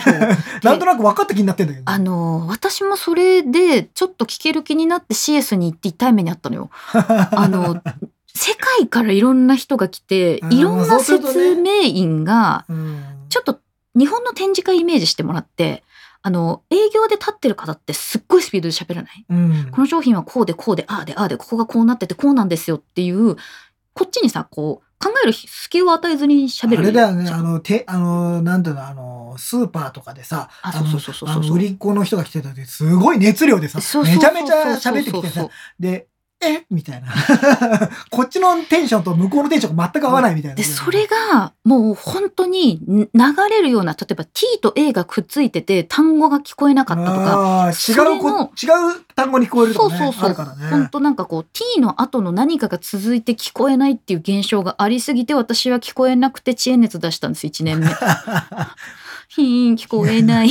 Speaker 3: そう
Speaker 2: なんとなく分かった気になってんだけど。
Speaker 3: あの私もそれでちょっと聞ける気になって CS に行って痛い目にあったの
Speaker 2: [laughs]
Speaker 3: よ。あの世界からいろんな人が来て
Speaker 2: うん
Speaker 3: いろん
Speaker 2: そ
Speaker 3: な
Speaker 2: うするとね
Speaker 3: 説明員が
Speaker 2: [laughs] うん、
Speaker 3: ちょっと日本の展示会イメージしてもらってあの営業で立ってる方ってすっごいスピードで喋らない
Speaker 2: うん
Speaker 3: この商品はこうでこうでああでああでここがこうなっててこうなんですよっていうこっちにさこう考える隙を与えずに喋る
Speaker 2: あれだよね、
Speaker 3: じゃ
Speaker 2: あ
Speaker 3: ん
Speaker 2: の、て、あの、なんていうの、あの、スーパーとかでさ、
Speaker 3: あそうそうそうそうそう
Speaker 2: あのあの売り子の人が来てた時、すごい熱量でさ
Speaker 3: そう、そう
Speaker 2: めち
Speaker 3: そう
Speaker 2: ゃめちゃ喋ってきて
Speaker 3: そうそうそう
Speaker 2: さ、で、えみたいな。 [laughs] こっちのテンションと向こうのテンションが全く合わないみたいな。
Speaker 3: で、それが、もう本当にん流れるような、例えば T と A がくっついてて、単語が聞こえなかったとか、
Speaker 2: あ
Speaker 3: そ
Speaker 2: ー
Speaker 3: れ
Speaker 2: 違うこ、
Speaker 3: の
Speaker 2: 違う単語に聞こえる
Speaker 3: そ
Speaker 2: と
Speaker 3: う
Speaker 2: か
Speaker 3: そう
Speaker 2: ね、
Speaker 3: そ
Speaker 2: あ
Speaker 3: う、
Speaker 2: るから
Speaker 3: 本
Speaker 2: ね。
Speaker 3: 当なんかこう、T の後の何かが続いて聞こえないっていう現象がありすぎて、私は聞こえなくて知恵熱出したんです、1年目。
Speaker 2: [laughs]
Speaker 3: ひーん、聞こえない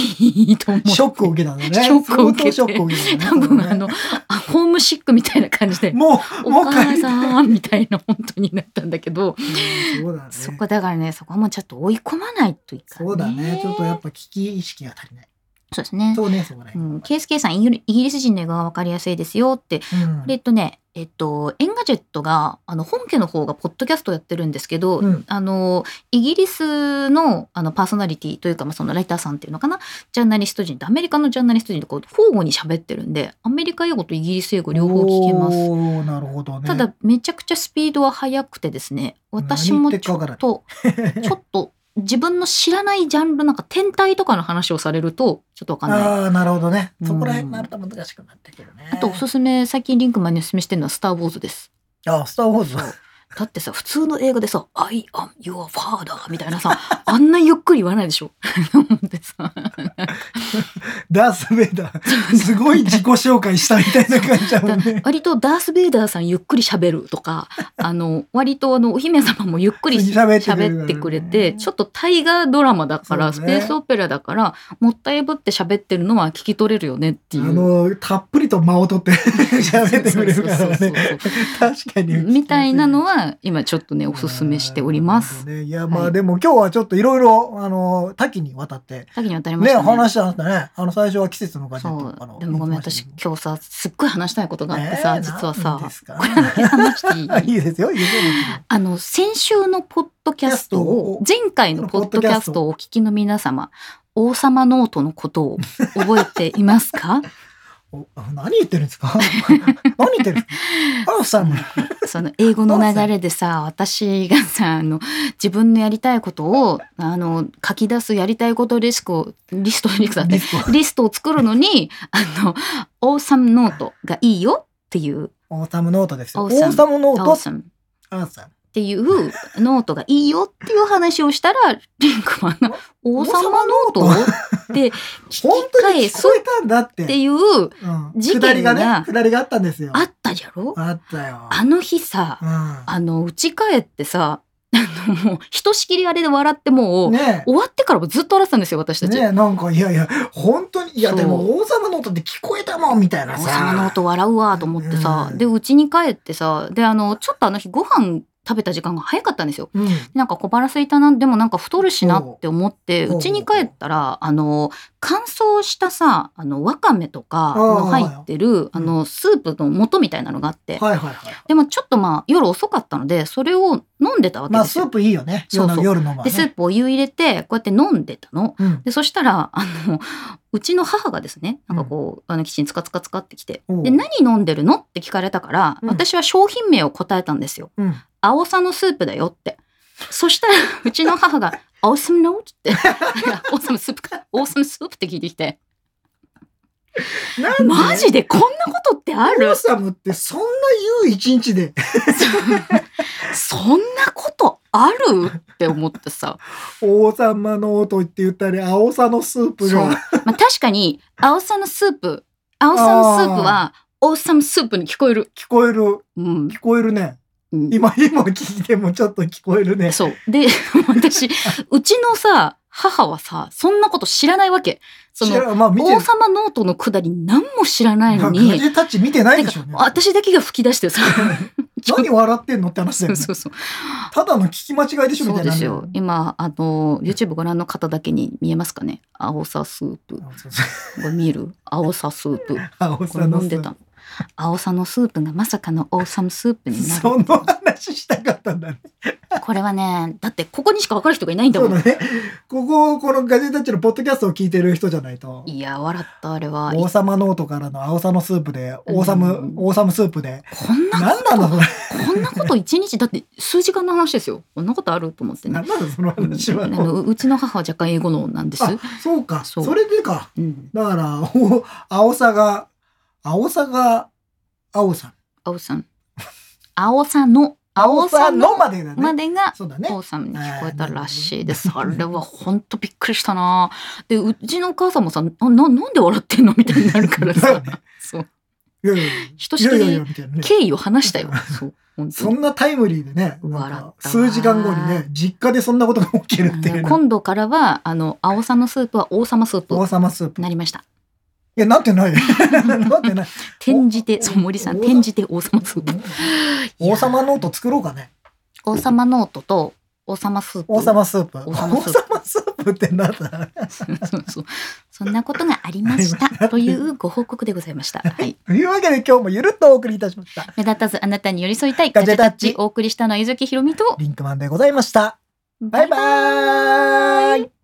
Speaker 3: と思って。
Speaker 2: ショックを受けたんだね。
Speaker 3: ショックを受けて
Speaker 2: 相当ショックを受けた
Speaker 3: 多
Speaker 2: んだね
Speaker 3: 分あの、あホームシックみたいな感じで、
Speaker 2: もう、も
Speaker 3: お
Speaker 2: う帰
Speaker 3: 母
Speaker 2: りたい。
Speaker 3: さんみたいな本当になったんだけど、
Speaker 2: うんそうだね。
Speaker 3: そこだからね、そこはもうちょっと追い込まないといかん
Speaker 2: そうだね。ちょっとやっぱ危機意識が足りない。
Speaker 3: そうですね。
Speaker 2: そうね、そこ
Speaker 3: う
Speaker 2: ら辺。
Speaker 3: ん、ケースケイさんイギリ、イギリス人の英語が分かりやすいですよって。
Speaker 2: うん
Speaker 3: でえっとね、えっと、エンガジェットが、あの、本家の方がポッドキャストやってるんですけど、
Speaker 2: うん
Speaker 3: あの、イギリスの、あの、パーソナリティというか、まあ、そのライターさんっていうのかな、ジャーナリスト人と、アメリカのジャーナリスト人とこう、交互に喋ってるんで、アメリカ英語とイギリス英語両方聞けます。
Speaker 2: おーなるほどね。
Speaker 3: ただ、めちゃくちゃスピードは速くてですね、私も
Speaker 2: 何言って
Speaker 3: ち
Speaker 2: るか
Speaker 3: ょ
Speaker 2: わから [laughs]
Speaker 3: っ
Speaker 2: な
Speaker 3: と、
Speaker 2: い
Speaker 3: ちょっと、自分の知らないジャンルなんか天体とかの話をされるとちょっとわかんない
Speaker 2: ああ、なるほどね
Speaker 3: う。ん
Speaker 2: そこら辺になると難しくなってくるね。
Speaker 3: あとおすすめ最近リンクマンにおすすめしてるのは「スター・ウォーズ」です。
Speaker 2: あ、スターウォーズ。
Speaker 3: だってさ普通の映画でさ「I am your father」みたいなさあんなゆっくり言わないでしょ。 [laughs] でさ
Speaker 2: ダース・ベイダー。すごい自己紹介したみたいな感じだもんね。
Speaker 3: 割とダース・ベイダーさんゆっくり喋るとかあの割とあのお姫様もゆっくり
Speaker 2: 喋
Speaker 3: 喋ってくれてちょっと大河ドラマだから、ス
Speaker 2: そう
Speaker 3: ペ
Speaker 2: ね
Speaker 3: ースオペラだからもったいぶって喋ってるのは聞き取れるよねってい
Speaker 2: あ
Speaker 3: う。
Speaker 2: の、たっぷりと間を取って喋ってくれるから
Speaker 3: そうそう
Speaker 2: ね。
Speaker 3: そうそう
Speaker 2: 確かに。
Speaker 3: みたいなのは今ちょっとねおすすめしております
Speaker 2: な。るほどね。いや、ま
Speaker 3: はい
Speaker 2: あでも今日はちょっといろいろ、あの、多岐にわたって、
Speaker 3: 先に当たりまし
Speaker 2: ね、
Speaker 3: たね。
Speaker 2: 話してましたね。あの、最初は季節の感じ
Speaker 3: そ
Speaker 2: とか
Speaker 3: う
Speaker 2: の。
Speaker 3: でもごめん
Speaker 2: 言ってま
Speaker 3: 私
Speaker 2: したけど
Speaker 3: 今日さすっごい話したいことがあってさ、
Speaker 2: えー
Speaker 3: 実はさ
Speaker 2: 何ですか
Speaker 3: これ話していい
Speaker 2: いいですよ、いいですよもちろん
Speaker 3: [laughs] あの先週のポッドキャストを
Speaker 2: ポッドキ
Speaker 3: 前回のポッドキャストをお聞きの皆様王様ノートのことを覚えています
Speaker 2: [laughs]
Speaker 3: か
Speaker 2: お何言ってるんですか [laughs] 何言ってる
Speaker 3: [laughs]
Speaker 2: んですかアウさんの
Speaker 3: その英語の流れでさ私がさあの自分のやりたいことをあの書き出すやりたいことリスクをリストリスクだって
Speaker 2: リスク
Speaker 3: リストを作るのにあの王様ノートがいいよっていう
Speaker 2: オータムノートですよ。
Speaker 3: オ
Speaker 2: オ
Speaker 3: ーサム
Speaker 2: ーサムノー
Speaker 3: 王
Speaker 2: ト、
Speaker 3: 様
Speaker 2: アウさん。
Speaker 3: っていうノートがいいよっていう話をしたら、リンクマンが、王様ノート
Speaker 2: 王様
Speaker 3: って聞き
Speaker 2: 本当に
Speaker 3: 返
Speaker 2: 聞
Speaker 3: す
Speaker 2: こえたんだって。
Speaker 3: っていう、
Speaker 2: うん
Speaker 3: 事件が
Speaker 2: 下りがね、下りがあったんですよ。
Speaker 3: あったったじゃろ
Speaker 2: あったよ。
Speaker 3: あの日さ、
Speaker 2: う
Speaker 3: あの、うち帰ってさ、あの、もう、ひとしきりあれで笑っても
Speaker 2: ん。
Speaker 3: う、
Speaker 2: ね
Speaker 3: 終わってからもずっと笑ってたんですよ、私
Speaker 2: え。
Speaker 3: たち。
Speaker 2: ねえ、なんか、いやいや、本当に、いや、
Speaker 3: そう
Speaker 2: でも、王様の音って聞こえたもん、みたいな
Speaker 3: 王
Speaker 2: さ。
Speaker 3: 様の音笑うわと思ってさ、
Speaker 2: うん
Speaker 3: でうちに帰ってさであのちょっとあの日ご飯食べた時間が早かったんですよ
Speaker 2: うん。
Speaker 3: なんか小腹空いたなでもなんか太るしなって思って
Speaker 2: ほう
Speaker 3: うちに帰ったらあの乾燥したさあのわかめとかの入ってる
Speaker 2: あー
Speaker 3: あのスープの素みたいなのがあって、
Speaker 2: はいはいはい。
Speaker 3: でもちょっとまあ夜遅かったのでそれを飲んでたわけ
Speaker 2: まあ、
Speaker 3: です
Speaker 2: ス
Speaker 3: よ
Speaker 2: ー、プいいよね。
Speaker 3: そうそう
Speaker 2: 夜の夜のまあ
Speaker 3: でスー
Speaker 2: ね。
Speaker 3: プお湯入れてこうやって飲んでたの
Speaker 2: うん。
Speaker 3: でそしたらあのうちの母がですねなんかこう、あのキッチンつかつかつかってきて
Speaker 2: おう
Speaker 3: で何飲んでるのって聞かれたから、
Speaker 2: うん
Speaker 3: 私は商品名を答えたんですよ
Speaker 2: うん。
Speaker 3: 「青さのスープだよ」ってそしたらうちの母が「青さの?」って「オーサムスープかオーサムスープ」って聞いてきて
Speaker 2: なんで
Speaker 3: マジでこんなことってあ
Speaker 2: 王
Speaker 3: る
Speaker 2: 様ってそんな言う一日で。
Speaker 3: そんなことあるって思ってさ
Speaker 2: 王様の音って言ったり、青さのスープ
Speaker 3: そう、
Speaker 2: が
Speaker 3: ま。あ、確かに青さのスープ青さのスープはオーサムスープに聞こえる、
Speaker 2: 聞こえる、
Speaker 3: うん
Speaker 2: 聞こえるね。
Speaker 3: うん、
Speaker 2: 今、今聞いてもちょっと聞こえるね。
Speaker 3: そう。で、私、うちのさ、母はさ、そんなこと知らないわけ。そ
Speaker 2: 知
Speaker 3: の、
Speaker 2: らんまあ見て
Speaker 3: 王様ノートのくだり何も知らないの
Speaker 2: ガ
Speaker 3: に、
Speaker 2: ジェタッチ見てないでしょう
Speaker 3: て
Speaker 2: ね
Speaker 3: か。私だけが吹き出して
Speaker 2: [laughs]
Speaker 3: さ、ちょ
Speaker 2: 何笑ってんのって話だよね。
Speaker 3: そうそう。
Speaker 2: ただの聞き間違いでしょみ
Speaker 3: そ
Speaker 2: た
Speaker 3: う
Speaker 2: い
Speaker 3: で
Speaker 2: な。
Speaker 3: すよ。今、あの、YouTube ご覧の方だけに見えますかね。青さスープ。
Speaker 2: そうそう
Speaker 3: これ見える青さスープ。
Speaker 2: 青
Speaker 3: これ
Speaker 2: さ
Speaker 3: 飲
Speaker 2: の
Speaker 3: んでたの。青さのスープがまさかのオーサムスープにな
Speaker 2: その話したかったんだね。
Speaker 3: る。これはね、だってここにしか分かる人がいないんだ
Speaker 2: そ
Speaker 3: も。
Speaker 2: うんだね。ここ、このガジェタッチのポッドキャストを聞いてる人じゃないと。
Speaker 3: いや、笑った、あれは。
Speaker 2: 王様ノートからの青さのスープで、王様、
Speaker 3: うん
Speaker 2: 王様スープで。
Speaker 3: こんな
Speaker 2: 何なのそれ。
Speaker 3: こんなこと一日だって数時間の話ですよ。こんなことあると思ってね。
Speaker 2: 何なのその話は。
Speaker 3: うんあのうちの母は若干英語能なんです。
Speaker 2: あ、そうか。
Speaker 3: そ
Speaker 2: そうれでか。
Speaker 3: うん。
Speaker 2: だから、お青さが、青さが、青さ。
Speaker 3: 青さん。青さの、青さの
Speaker 2: のまでだ
Speaker 3: ま
Speaker 2: ね。
Speaker 3: でが、
Speaker 2: そうだね。
Speaker 3: 王さんに聞こえたらしいです。あれは本当びっくりしたな。で、うちのお母さんもさ、な、ななんで笑ってんのみたいになるから
Speaker 2: だ [laughs] よ
Speaker 3: さ
Speaker 2: ね。
Speaker 3: そう。
Speaker 2: いやいやいや
Speaker 3: ひとしき
Speaker 2: いやいやいや
Speaker 3: り
Speaker 2: みたいなね
Speaker 3: 経緯を話したよ。そう。本当
Speaker 2: そ
Speaker 3: に。
Speaker 2: んなタイムリーでね、なん
Speaker 3: 笑
Speaker 2: か
Speaker 3: った
Speaker 2: 数時間後にね、実家でそんなことが起きるっていうね、
Speaker 3: 今度からは、あの、青さのスープは王様スープ
Speaker 2: 王様スープ。い
Speaker 3: なりました。
Speaker 2: や、なってない。なってない。
Speaker 3: 転じて、そう森さん、
Speaker 2: お
Speaker 3: 転じて王様スープ。
Speaker 2: 王様ノート作ろうかね。
Speaker 3: 王様ノートと王様スープ。
Speaker 2: 王様スープ。
Speaker 3: 王
Speaker 2: 王
Speaker 3: 様
Speaker 2: 様
Speaker 3: スープ
Speaker 2: スープってなんだ
Speaker 3: [laughs] そうそうそんなことがありまし。
Speaker 2: ありましたた
Speaker 3: というご報告でございました。はい。
Speaker 2: というわけで今日もゆるっとお送りいたしました。
Speaker 3: 目立たずあなたに寄り添いたいガ
Speaker 2: ガ
Speaker 3: ジ
Speaker 2: ジ
Speaker 3: ェ
Speaker 2: ェ
Speaker 3: タ
Speaker 2: タ
Speaker 3: ッ
Speaker 2: ッ
Speaker 3: チ
Speaker 2: チ。
Speaker 3: お送りしたのはゆずきひろみと。
Speaker 2: リンクマンでございました。バイバーイ